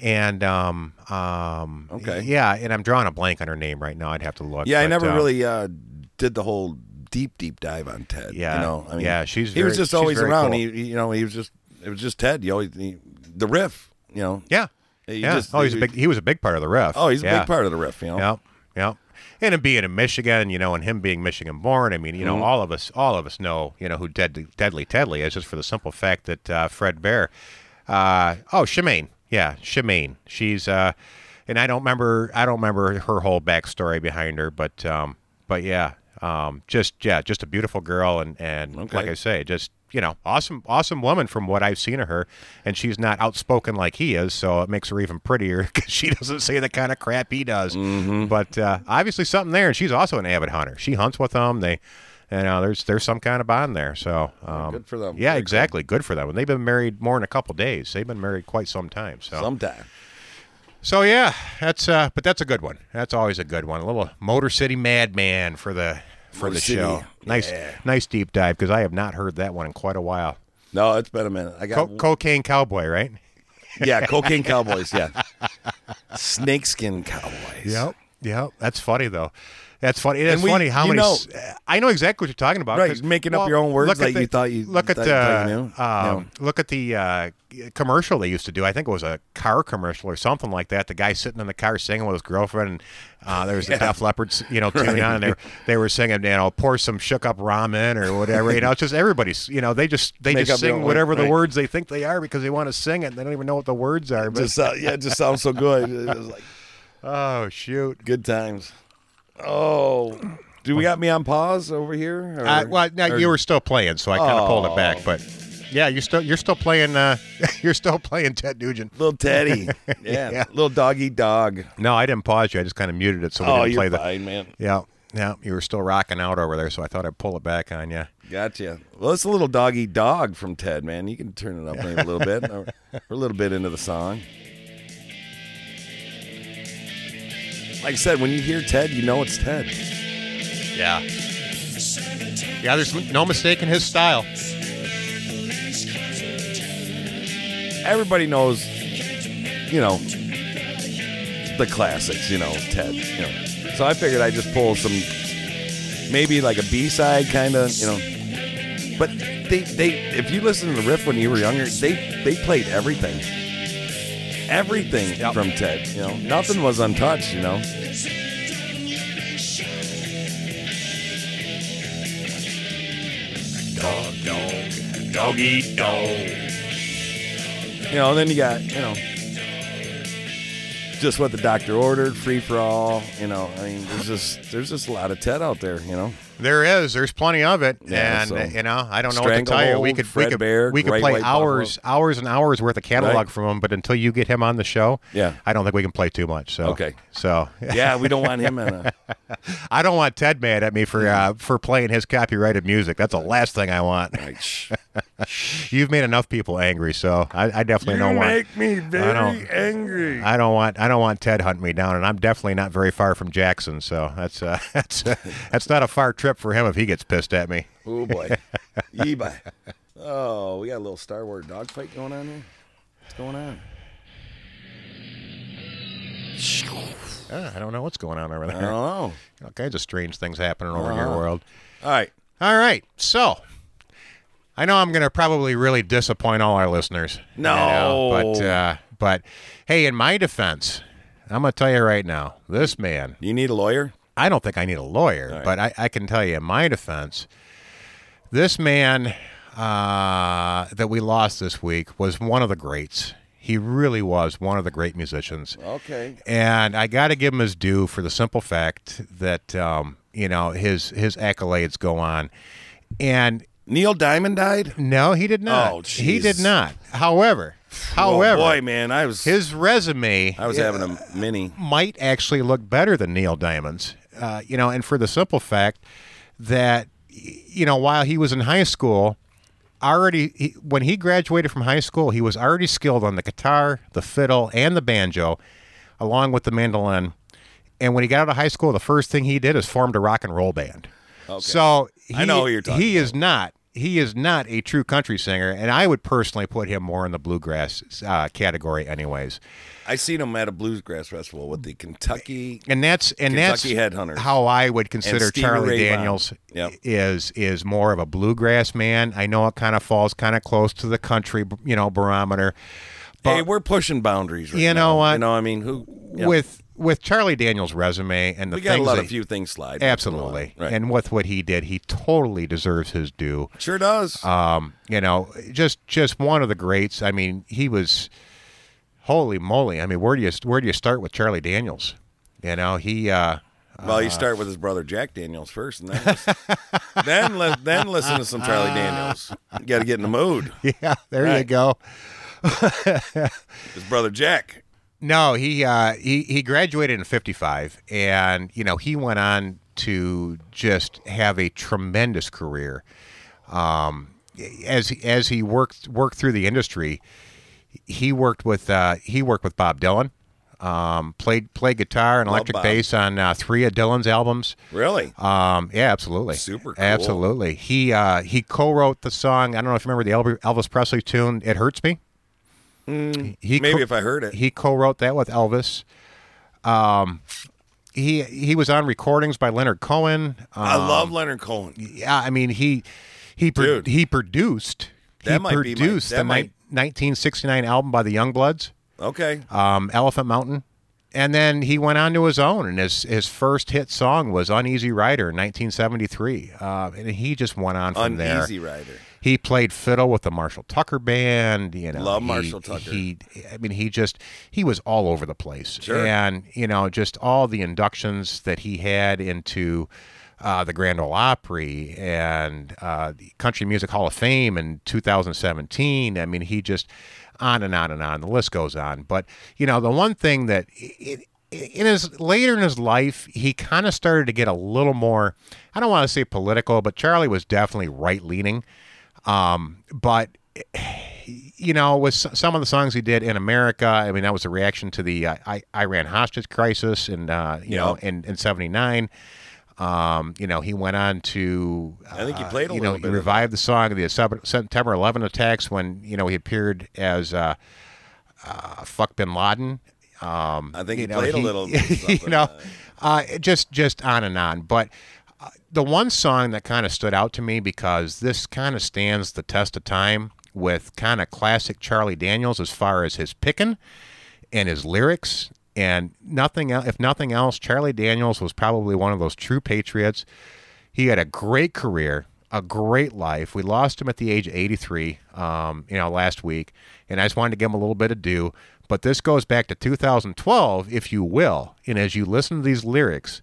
Speaker 3: And um, um,
Speaker 4: Okay.
Speaker 3: yeah, and I'm drawing a blank on her name right now. I'd have to look.
Speaker 4: Yeah, I
Speaker 3: but,
Speaker 4: never
Speaker 3: uh,
Speaker 4: really uh, did the whole deep, deep dive on Ted.
Speaker 3: Yeah.
Speaker 4: you know, I mean,
Speaker 3: Yeah, she's
Speaker 4: he was
Speaker 3: very-
Speaker 4: just
Speaker 3: she's
Speaker 4: always
Speaker 3: very
Speaker 4: around.
Speaker 3: cool.
Speaker 4: He, he- you know, he was just it was just Ted. You always he, the riff. You know,
Speaker 3: Yeah,
Speaker 4: You
Speaker 3: yeah.
Speaker 4: just-
Speaker 3: oh, he's a
Speaker 4: you-
Speaker 3: big. He was a big part of the ref.
Speaker 4: Oh, he's a
Speaker 3: Yeah.
Speaker 4: big part of the riff. You know,
Speaker 3: Yep. Yep. And him being in Michigan, you know, and him being Michigan born, I mean, you know, all of us, all of us know, you know, who Deadly Deadly Tedley is, just for the simple fact that uh, Fred Bear, uh, oh, Shemaine, yeah, Shemaine, she's, uh, and I don't remember, I don't remember her whole backstory behind her, but, um, but yeah, um, just yeah, just a beautiful girl, and and
Speaker 4: Okay.
Speaker 3: like I say, just you know, awesome, awesome woman from what I've seen of her, and she's not outspoken like he is, so it makes her even prettier because she doesn't say the kind of crap he does.
Speaker 4: Mm-hmm.
Speaker 3: But uh, obviously something there, and she's also an avid hunter. She hunts with them. They, you know, there's there's some kind of bond there. So um,
Speaker 4: good for them.
Speaker 3: Yeah,
Speaker 4: Very cool.
Speaker 3: exactly, good for them. And they've been married more than a couple days. They've been married quite some time. So
Speaker 4: sometime.
Speaker 3: So yeah, that's uh, but that's a good one. That's always a good one. A little Motor City Madman for the for
Speaker 4: Motor
Speaker 3: the
Speaker 4: City,
Speaker 3: show. Nice,
Speaker 4: yeah.
Speaker 3: nice deep dive because I have not heard that one in quite a while.
Speaker 4: No, it's been a minute. I got
Speaker 3: Co- cocaine Cowboy, right?
Speaker 4: yeah, cocaine cowboys. Yeah, snakeskin cowboys.
Speaker 3: yep. That's funny though. That's funny. It's
Speaker 4: we-
Speaker 3: funny how
Speaker 4: you
Speaker 3: many.
Speaker 4: know-
Speaker 3: s- I know exactly what you're talking about.
Speaker 4: Right,
Speaker 3: 'cause-
Speaker 4: making up
Speaker 3: well,
Speaker 4: your own words
Speaker 3: look at
Speaker 4: that you thought you-
Speaker 3: look at
Speaker 4: that
Speaker 3: the
Speaker 4: you thought you knew.
Speaker 3: um, look at the uh, commercial they used to do. I think it was a car commercial or something like that. The guy sitting in the car singing with his girlfriend, and uh, there was the Def Leppard, you know, tune on, and they were, they were singing, you know, pour some shook up ramen or whatever. You know, it's just everybody's, you know, they just they
Speaker 4: Make
Speaker 3: just
Speaker 4: up their
Speaker 3: sing
Speaker 4: own-
Speaker 3: whatever the
Speaker 4: right.
Speaker 3: words they think they are because they want to sing it. and They don't even know what the words are. But
Speaker 4: Just uh, yeah, it just sounds so good. It was like
Speaker 3: oh shoot.
Speaker 4: good times. Oh, do we got me on pause over here? or-
Speaker 3: Uh, well, now
Speaker 4: or-
Speaker 3: you were still playing, so I kind of pulled it back.
Speaker 4: Oh.
Speaker 3: But yeah, you're still you're still playing. Uh, you're still playing Ted Nugent.
Speaker 4: little Teddy. Yeah,
Speaker 3: Yeah.
Speaker 4: little doggy dog.
Speaker 3: No, I didn't pause you. I just kind of muted it so we
Speaker 4: Oh,
Speaker 3: didn't play
Speaker 4: you're
Speaker 3: the.
Speaker 4: fine, man.
Speaker 3: Yeah, yeah, you were still rocking out over there, so I thought I'd pull it back on you.
Speaker 4: Gotcha. Well, it's a little doggy dog from Ted, man. You can turn it up maybe a little bit. We're a little bit into the song. Like I said, when you hear Ted, you know it's Ted.
Speaker 3: Yeah. Yeah, there's no mistaking his style.
Speaker 4: Everybody knows, you know, the classics, you know, Ted. You know. So I figured I'd just pull some, maybe like a B-side kind of, you know. But they, they, if you listen to the riff when you were younger, they, they played everything. Everything
Speaker 3: Yep.
Speaker 4: from Ted, you know. Nothing was untouched, you know. dog, dog, doggy dog. You know, then you got, you know, just what the doctor ordered, free for all. You know, I mean, there's just there's just a lot of Ted out there. You know,
Speaker 3: There is. There's plenty of it,
Speaker 4: Yeah,
Speaker 3: and
Speaker 4: so-
Speaker 3: you know, I don't know what to tell you. We
Speaker 4: Stranglehold,
Speaker 3: could we
Speaker 4: Fred
Speaker 3: could,
Speaker 4: Bear,
Speaker 3: we could
Speaker 4: Great
Speaker 3: play
Speaker 4: White Buffalo.
Speaker 3: hours, hours and hours worth of catalog
Speaker 4: Right.
Speaker 3: from him, but until you get him on the show,
Speaker 4: Yeah.
Speaker 3: I don't think we can play too much. So
Speaker 4: Okay.
Speaker 3: so
Speaker 4: yeah, we don't want him in. A,
Speaker 3: I don't want Ted mad at me for uh, for playing his copyrighted music. That's the last thing I want.
Speaker 4: like, shh.
Speaker 3: You've made enough people angry, so I, I definitely don't want.
Speaker 4: me
Speaker 3: don't-
Speaker 4: angry.
Speaker 3: I don't want. I don't want Ted hunt me down, and I'm definitely not very far from Jackson. So that's uh, that's that's not a far trip for him if he gets pissed at me.
Speaker 4: oh boy, Yeebye. Oh, we got a little Star Wars dogfight going on here. What's going on?
Speaker 3: Uh, I don't know what's going on over
Speaker 4: I
Speaker 3: there.
Speaker 4: don't know.
Speaker 3: All kinds of Uh-huh. strange things happening over in your
Speaker 4: Uh-huh.
Speaker 3: world.
Speaker 4: All right.
Speaker 3: All right, so I know I'm going to probably really disappoint all our listeners. you know,
Speaker 4: No.
Speaker 3: but uh, but hey, in my defense, I'm going to tell you right now, this man.
Speaker 4: You need a lawyer?
Speaker 3: I don't think I need a lawyer,
Speaker 4: right.
Speaker 3: but I, I can tell you in my defense, this man uh, that we lost this week was one of the greats. He really was one of the great musicians.
Speaker 4: Okay.
Speaker 3: And I got to give him his due for the simple fact that um, you know his his accolades go on, and
Speaker 4: Neil Diamond died.
Speaker 3: no, he did not.
Speaker 4: Oh,
Speaker 3: he did
Speaker 4: jeez.
Speaker 3: not. However, however,
Speaker 4: oh, boy, man, I was
Speaker 3: his resume
Speaker 4: I was having a mini.
Speaker 3: might actually look better than Neil Diamond's, uh, you know, and for the simple fact that, y- you know, while he was in high school, already he, when he graduated from high school, he was already skilled on the guitar, the fiddle, and the banjo, along with the mandolin. And when he got out of high school, the first thing he did is formed a rock and roll band. So he,
Speaker 4: I know who you're talking
Speaker 3: He is not. He is not a true country singer, and I would personally put him more in the bluegrass uh, category, anyways.
Speaker 4: I seen him at a bluesgrass festival with the Kentucky.
Speaker 3: and that's and
Speaker 4: Kentucky
Speaker 3: that's
Speaker 4: Headhunters.
Speaker 3: how I would consider
Speaker 4: Stevie
Speaker 3: Charlie
Speaker 4: Ray Vaughan.
Speaker 3: Daniels
Speaker 4: Yep.
Speaker 3: is is more of a bluegrass man. I know it kind of falls kind of close to the country, you know, barometer. But
Speaker 4: hey, we're pushing boundaries. Right
Speaker 3: You know
Speaker 4: now.
Speaker 3: what?
Speaker 4: You know, I mean, who yeah.
Speaker 3: with with Charlie Daniels' resume and the
Speaker 4: we
Speaker 3: things
Speaker 4: got to let
Speaker 3: that,
Speaker 4: a few things slide.
Speaker 3: absolutely,
Speaker 4: right?
Speaker 3: and with what he did, he totally deserves his due.
Speaker 4: sure does.
Speaker 3: Um, you know, just just one of the greats. I mean, he was holy moly. I mean, where do you where do you start with Charlie Daniels? You know, he uh,
Speaker 4: well, you start with his brother Jack Daniels first, and then listen, then, li- then listen to some Charlie Daniels. You got to get in the mood.
Speaker 3: yeah, there you
Speaker 4: Right.
Speaker 3: go.
Speaker 4: His brother Jack.
Speaker 3: No, he uh, he he graduated in '55, and you know he went on to just have a tremendous career. Um, as as he worked worked through the industry, he worked with uh, he worked with Bob Dylan. Um, played played guitar and
Speaker 4: Love
Speaker 3: electric
Speaker 4: Bob.
Speaker 3: bass on uh, three of Dylan's albums.
Speaker 4: Really?
Speaker 3: Um, yeah, absolutely.
Speaker 4: Super cool.
Speaker 3: Absolutely. He uh, he co-wrote the song. I don't know if you remember the Elv- Elvis Presley tune "It Hurts Me." he
Speaker 4: Mm, Maybe
Speaker 3: co-
Speaker 4: if I heard it.
Speaker 3: He co-wrote that with Elvis. Um, he he was on recordings by Leonard Cohen. Um,
Speaker 4: I love Leonard Cohen.
Speaker 3: Yeah, I mean he he pro-
Speaker 4: Dude.
Speaker 3: he produced he
Speaker 4: That might be my-
Speaker 3: produced
Speaker 4: that
Speaker 3: the
Speaker 4: might-
Speaker 3: ni- 1969 album by the Youngbloods,
Speaker 4: Okay.
Speaker 3: um, Elephant Mountain. And then he went on to his own, and his, his first hit song was "Uneasy Rider" in 1973, uh, and he just went on from there.
Speaker 4: Uneasy Rider.
Speaker 3: He played fiddle with the Marshall Tucker band. You know,
Speaker 4: Love
Speaker 3: he-
Speaker 4: Marshall Tucker.
Speaker 3: He, I mean, he just he was all over the place,
Speaker 4: Sure.
Speaker 3: and you know, just all the inductions that he had into uh, the Grand Ole Opry and uh, the Country Music Hall of Fame in 2017. I mean, he just on and on and on. The list goes on. But you know, the one thing that it, in his later in his life, he kind of started to get a little more. I don't want to say political, but Charlie was definitely right leaning. Um, but you know, with s- some of the songs he did in America, I mean, that was a reaction to the uh, I- Iran hostage crisis, and uh, you know,
Speaker 4: Yep.
Speaker 3: in in '79. Um, you know, he went on to.
Speaker 4: I think he
Speaker 3: uh,
Speaker 4: played a
Speaker 3: you
Speaker 4: little
Speaker 3: know, He
Speaker 4: bit of
Speaker 3: revived the song of the Sep- September 11 attacks when you know he appeared as uh, uh, "Fuck Bin Laden." Um,
Speaker 4: I think
Speaker 3: you
Speaker 4: he played a little something,
Speaker 3: you know,
Speaker 4: uh,
Speaker 3: uh, it just just on and on. But uh, the one song that kind of stood out to me because this kind of stands the test of time with kind of classic Charlie Daniels as far as his picking and his lyrics and nothing else. If nothing else, Charlie Daniels was probably one of those true patriots. He had a great career, a great life. We lost him at the age of 83, um, you know, last week, and I just wanted to give him a little bit of due. But this goes back to 2012, if you will. And as you listen to these lyrics,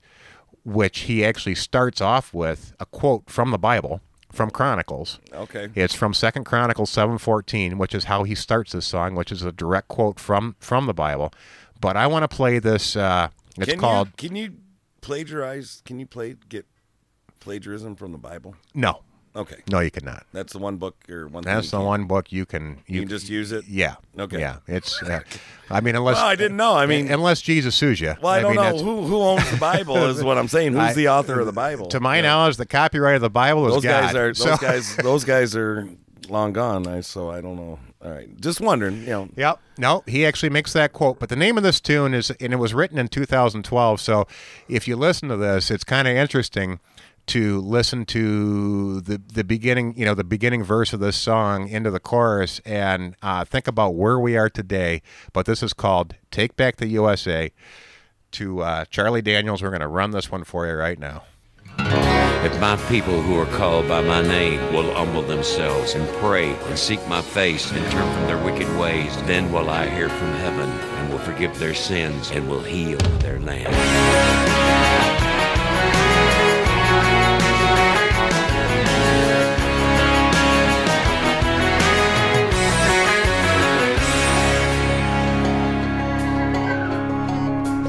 Speaker 3: which he actually starts off with a quote from the Bible, from Chronicles.
Speaker 4: Okay.
Speaker 3: It's from Second Chronicles seven fourteen, which is how he starts this song, which is a direct quote from from the Bible. But I want to play this. Uh, it's
Speaker 4: can
Speaker 3: called
Speaker 4: You, can you plagiarize? Can you play get plagiarism from the Bible?
Speaker 3: No,
Speaker 4: Okay.
Speaker 3: no, you cannot.
Speaker 4: That's the one book or one. thing
Speaker 3: That's
Speaker 4: you
Speaker 3: the
Speaker 4: can't-
Speaker 3: one book you can
Speaker 4: You can just use it.
Speaker 3: yeah
Speaker 4: Okay.
Speaker 3: yeah. It's uh, I mean unless
Speaker 4: Well, I didn't know. I mean,
Speaker 3: unless Jesus sues you.
Speaker 4: well, I, don't
Speaker 3: mean,
Speaker 4: know
Speaker 3: that's-
Speaker 4: who who owns the Bible is what I'm saying. Who's
Speaker 3: I-
Speaker 4: the author of the Bible?
Speaker 3: To my
Speaker 4: Yeah.
Speaker 3: knowledge, the copyright of the Bible is
Speaker 4: those
Speaker 3: God.
Speaker 4: guys are those
Speaker 3: So-
Speaker 4: guys those guys are long gone. I so I don't know. All right, just wondering. You know,
Speaker 3: Yep. No, he actually makes that quote. But the name of this tune is, and it was written in 2012. So if you listen to this, it's kind of interesting to listen to the the beginning, you know, the beginning verse of this song into the chorus, and uh, think about where we are today. But this is called "Take Back the USA." To uh, Charlie Daniels, we're going to run this one for you right now.
Speaker 11: If my people who are called by my name will humble themselves and pray and seek my face and turn from their wicked ways, then will I hear from heaven and will forgive their sins and will heal their land.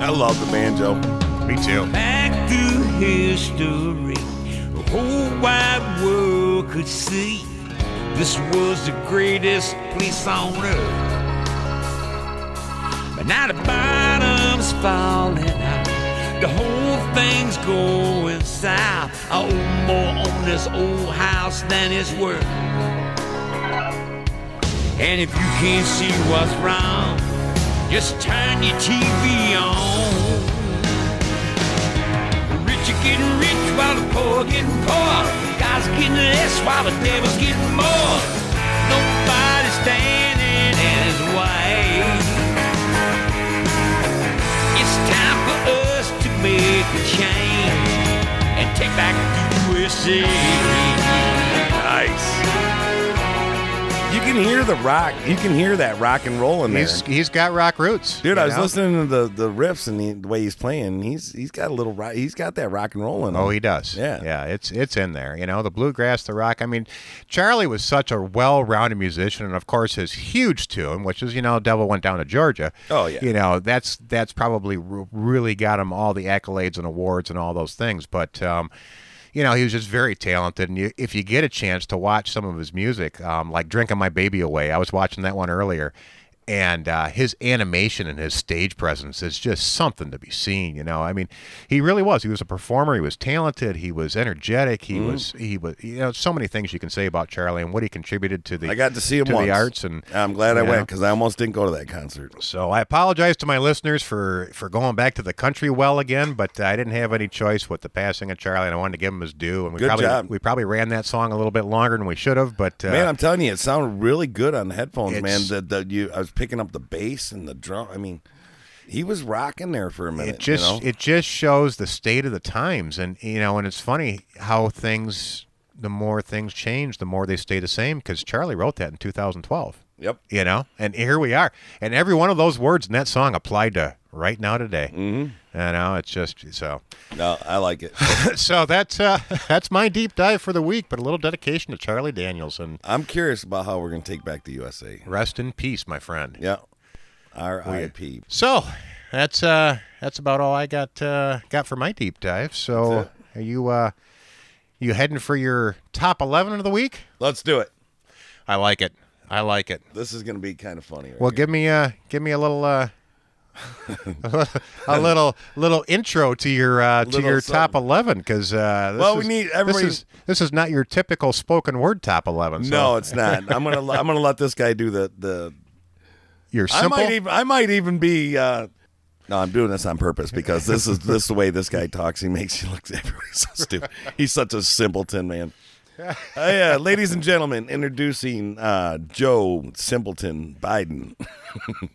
Speaker 4: I love the banjo.
Speaker 3: Me too.
Speaker 11: Back through history, the whole wide world could see this was the greatest place on earth. But now the bottom's falling out, the whole thing's going south. I owe more on this old house than it's worth. And if you can't see what's wrong, just turn your TV on. The rich are getting rich while the poor are getting poor. God's getting less while the devil's getting more. Nobody's standing in his way. It's time for us to make a change and take back the USA.
Speaker 4: Nice. You can hear the rock. You can hear that rock and roll in there.
Speaker 3: He's he's got rock roots.
Speaker 4: Dude,
Speaker 3: you
Speaker 4: I was
Speaker 3: know?
Speaker 4: listening to the, the riffs and the, the way he's playing. He's he's got a little rock. He's got that rock and roll in him.
Speaker 3: Oh, he does.
Speaker 4: Yeah.
Speaker 3: yeah. It's it's in there. You know, the bluegrass, the rock. I mean, Charlie was such a well-rounded musician, and of course, his huge tune, which is you know, "Devil Went Down to Georgia."
Speaker 4: Oh, yeah.
Speaker 3: You know, that's that's probably r- really got him all the accolades and awards and all those things. But um, you know, he was just very talented. And you, if you get a chance to watch some of his music, um, like "Drinking My Baby Away," I was watching that one earlier. and uh, his animation and his stage presence is just something to be seen. You know, I mean, he really was. He was a performer. He was talented. He was energetic. He
Speaker 4: Mhm.
Speaker 3: was he was you know so many things you can say about Charlie and what he contributed to the.
Speaker 4: I got to see him
Speaker 3: to
Speaker 4: once.
Speaker 3: the arts, and
Speaker 4: I'm glad I
Speaker 3: you
Speaker 4: went
Speaker 3: know.
Speaker 4: because I almost didn't go to that concert.
Speaker 3: So I apologize to my listeners for for going back to the country well again, but I didn't have any choice with the passing of Charlie, and I wanted to give him his due. And we
Speaker 4: Good
Speaker 3: probably
Speaker 4: job.
Speaker 3: we probably ran that song a little bit longer than we should have, but uh,
Speaker 4: man, I'm telling you, it sounded really good on the headphones, man.
Speaker 3: It's-
Speaker 4: The, the, you, I was picking up the bass and the drum. I mean, he was rocking there for a minute.
Speaker 3: it just
Speaker 4: you know?
Speaker 3: it just shows the state of the times, and you know, and it's funny how things the more things change, the more they stay the same. Because Charlie wrote that in 2012.
Speaker 4: Yep.
Speaker 3: You know, and here we are, and every one of those words in that song applied to right now today. Mm-hmm. You know, it's just so.
Speaker 4: no, I like it.
Speaker 3: so that's uh, that's my deep dive for the week, but a little dedication to Charlie Daniels and
Speaker 4: I'm curious about how we're going to take back the USA.
Speaker 3: rest in peace, my friend.
Speaker 4: Yeah.
Speaker 3: Oh,
Speaker 4: R.I.P.
Speaker 3: So that's uh, that's about all I got uh, got for my deep dive. So are you uh, you heading for your top eleven of the week?
Speaker 4: Let's do it.
Speaker 3: I like it. I like it.
Speaker 4: This is going to be kind of funny. Right
Speaker 3: Well, give me uh, give me a little uh, a little little intro to your uh, to
Speaker 4: Little
Speaker 3: your top
Speaker 4: something.
Speaker 3: eleven because uh, this
Speaker 4: Well, we
Speaker 3: is-
Speaker 4: need-
Speaker 3: this
Speaker 4: everybody-
Speaker 3: is this is not your typical spoken word top eleven. so
Speaker 4: No, it's not. I'm gonna I'm gonna let this guy do the the.
Speaker 3: You're
Speaker 4: I
Speaker 3: simple.
Speaker 4: might even I might even be. Uh, no, I'm doing this on purpose because this is this is the way this guy talks. He makes you look everywhere so stupid. He's such a simpleton, man. Uh, yeah, ladies and gentlemen, introducing uh, Joe Simpleton Biden.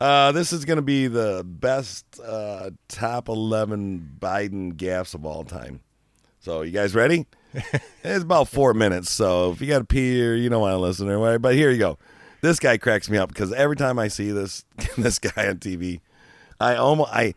Speaker 4: uh, this is going to be the best uh, top 11 Biden gaffes of all time. So, you guys ready? it's about four minutes. So, if you got to pee or you don't want to listen or whatever, but here you go. This guy cracks me up because every time I see this this guy on TV, I almost I,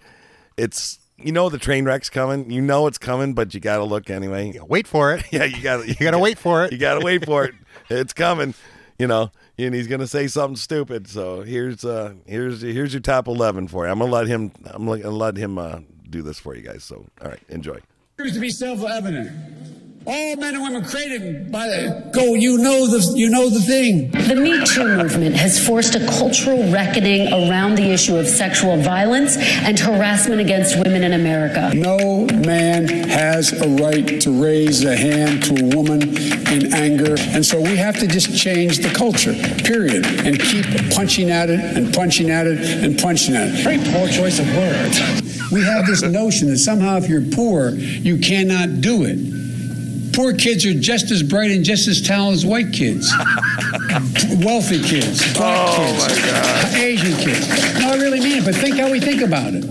Speaker 4: it's you know the train wreck's coming, you know it's coming, but you got to look anyway.
Speaker 3: Wait for it.
Speaker 4: Yeah, you got you
Speaker 3: You gotta wait for
Speaker 4: you
Speaker 3: it.
Speaker 4: gotta wait for it. It's coming, you know. And he's gonna say something stupid. So here's uh here's here's your top eleven for you. I'm gonna let him I'm gonna let him uh, do this for you guys. So all right, enjoy.
Speaker 11: appears to be self-evident. All men and women created by the go. You know the you know the thing.
Speaker 12: The Me Too movement has forced a cultural reckoning around the issue of sexual violence and harassment against women in America.
Speaker 11: No man has a right to raise a hand to a woman in anger, and so we have to just change the culture. Period, and keep punching at it and punching at it and punching at it. Very poor choice of words. We have this notion that somehow if you're poor, you cannot do it. Poor kids are just as bright and just as talented as white kids. wealthy kids, black kids, Asian kids. No, I really mean it, but think how we think about it.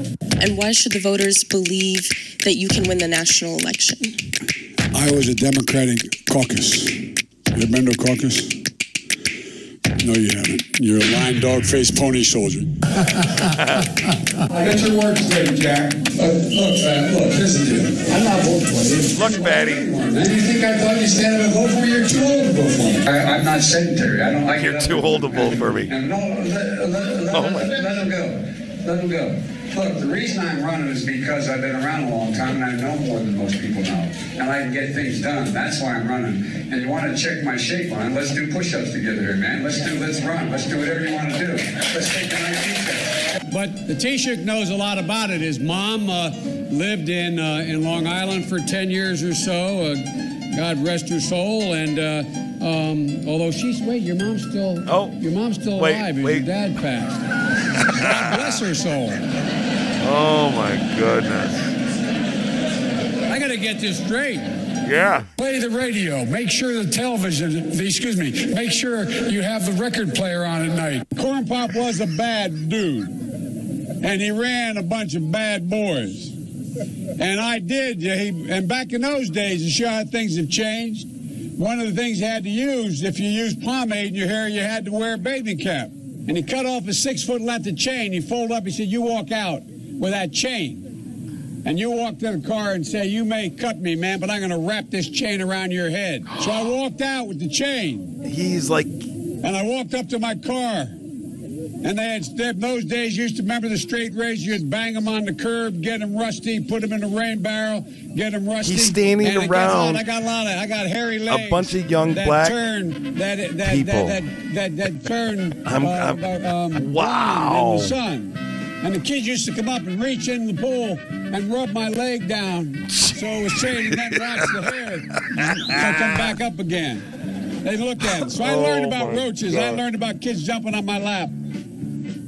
Speaker 13: And why should the voters believe that you can win the national election?
Speaker 11: I was a Democratic caucus. You ever been to a caucus? No, you haven't. You're a lying dog faced pony soldier. I got your work straight, Jack. Look, look, Fat, look, this is it. I'm not voting for you.
Speaker 4: Look, Fatty.
Speaker 11: Man, you think I'd let you stand up and vote for you? You're too old to vote for me. I, I'm not sedentary. I don't like
Speaker 4: You're too old to vote for me.
Speaker 11: No, let, let, let,
Speaker 4: Oh, my-
Speaker 11: let, let them go. Let them go. Look, the reason I'm running is because I've been around a long time and I know more than most people know. And I can get things done. That's why I'm running. And you want to check my shape line? Let's do push-ups together, here, man. Let's do. Let's run. Let's do whatever you want to do. Let's take the night but the Taoiseach knows a lot about it. His mom uh, lived in uh, in Long Island for 10 years or so. Uh, God rest her soul. And uh, um, although she's wait, your mom's still oh, your mom's still
Speaker 4: wait,
Speaker 11: alive, and
Speaker 4: wait.
Speaker 11: your dad passed. God bless her soul.
Speaker 4: Oh my goodness.
Speaker 11: I gotta get this straight.
Speaker 4: Yeah.
Speaker 11: Play the radio. Make sure the television, the- excuse me, make sure you have the record player on at night. Corn Pop was a bad dude, and he ran a bunch of bad boys. And I did. yeah, He, and back in those days, to show how things have changed, one of the things you had to use, if you used pomade in your hair, you had to wear a bathing cap. And he cut off a six foot length of chain. He folded up. He said, You walk out with that chain and you walk to the car and say, You may cut me, man, but I'm going to wrap this chain around your head. So I walked out with the chain.
Speaker 4: He's like.
Speaker 11: And I walked up to my car. And they had they, those days used to remember the straight razor. You'd bang them on the curb, get them rusty, put them in the rain barrel, get them rusty.
Speaker 4: He's standing
Speaker 11: And I got a
Speaker 4: around
Speaker 11: lot- I got a lot of I got hairy
Speaker 4: a
Speaker 11: legs.
Speaker 4: bunch of young
Speaker 11: that
Speaker 4: black
Speaker 11: turn, that, that, that,
Speaker 4: people.
Speaker 11: That that that, that turn.
Speaker 4: I'm-
Speaker 11: uh,
Speaker 4: I'm-
Speaker 11: uh, um,
Speaker 4: Wow.
Speaker 11: brown In the sun. And the kids used to come up and reach in the pool and rub my leg down, so it was straight and then watch the hair and come back up again. They looked at it. So I
Speaker 4: Oh,
Speaker 11: learned about
Speaker 4: my
Speaker 11: roaches. I
Speaker 4: God.
Speaker 11: learned about kids jumping on my lap.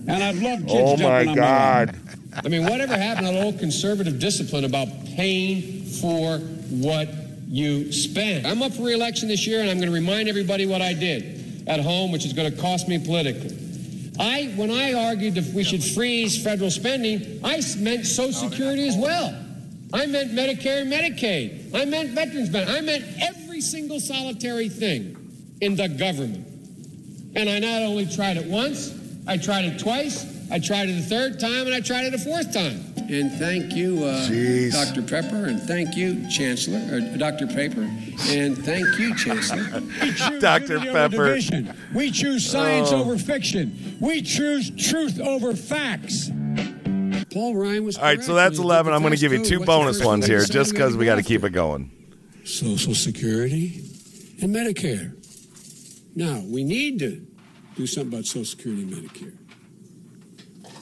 Speaker 11: And I've loved kids
Speaker 4: Oh,
Speaker 11: jumping
Speaker 4: my
Speaker 11: on my lap.
Speaker 4: God.
Speaker 14: I mean, whatever happened to the old conservative discipline about paying for what you spend? I'm up for reelection this year, and I'm going to remind everybody what I did at home, which is going to cost me politically. I, when I argued that we should freeze federal spending, I s- meant Social Security as well. I meant Medicare and Medicaid. I meant veterans benefits. I meant every single solitary thing in the government. And I not only tried it once, I tried it twice, I tried it a third time, and I tried it a fourth time. And thank you, uh,
Speaker 15: Jeez.
Speaker 14: Dr. Pepper, and thank you, Chancellor, or Dr. Paper, and thank you, Chancellor.
Speaker 4: Dr.
Speaker 11: unity over
Speaker 4: Pepper.
Speaker 11: division. We choose science
Speaker 4: Oh.
Speaker 11: over fiction. We choose truth over facts.
Speaker 14: Paul Ryan was
Speaker 4: All right, so that's 11. I'm going to give you two bonus ones here just because we got to keep it going.
Speaker 14: Social Security and Medicare. Now, we need to do something about Social Security and Medicare.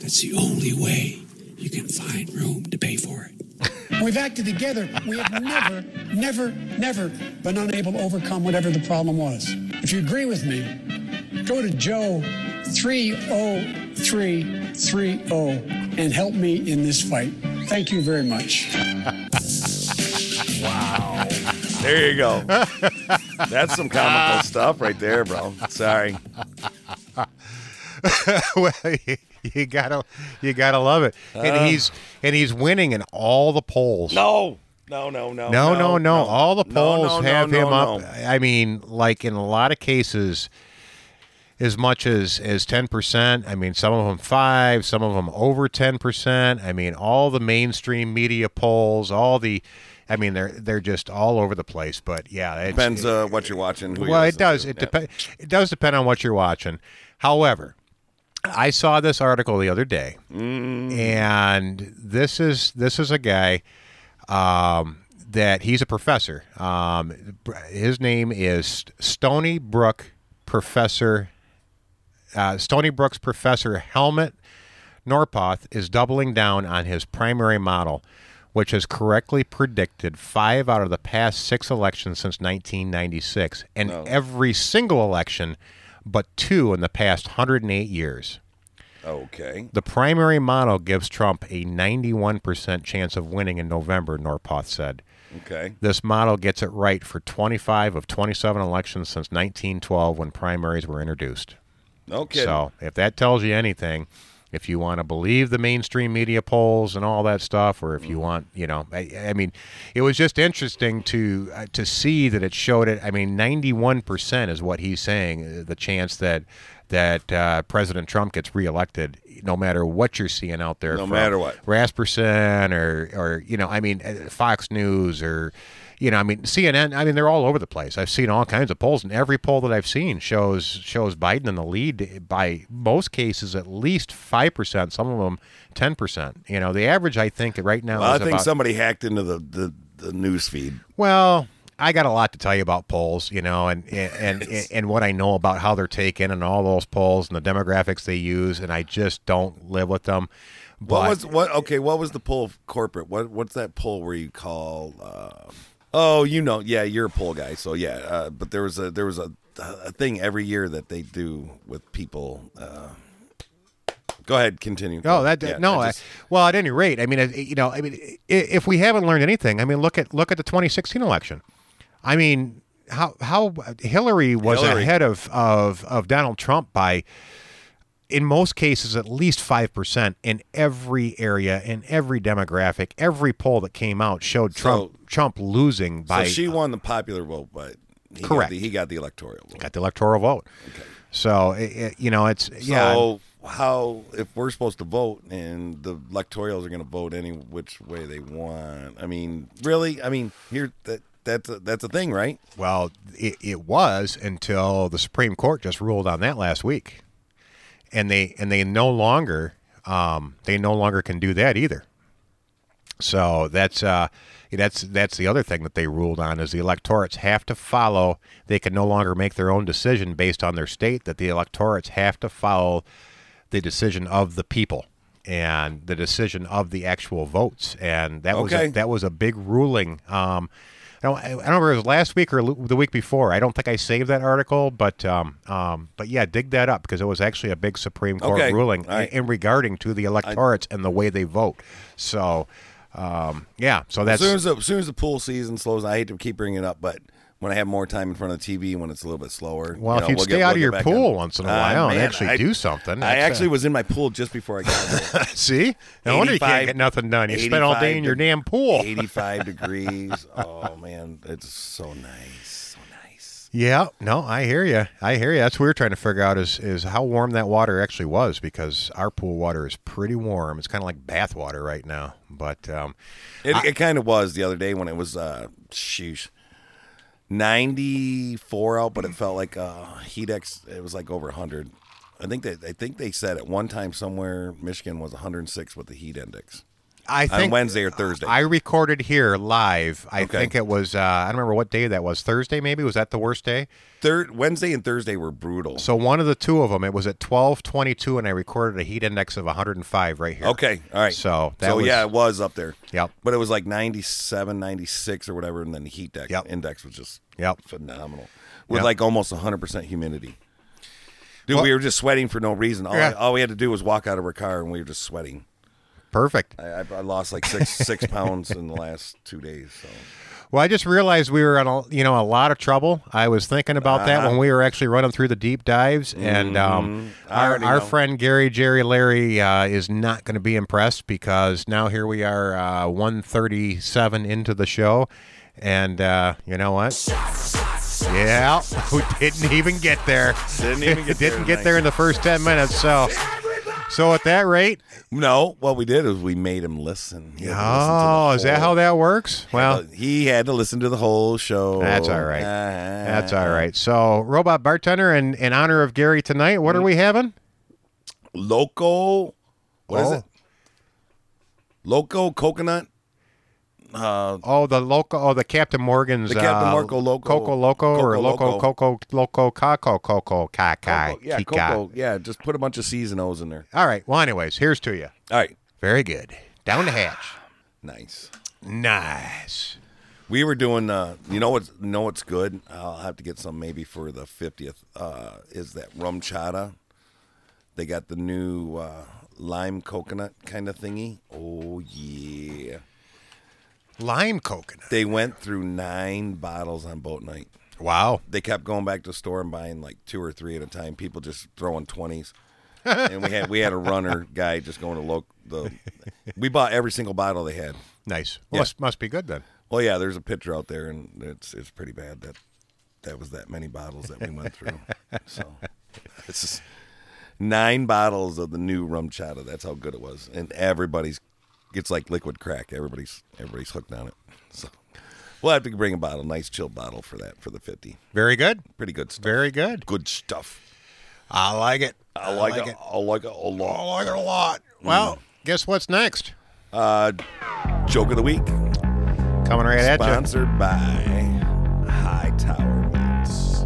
Speaker 14: That's the only way you can find room to pay for it.
Speaker 11: We've acted together. We have never, never, never been unable to overcome whatever the problem was. If you agree with me, go to Joe 30330 and help me in this fight. Thank you very much.
Speaker 4: Wow. There you go. That's some comical stuff right there, bro. Sorry.
Speaker 3: well, you, you gotta, you gotta love it. And
Speaker 4: Uh.
Speaker 3: he's and he's winning in all the polls.
Speaker 4: No. Oh, No, no, no.
Speaker 3: no, no, no, All the
Speaker 4: No,
Speaker 3: polls
Speaker 4: no, no,
Speaker 3: have
Speaker 4: no,
Speaker 3: him up.
Speaker 4: no.
Speaker 3: I mean, like in a lot of cases, as much as as ten percent. I mean, some of them five, some of them over ten percent. I mean, all the mainstream media polls, all the, I mean, they're they're just all over the place. But yeah, it's,
Speaker 4: Depends uh, what you're watching. who you
Speaker 3: well, it
Speaker 4: listen
Speaker 3: does.
Speaker 4: to.
Speaker 3: It
Speaker 4: Yeah.
Speaker 3: depend. It does depend on what you're watching. However, I saw this article the other day,
Speaker 4: Mm.
Speaker 3: and this is this is a guy um, that he's a professor. Um, br- his name is Stony Brook Professor. Uh, Stony Brook's Professor Helmut Norpoth is doubling down on his primary model, which has correctly predicted five out of the past six elections since 1996, and every single election but two in the past 108 years.
Speaker 4: Okay.
Speaker 3: The primary model gives Trump a 91% chance of winning in November, Norpoth said.
Speaker 4: Okay.
Speaker 3: This model gets it right for 25 of 27 elections since 1912 when primaries were introduced.
Speaker 4: No kidding.
Speaker 3: So, if that tells you anything, if you want to believe the mainstream media polls and all that stuff, or if
Speaker 4: Mm-hmm.
Speaker 3: you want, you know, I, I mean, it was just interesting to uh, to see that it showed it. I mean, 91% is what he's saying uh, the chance that that uh, President Trump gets reelected, no matter what you're seeing out there.
Speaker 4: No
Speaker 3: from
Speaker 4: matter what.
Speaker 3: Rasperson or or you know, I mean, uh, Fox News or. You know, I mean, CNN. I mean, they're all over the place. I've seen all kinds of polls, and every poll that I've seen shows shows Biden in the lead by most cases at least five percent. Some of them ten percent. You know, the average I think right now.
Speaker 4: Well, I
Speaker 3: is
Speaker 4: think
Speaker 3: about,
Speaker 4: somebody hacked into the, the, the news feed.
Speaker 3: well, I got a lot to tell you about polls, you know, and and and, and what I know about how they're taken and all those polls and the demographics they use, and I just don't live with them. But
Speaker 4: What was what? Okay, what was the poll of corporate? What what's that poll where you call? Uh, oh, you know, yeah, you're a poll guy, so yeah. Uh, but there was a there was a, a thing every year that they do with people. Uh, go ahead, continue.
Speaker 3: No, Oh, that
Speaker 4: Yeah,
Speaker 3: no.
Speaker 4: I
Speaker 3: I
Speaker 4: just-
Speaker 3: well, at any rate, I mean, it- you know, I mean, i- if we haven't learned anything, I mean, look at look at the 2016 election. I mean, how how Hillary was
Speaker 4: Hillary.
Speaker 3: ahead of of of Donald Trump by in most cases at least 5% in every area in every demographic every poll that came out showed Trump Trump losing by
Speaker 4: so she won the popular vote, but he
Speaker 3: Correct.
Speaker 4: Got the, he got the electoral vote.
Speaker 3: got the electoral vote. So it, it- you know it's yeah
Speaker 4: So how if we're supposed to vote and the electorials are going to vote any which way they want? I mean, really? I mean, here that that's a, that's a thing, right?
Speaker 3: Well, it, it was until the Supreme Court just ruled on that last week. and they and they no longer um, they no longer can do that either. So that's uh, that's that's the other thing that they ruled on is the electorates have to follow. They can no longer make their own decision based on their state. That the electorates have to follow the decision of the people and the decision of the actual votes. And that was
Speaker 4: Okay.
Speaker 3: a, that was a big ruling. Um, I don't, I don't remember if it was last week or l- the week before. I don't think I saved that article, but um, um, but yeah, dig that up because it was actually a big Supreme Court
Speaker 4: Okay.
Speaker 3: ruling
Speaker 4: All right.
Speaker 3: in, in regarding to the electorates and the way they vote. So um, yeah, so that's
Speaker 4: as soon as, the, as soon as the pool season slows, I hate to keep bringing it up, but when I have more time in front of the TV, when it's a little bit slower.
Speaker 3: Well, if you'd
Speaker 4: we'll
Speaker 3: stay out of
Speaker 4: we'll
Speaker 3: your
Speaker 4: back Uh,
Speaker 3: pool once in a while and
Speaker 4: man,
Speaker 3: actually
Speaker 4: I-
Speaker 3: do something,
Speaker 4: I
Speaker 3: that's,
Speaker 4: actually
Speaker 3: uh,
Speaker 4: was in my pool just before I got there.
Speaker 3: See, no wonder you can't
Speaker 4: 85
Speaker 3: get nothing done. You spent all day
Speaker 4: 85
Speaker 3: in your damn pool.
Speaker 4: 85 degrees. Oh man, it's so nice. So nice.
Speaker 3: Yeah, no, I hear you. I hear you. That's what we are trying to figure out is is how warm that water actually was because our pool water is pretty warm. It's kind of like bath water right now. But um,
Speaker 4: It,
Speaker 3: I-
Speaker 4: it kind of was the other day when it was uh shoot 94 out, but it felt like uh Heatex it was like over 100. I think that I think they said at one time somewhere Michigan was 106 with the heat index.
Speaker 3: I
Speaker 4: on
Speaker 3: think
Speaker 4: Wednesday or Thursday.
Speaker 3: I recorded here live. I
Speaker 4: Okay.
Speaker 3: think it was uh, I don't remember what day that was. Thursday maybe was that the worst day?
Speaker 4: Third Wednesday and Thursday were brutal.
Speaker 3: So one of the two of them. It was at twelve twenty two, and I recorded a heat index of one hundred and five right here.
Speaker 4: Okay, all right.
Speaker 3: So that
Speaker 4: so
Speaker 3: was,
Speaker 4: yeah, it was up there.
Speaker 3: Yep.
Speaker 4: But it was like 97, 96 or whatever and then the heat deck
Speaker 3: Yep.
Speaker 4: index was just
Speaker 3: Yep.
Speaker 4: phenomenal. With
Speaker 3: Yep.
Speaker 4: like almost 100% humidity. Dude,
Speaker 3: Well-
Speaker 4: we were just sweating for no reason. All,
Speaker 3: Yeah.
Speaker 4: I, all we had to do was walk out of our car and we were just sweating.
Speaker 3: perfect.
Speaker 4: I, I, I lost like six six pounds in the last two days. So
Speaker 3: Well, I just realized we were in a you know a lot of trouble. I was thinking about that
Speaker 4: Uh-huh.
Speaker 3: when we were actually running through the deep dives, and um,
Speaker 4: Mhm. I
Speaker 3: our
Speaker 4: already
Speaker 3: our
Speaker 4: know.
Speaker 3: friend Gary Jerry Larry uh, is not going to be impressed because now here we are uh, one thirty seven into the show, and uh, you know what? Yeah, who didn't even get there?
Speaker 4: Didn't even get
Speaker 3: didn't
Speaker 4: there,
Speaker 3: get there in the first ten minutes. So, so at that rate,
Speaker 4: no, what we did is we made him listen. He had to listen to the
Speaker 3: oh, is that
Speaker 4: whole-
Speaker 3: how that works? Well,
Speaker 4: he had to listen to the whole show? Uh-huh.
Speaker 3: That's all right. That's all right. So, robot bartender, in, in honor of Gary tonight, what
Speaker 4: Mm-hmm.
Speaker 3: are we
Speaker 4: Um,
Speaker 3: having?
Speaker 4: Loco. What is
Speaker 3: Oh.
Speaker 4: it? Loco coconut. Uh,
Speaker 3: Oh, the loco. Oh, the Captain Morgan's.
Speaker 4: The Captain
Speaker 3: uh,
Speaker 4: Marco Loco.
Speaker 3: Coco Loco or
Speaker 4: Coco
Speaker 3: Loco
Speaker 4: Loco.
Speaker 3: Coco Loco Caco Coco Kai Kai.
Speaker 4: yeah,
Speaker 3: Kika.
Speaker 4: cocoa. Yeah, just put a bunch of C's and O's in there.
Speaker 3: All right. Well, anyways, here's to you.
Speaker 4: All right,
Speaker 3: Very good. Down the hatch.
Speaker 4: nice.
Speaker 3: Nice.
Speaker 4: We were doing. Uh, you know what's you know what's good. I'll have to get some maybe for the fiftieth. Uh, is that rum chata? They got the new uh, lime coconut kind of thingy. Oh yeah.
Speaker 3: Lime coconut.
Speaker 4: They went through nine bottles on boat night.
Speaker 3: Wow.
Speaker 4: They kept going back to the store and buying like two or three at a time. People just throwing twenties. and we had we had a runner guy just going to look the. We bought every single bottle they had.
Speaker 3: Nice.
Speaker 4: Yeah.
Speaker 3: Must must be good then.
Speaker 4: Well, yeah, there's a picture out there, and it's it's pretty bad that that was that many bottles that we went through. so it's just nine bottles of the new rum chata. That's how good it was, and everybody's it's like liquid crack. Everybody's everybody's hooked on it. So we'll have to bring a bottle, nice chill bottle for that for the fifty.
Speaker 3: Very good.
Speaker 4: Pretty good stuff.
Speaker 3: Very good.
Speaker 4: Good stuff.
Speaker 3: I like it.
Speaker 4: I like, it. I like it a
Speaker 3: I
Speaker 4: lot.
Speaker 3: like it a lot. Well,
Speaker 4: Mm.
Speaker 3: guess what's next?
Speaker 4: Uh, joke of the week.
Speaker 3: Coming right at you.
Speaker 4: Sponsored by High Tower Meats.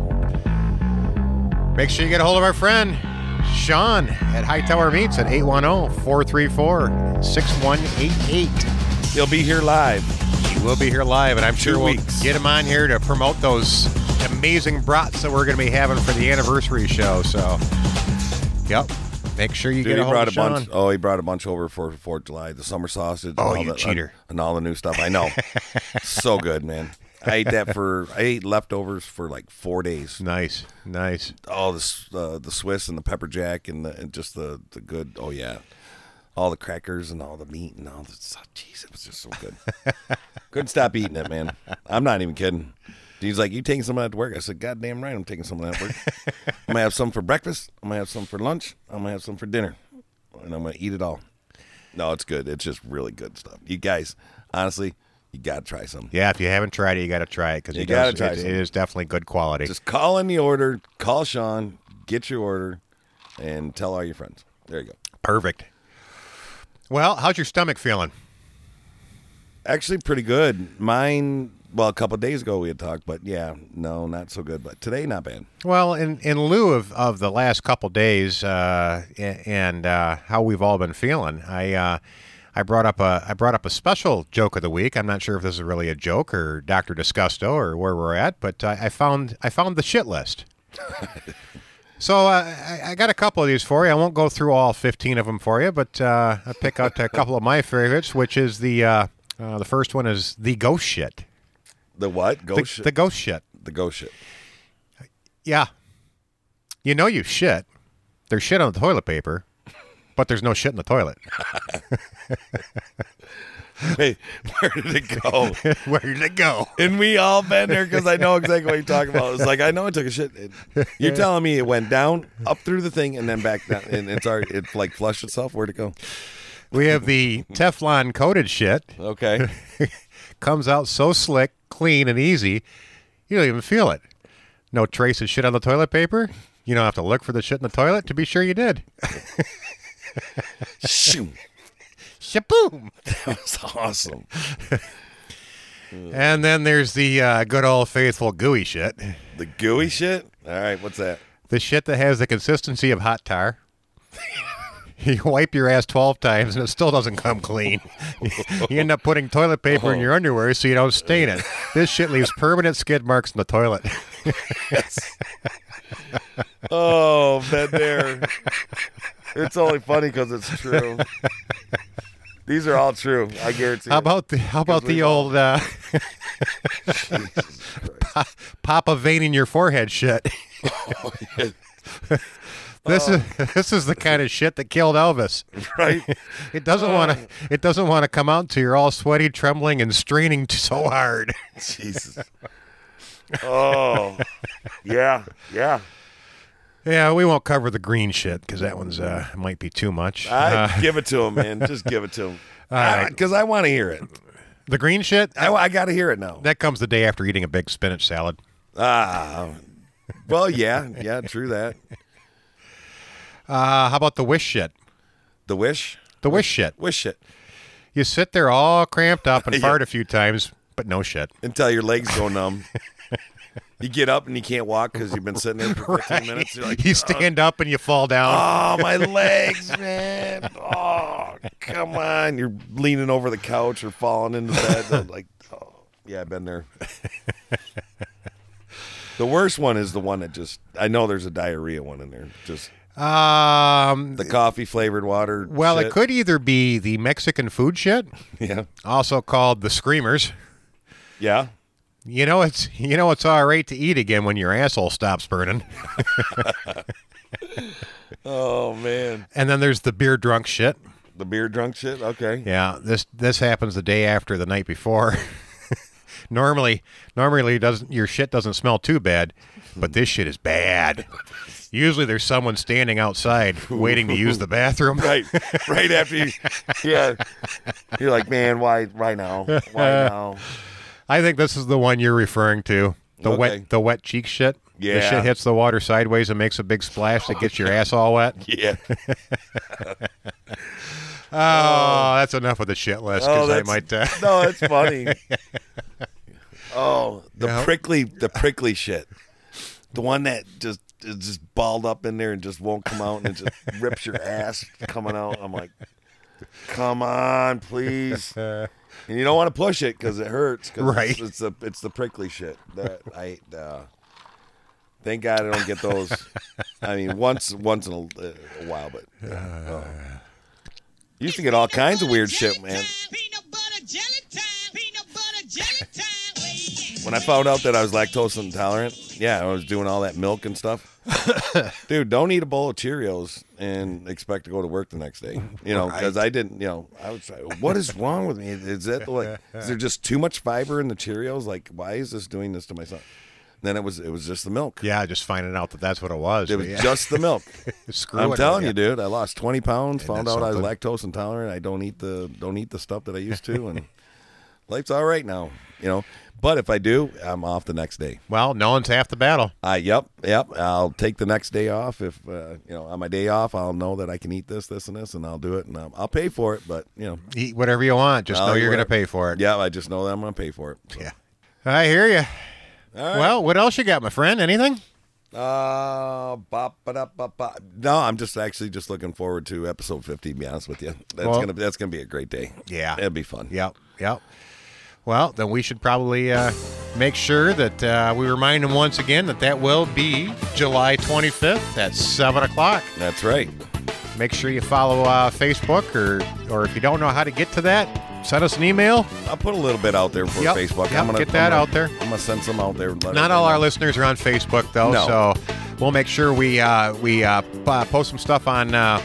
Speaker 3: Make sure you get a hold of our friend Sean at Hightower Meats at oh, 810 434 6188.
Speaker 4: He'll be here live.
Speaker 3: He will be here live, and I'm sure
Speaker 4: Two
Speaker 3: we'll
Speaker 4: weeks.
Speaker 3: get him on here to promote those amazing brats that we're going to be having for the anniversary show. So, yep. Make sure you get
Speaker 4: Dude, he
Speaker 3: a hold
Speaker 4: brought
Speaker 3: of
Speaker 4: a
Speaker 3: Sean.
Speaker 4: bunch. Oh, he brought a bunch over for Fourth of July, the summer sausage.
Speaker 3: Oh,
Speaker 4: and all
Speaker 3: you
Speaker 4: the,
Speaker 3: cheater.
Speaker 4: And all the new stuff. I know. so good, man. I ate that for. I ate leftovers for like four days.
Speaker 3: Nice, nice.
Speaker 4: All this, uh, the Swiss and the pepper jack and, the, and just the the good. Oh yeah, all the crackers and all the meat and all the. oh, Jeez, it was just so good. Couldn't stop eating it, man. I'm not even kidding. He's like, "You taking some of that to work?" I said, "God damn right, I'm taking some of that to work. I'm gonna have some for breakfast. I'm gonna have some for lunch. I'm gonna have some for dinner, and I'm gonna eat it all." No, it's good. It's just really good stuff. You guys, honestly, you gotta try some.
Speaker 3: Yeah, if you haven't tried it, you got to try it because
Speaker 4: You
Speaker 3: it,
Speaker 4: gotta
Speaker 3: does-
Speaker 4: try
Speaker 3: it,
Speaker 4: some.
Speaker 3: it is definitely good quality.
Speaker 4: Just call in the order. Call Sean. Get your order. and tell all your friends. There you go.
Speaker 3: Perfect. Well, how's your stomach feeling?
Speaker 4: Actually, pretty good. Mine. Well, a couple of days ago we had talked, but yeah, no, not so good. But today, not bad.
Speaker 3: Well, in, in lieu of, of the last couple days uh, a- and uh, how we've all been feeling, I uh, I brought up a I brought up a special joke of the week. I'm not sure if this is really a joke or Doctor Disgusto or where we're at, but uh, I found I found the shit list. So uh, I, I got a couple of these for you. I won't go through all 15 of them for you, but uh, I pick out a couple of my favorites, which is the uh, uh, the first one is the ghost shit.
Speaker 4: The what? Ghost
Speaker 3: the,
Speaker 4: shit?
Speaker 3: The ghost shit.
Speaker 4: The ghost shit.
Speaker 3: Yeah. You know you shit. There's shit on the toilet paper, but there's no shit in the toilet.
Speaker 4: Wait, where did it go?
Speaker 3: where did it go?
Speaker 4: And we all been there because I know exactly what you're talking about. It's like I know I took a shit. It- You're telling me it went down, up through the thing, and then back down, and it's already it like flushed itself. Where'd it go?
Speaker 3: We have the Teflon coated shit.
Speaker 4: Okay.
Speaker 3: Comes out so slick, clean, and easy, you don't even feel it. No trace of shit on the toilet paper. You don't have to look for the shit in the toilet to be sure you did.
Speaker 4: Shoo!
Speaker 3: Shaboom!
Speaker 4: That was awesome.
Speaker 3: And then there's the uh, good old faithful gooey shit.
Speaker 4: The gooey shit. All right, what's that?
Speaker 3: The shit that has the consistency of hot tar. you wipe your ass 12 times and it still doesn't come clean. you end up putting toilet paper in your underwear so you don't stain it. This shit leaves permanent skid marks in the toilet.
Speaker 4: Oh, been there. It's only funny because it's true. These are all true. I guarantee.
Speaker 3: How
Speaker 4: it.
Speaker 3: about the how about
Speaker 4: Because we
Speaker 3: the old uh, pa- pop a vein in your forehead shit? this is this is the kind of shit that killed Elvis.
Speaker 4: right?
Speaker 3: It doesn't want to it doesn't want to come out until you're all sweaty, trembling, and straining t- so hard.
Speaker 4: Jesus. Oh, yeah, yeah.
Speaker 3: yeah, we won't cover the green shit because that one's uh, might be too much.
Speaker 4: I
Speaker 3: Uh,
Speaker 4: give it to him, man. Just give it to him.
Speaker 3: All right.
Speaker 4: Because I want to hear it.
Speaker 3: the green shit
Speaker 4: I, I got to hear it now.
Speaker 3: that comes the day after eating a big spinach salad.
Speaker 4: Ah, well, yeah, yeah, true that.
Speaker 3: Uh, how about the wish shit?
Speaker 4: The wish,
Speaker 3: The wish shit.
Speaker 4: wish it
Speaker 3: You sit there all cramped up and fart a few times, but no shit.
Speaker 4: until your legs go numb. you get up and you can't walk because you've been sitting there for 15 minutes. You're like, uh,
Speaker 3: you stand up and you fall down.
Speaker 4: oh, my legs, man. Oh, come on. You're leaning over the couch or falling into bed. I'm like, oh, yeah, I've been there. the worst one is the one that just, I know there's a diarrhea one in there. Just
Speaker 3: Um,
Speaker 4: the coffee flavored water.
Speaker 3: well, it
Speaker 4: uh, shit.
Speaker 3: could either be the Mexican food shit,
Speaker 4: Yeah.
Speaker 3: also called the screamers.
Speaker 4: Yeah.
Speaker 3: You know it's you know it's all right to eat again when your asshole stops burning.
Speaker 4: Oh, man.
Speaker 3: And then there's the beer drunk shit.
Speaker 4: The beer drunk shit. Okay.
Speaker 3: Yeah, this this happens the day after the night before. normally, normally doesn't your shit doesn't smell too bad, but this shit is bad. Usually there's someone standing outside waiting to use the bathroom.
Speaker 4: Right. Right after you. Yeah. You're like, man, why, why now? Why now?
Speaker 3: I think this is the one you're referring to. The
Speaker 4: Okay.
Speaker 3: wet the wet cheek shit. The
Speaker 4: Yeah.
Speaker 3: shit hits the water sideways and makes a big splash that gets your ass all wet.
Speaker 4: Yeah.
Speaker 3: Oh, that's enough of the shit list because I
Speaker 4: Oh, that's-
Speaker 3: might. Uh,
Speaker 4: no, it's funny. oh, the
Speaker 3: Yeah.
Speaker 4: prickly, the prickly shit, the one that just is just balled up in there and just won't come out and it just rips your ass coming out. I'm like, come on, please. And you don't want to push it because it hurts. 'cause
Speaker 3: Right.
Speaker 4: It's, it's the it's the prickly shit that I. Uh, thank God I don't get those. I mean, once once in a, uh, a while, but. yeah, oh. Used to get all kinds of weird shit, man. when I found out that I was lactose intolerant, yeah, I was doing all that milk and stuff. Dude, don't eat a bowl of Cheerios and expect to go to work the next day. You know, because I didn't. You know, I was like, "What is wrong with me? Is that the, like, is there just too much fiber in the Cheerios? Like, why is this doing this to my son?" Then it was it was just the milk.
Speaker 3: yeah, just finding out that that's what it was.
Speaker 4: It
Speaker 3: but
Speaker 4: was
Speaker 3: yeah.
Speaker 4: just the milk.
Speaker 3: Screw
Speaker 4: I'm
Speaker 3: it,
Speaker 4: telling
Speaker 3: yeah.
Speaker 4: you, dude. I lost 20 pounds.
Speaker 3: Isn't
Speaker 4: found
Speaker 3: that
Speaker 4: out I was
Speaker 3: something?
Speaker 4: lactose intolerant. I don't eat the don't eat the stuff that I used to, and life's all right now, you know. But if I do, I'm off the next day.
Speaker 3: Well, no one's half the battle.
Speaker 4: Uh, yep, yep. I'll take the next day off. If uh, you know, on my day off, I'll know that I can eat this, this, and this, and I'll do it, and um, I'll pay for it. But you know,
Speaker 3: Eat whatever you want. Just
Speaker 4: I'll
Speaker 3: know
Speaker 4: eat
Speaker 3: you're going to pay
Speaker 4: whatever-
Speaker 3: for it.
Speaker 4: Yeah, I just know that I'm going to pay for it. so.
Speaker 3: I hear you.
Speaker 4: right.
Speaker 3: Well, what else you got, my friend? Anything?
Speaker 4: Uh, bop, ba-da, bop, bop. No, I'm just actually just looking forward to episode 50. To be honest with you, that's
Speaker 3: Well-
Speaker 4: gonna that's gonna be a great day.
Speaker 3: Yeah.
Speaker 4: it'd be fun.
Speaker 3: Yep. Yep. Well, then we should probably uh, make sure that uh, we remind them once again that that will be July 25th at 7 o'clock.
Speaker 4: That's right.
Speaker 3: Make sure you follow uh, Facebook, or, or if you don't know how to get to that, send us an email.
Speaker 4: I'll put a little bit out there for
Speaker 3: Yep,
Speaker 4: Facebook.
Speaker 3: yep,
Speaker 4: I'm gonna
Speaker 3: get that
Speaker 4: I'm
Speaker 3: out there.
Speaker 4: gonna- I'm gonna send some out there. and let
Speaker 3: Not
Speaker 4: everybody
Speaker 3: all our
Speaker 4: know.
Speaker 3: listeners are on Facebook though,
Speaker 4: No.
Speaker 3: so we'll make sure we uh, we uh, p- uh, post some stuff on. Uh,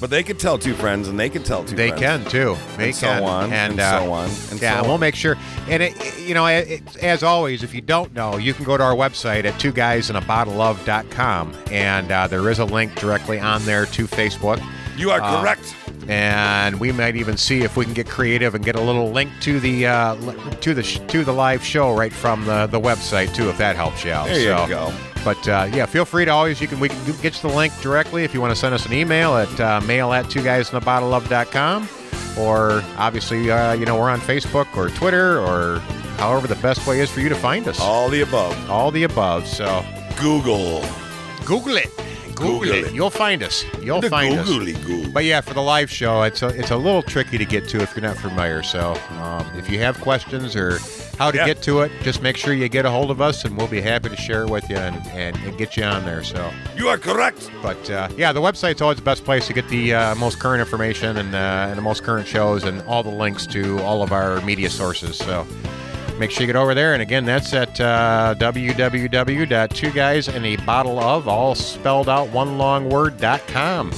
Speaker 4: But they could tell two friends, and they could tell two.
Speaker 3: they can
Speaker 4: friends.
Speaker 3: too. They
Speaker 4: And so
Speaker 3: can
Speaker 4: on,
Speaker 3: and,
Speaker 4: and
Speaker 3: uh,
Speaker 4: so on, and
Speaker 3: yeah,
Speaker 4: so
Speaker 3: we'll
Speaker 4: on.
Speaker 3: make sure. And it, it- you know, it, it's- as always, if you don't know, you can go to our website at two guys in a bottle of dot com, and uh, there is a link directly on there to Facebook.
Speaker 4: You are
Speaker 3: Uh,
Speaker 4: correct.
Speaker 3: and we might even see if we can get creative and get a little link to the uh, li- to the sh- to the live show right from the, the website too, if that helps you out.
Speaker 4: There you
Speaker 3: So-
Speaker 4: go.
Speaker 3: But uh, yeah, feel free to always you can we can get you the link directly if you want to send us an email at uh, mail at two guys in a bottle of dot com, or obviously uh, you know we're on Facebook or Twitter or however the best way is for you to find us.
Speaker 4: All the above.
Speaker 3: All the above. So
Speaker 4: Google.
Speaker 3: Google it. Google,
Speaker 4: Google
Speaker 3: it.
Speaker 4: it.
Speaker 3: You'll find us. You'll
Speaker 4: The
Speaker 3: find us.
Speaker 4: googly goo.
Speaker 3: But yeah, for the live show, it's a, it's a little tricky to get to if you're not familiar. So um, if you have questions or how to
Speaker 4: Yeah.
Speaker 3: get to it, just make sure you get a hold of us, and we'll be happy to share it with you and, and, and get you on there. So,
Speaker 4: You are correct.
Speaker 3: but uh, yeah, the website's always the best place to get the uh, most current information and, uh, and the most current shows and all the links to all of our media sources. So. Make sure you get over there. And again, that's at uh, www.twoguysinabottleof, all spelled out, one long word, dot com.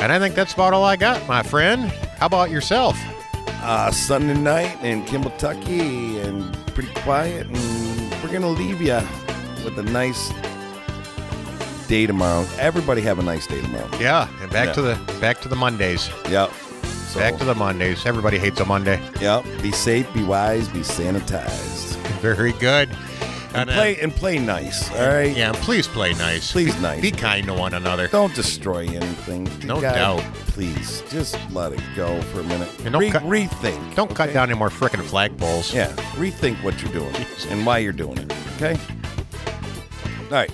Speaker 3: And I think that's about all I got, my friend. How about yourself?
Speaker 4: Uh, Sunday night in Kentucky, and pretty quiet. And we're gonna leave you with a nice day tomorrow. Everybody have a nice day tomorrow.
Speaker 3: Yeah, and back
Speaker 4: Yeah.
Speaker 3: to the back to the Mondays.
Speaker 4: Yep.
Speaker 3: Back to the Mondays. Everybody hates a Monday.
Speaker 4: Yep. Be safe. Be wise. Be sanitized.
Speaker 3: Very good.
Speaker 4: And
Speaker 3: uh,
Speaker 4: play and play nice. All right.
Speaker 3: Yeah, and please play nice.
Speaker 4: Please
Speaker 3: be,
Speaker 4: nice.
Speaker 3: Be kind to one another.
Speaker 4: Don't destroy anything.
Speaker 3: No
Speaker 4: God,
Speaker 3: doubt.
Speaker 4: Please, just let it go for a minute.
Speaker 3: And don't
Speaker 4: Re-
Speaker 3: cut-
Speaker 4: rethink.
Speaker 3: Don't cut
Speaker 4: okay?
Speaker 3: down any more frickin' flagpoles.
Speaker 4: Yeah, rethink what you're doing and why you're doing it. Okay. All right.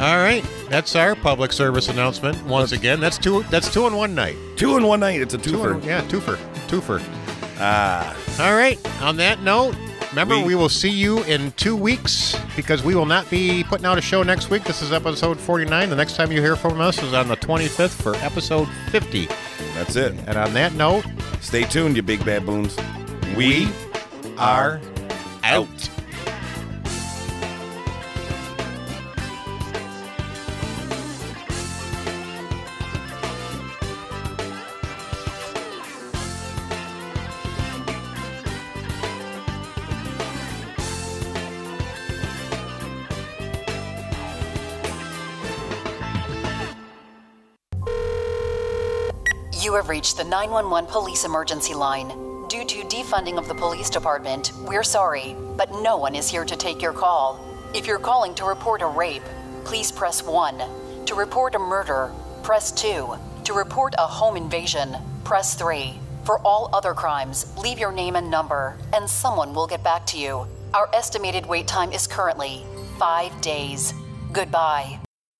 Speaker 3: All right, that's our public service announcement. Once again, that's two. That's two in one night.
Speaker 4: Two in one night. It's a
Speaker 3: Two
Speaker 4: twofer.
Speaker 3: in, yeah, twofer, twofer.
Speaker 4: Ah,
Speaker 3: All right. On that note, remember we,
Speaker 4: We-
Speaker 3: will see you in two weeks because we will not be putting out a show next week. This is episode 49. The next time you hear from us is on the 25th for episode 50.
Speaker 4: that's it.
Speaker 3: And on that note,
Speaker 4: Stay tuned, you big bad boons.
Speaker 3: we,
Speaker 4: We
Speaker 3: are out.
Speaker 12: You have reached the 911 police emergency line. Due to defunding of the police department, we're sorry, but no one is here to take your call. If you're calling to report a rape, please press 1. To report a murder, press 2. To report a home invasion, press 3. For all other crimes, leave your name and number, and someone will get back to you. Our estimated wait time is currently 5 days. Goodbye.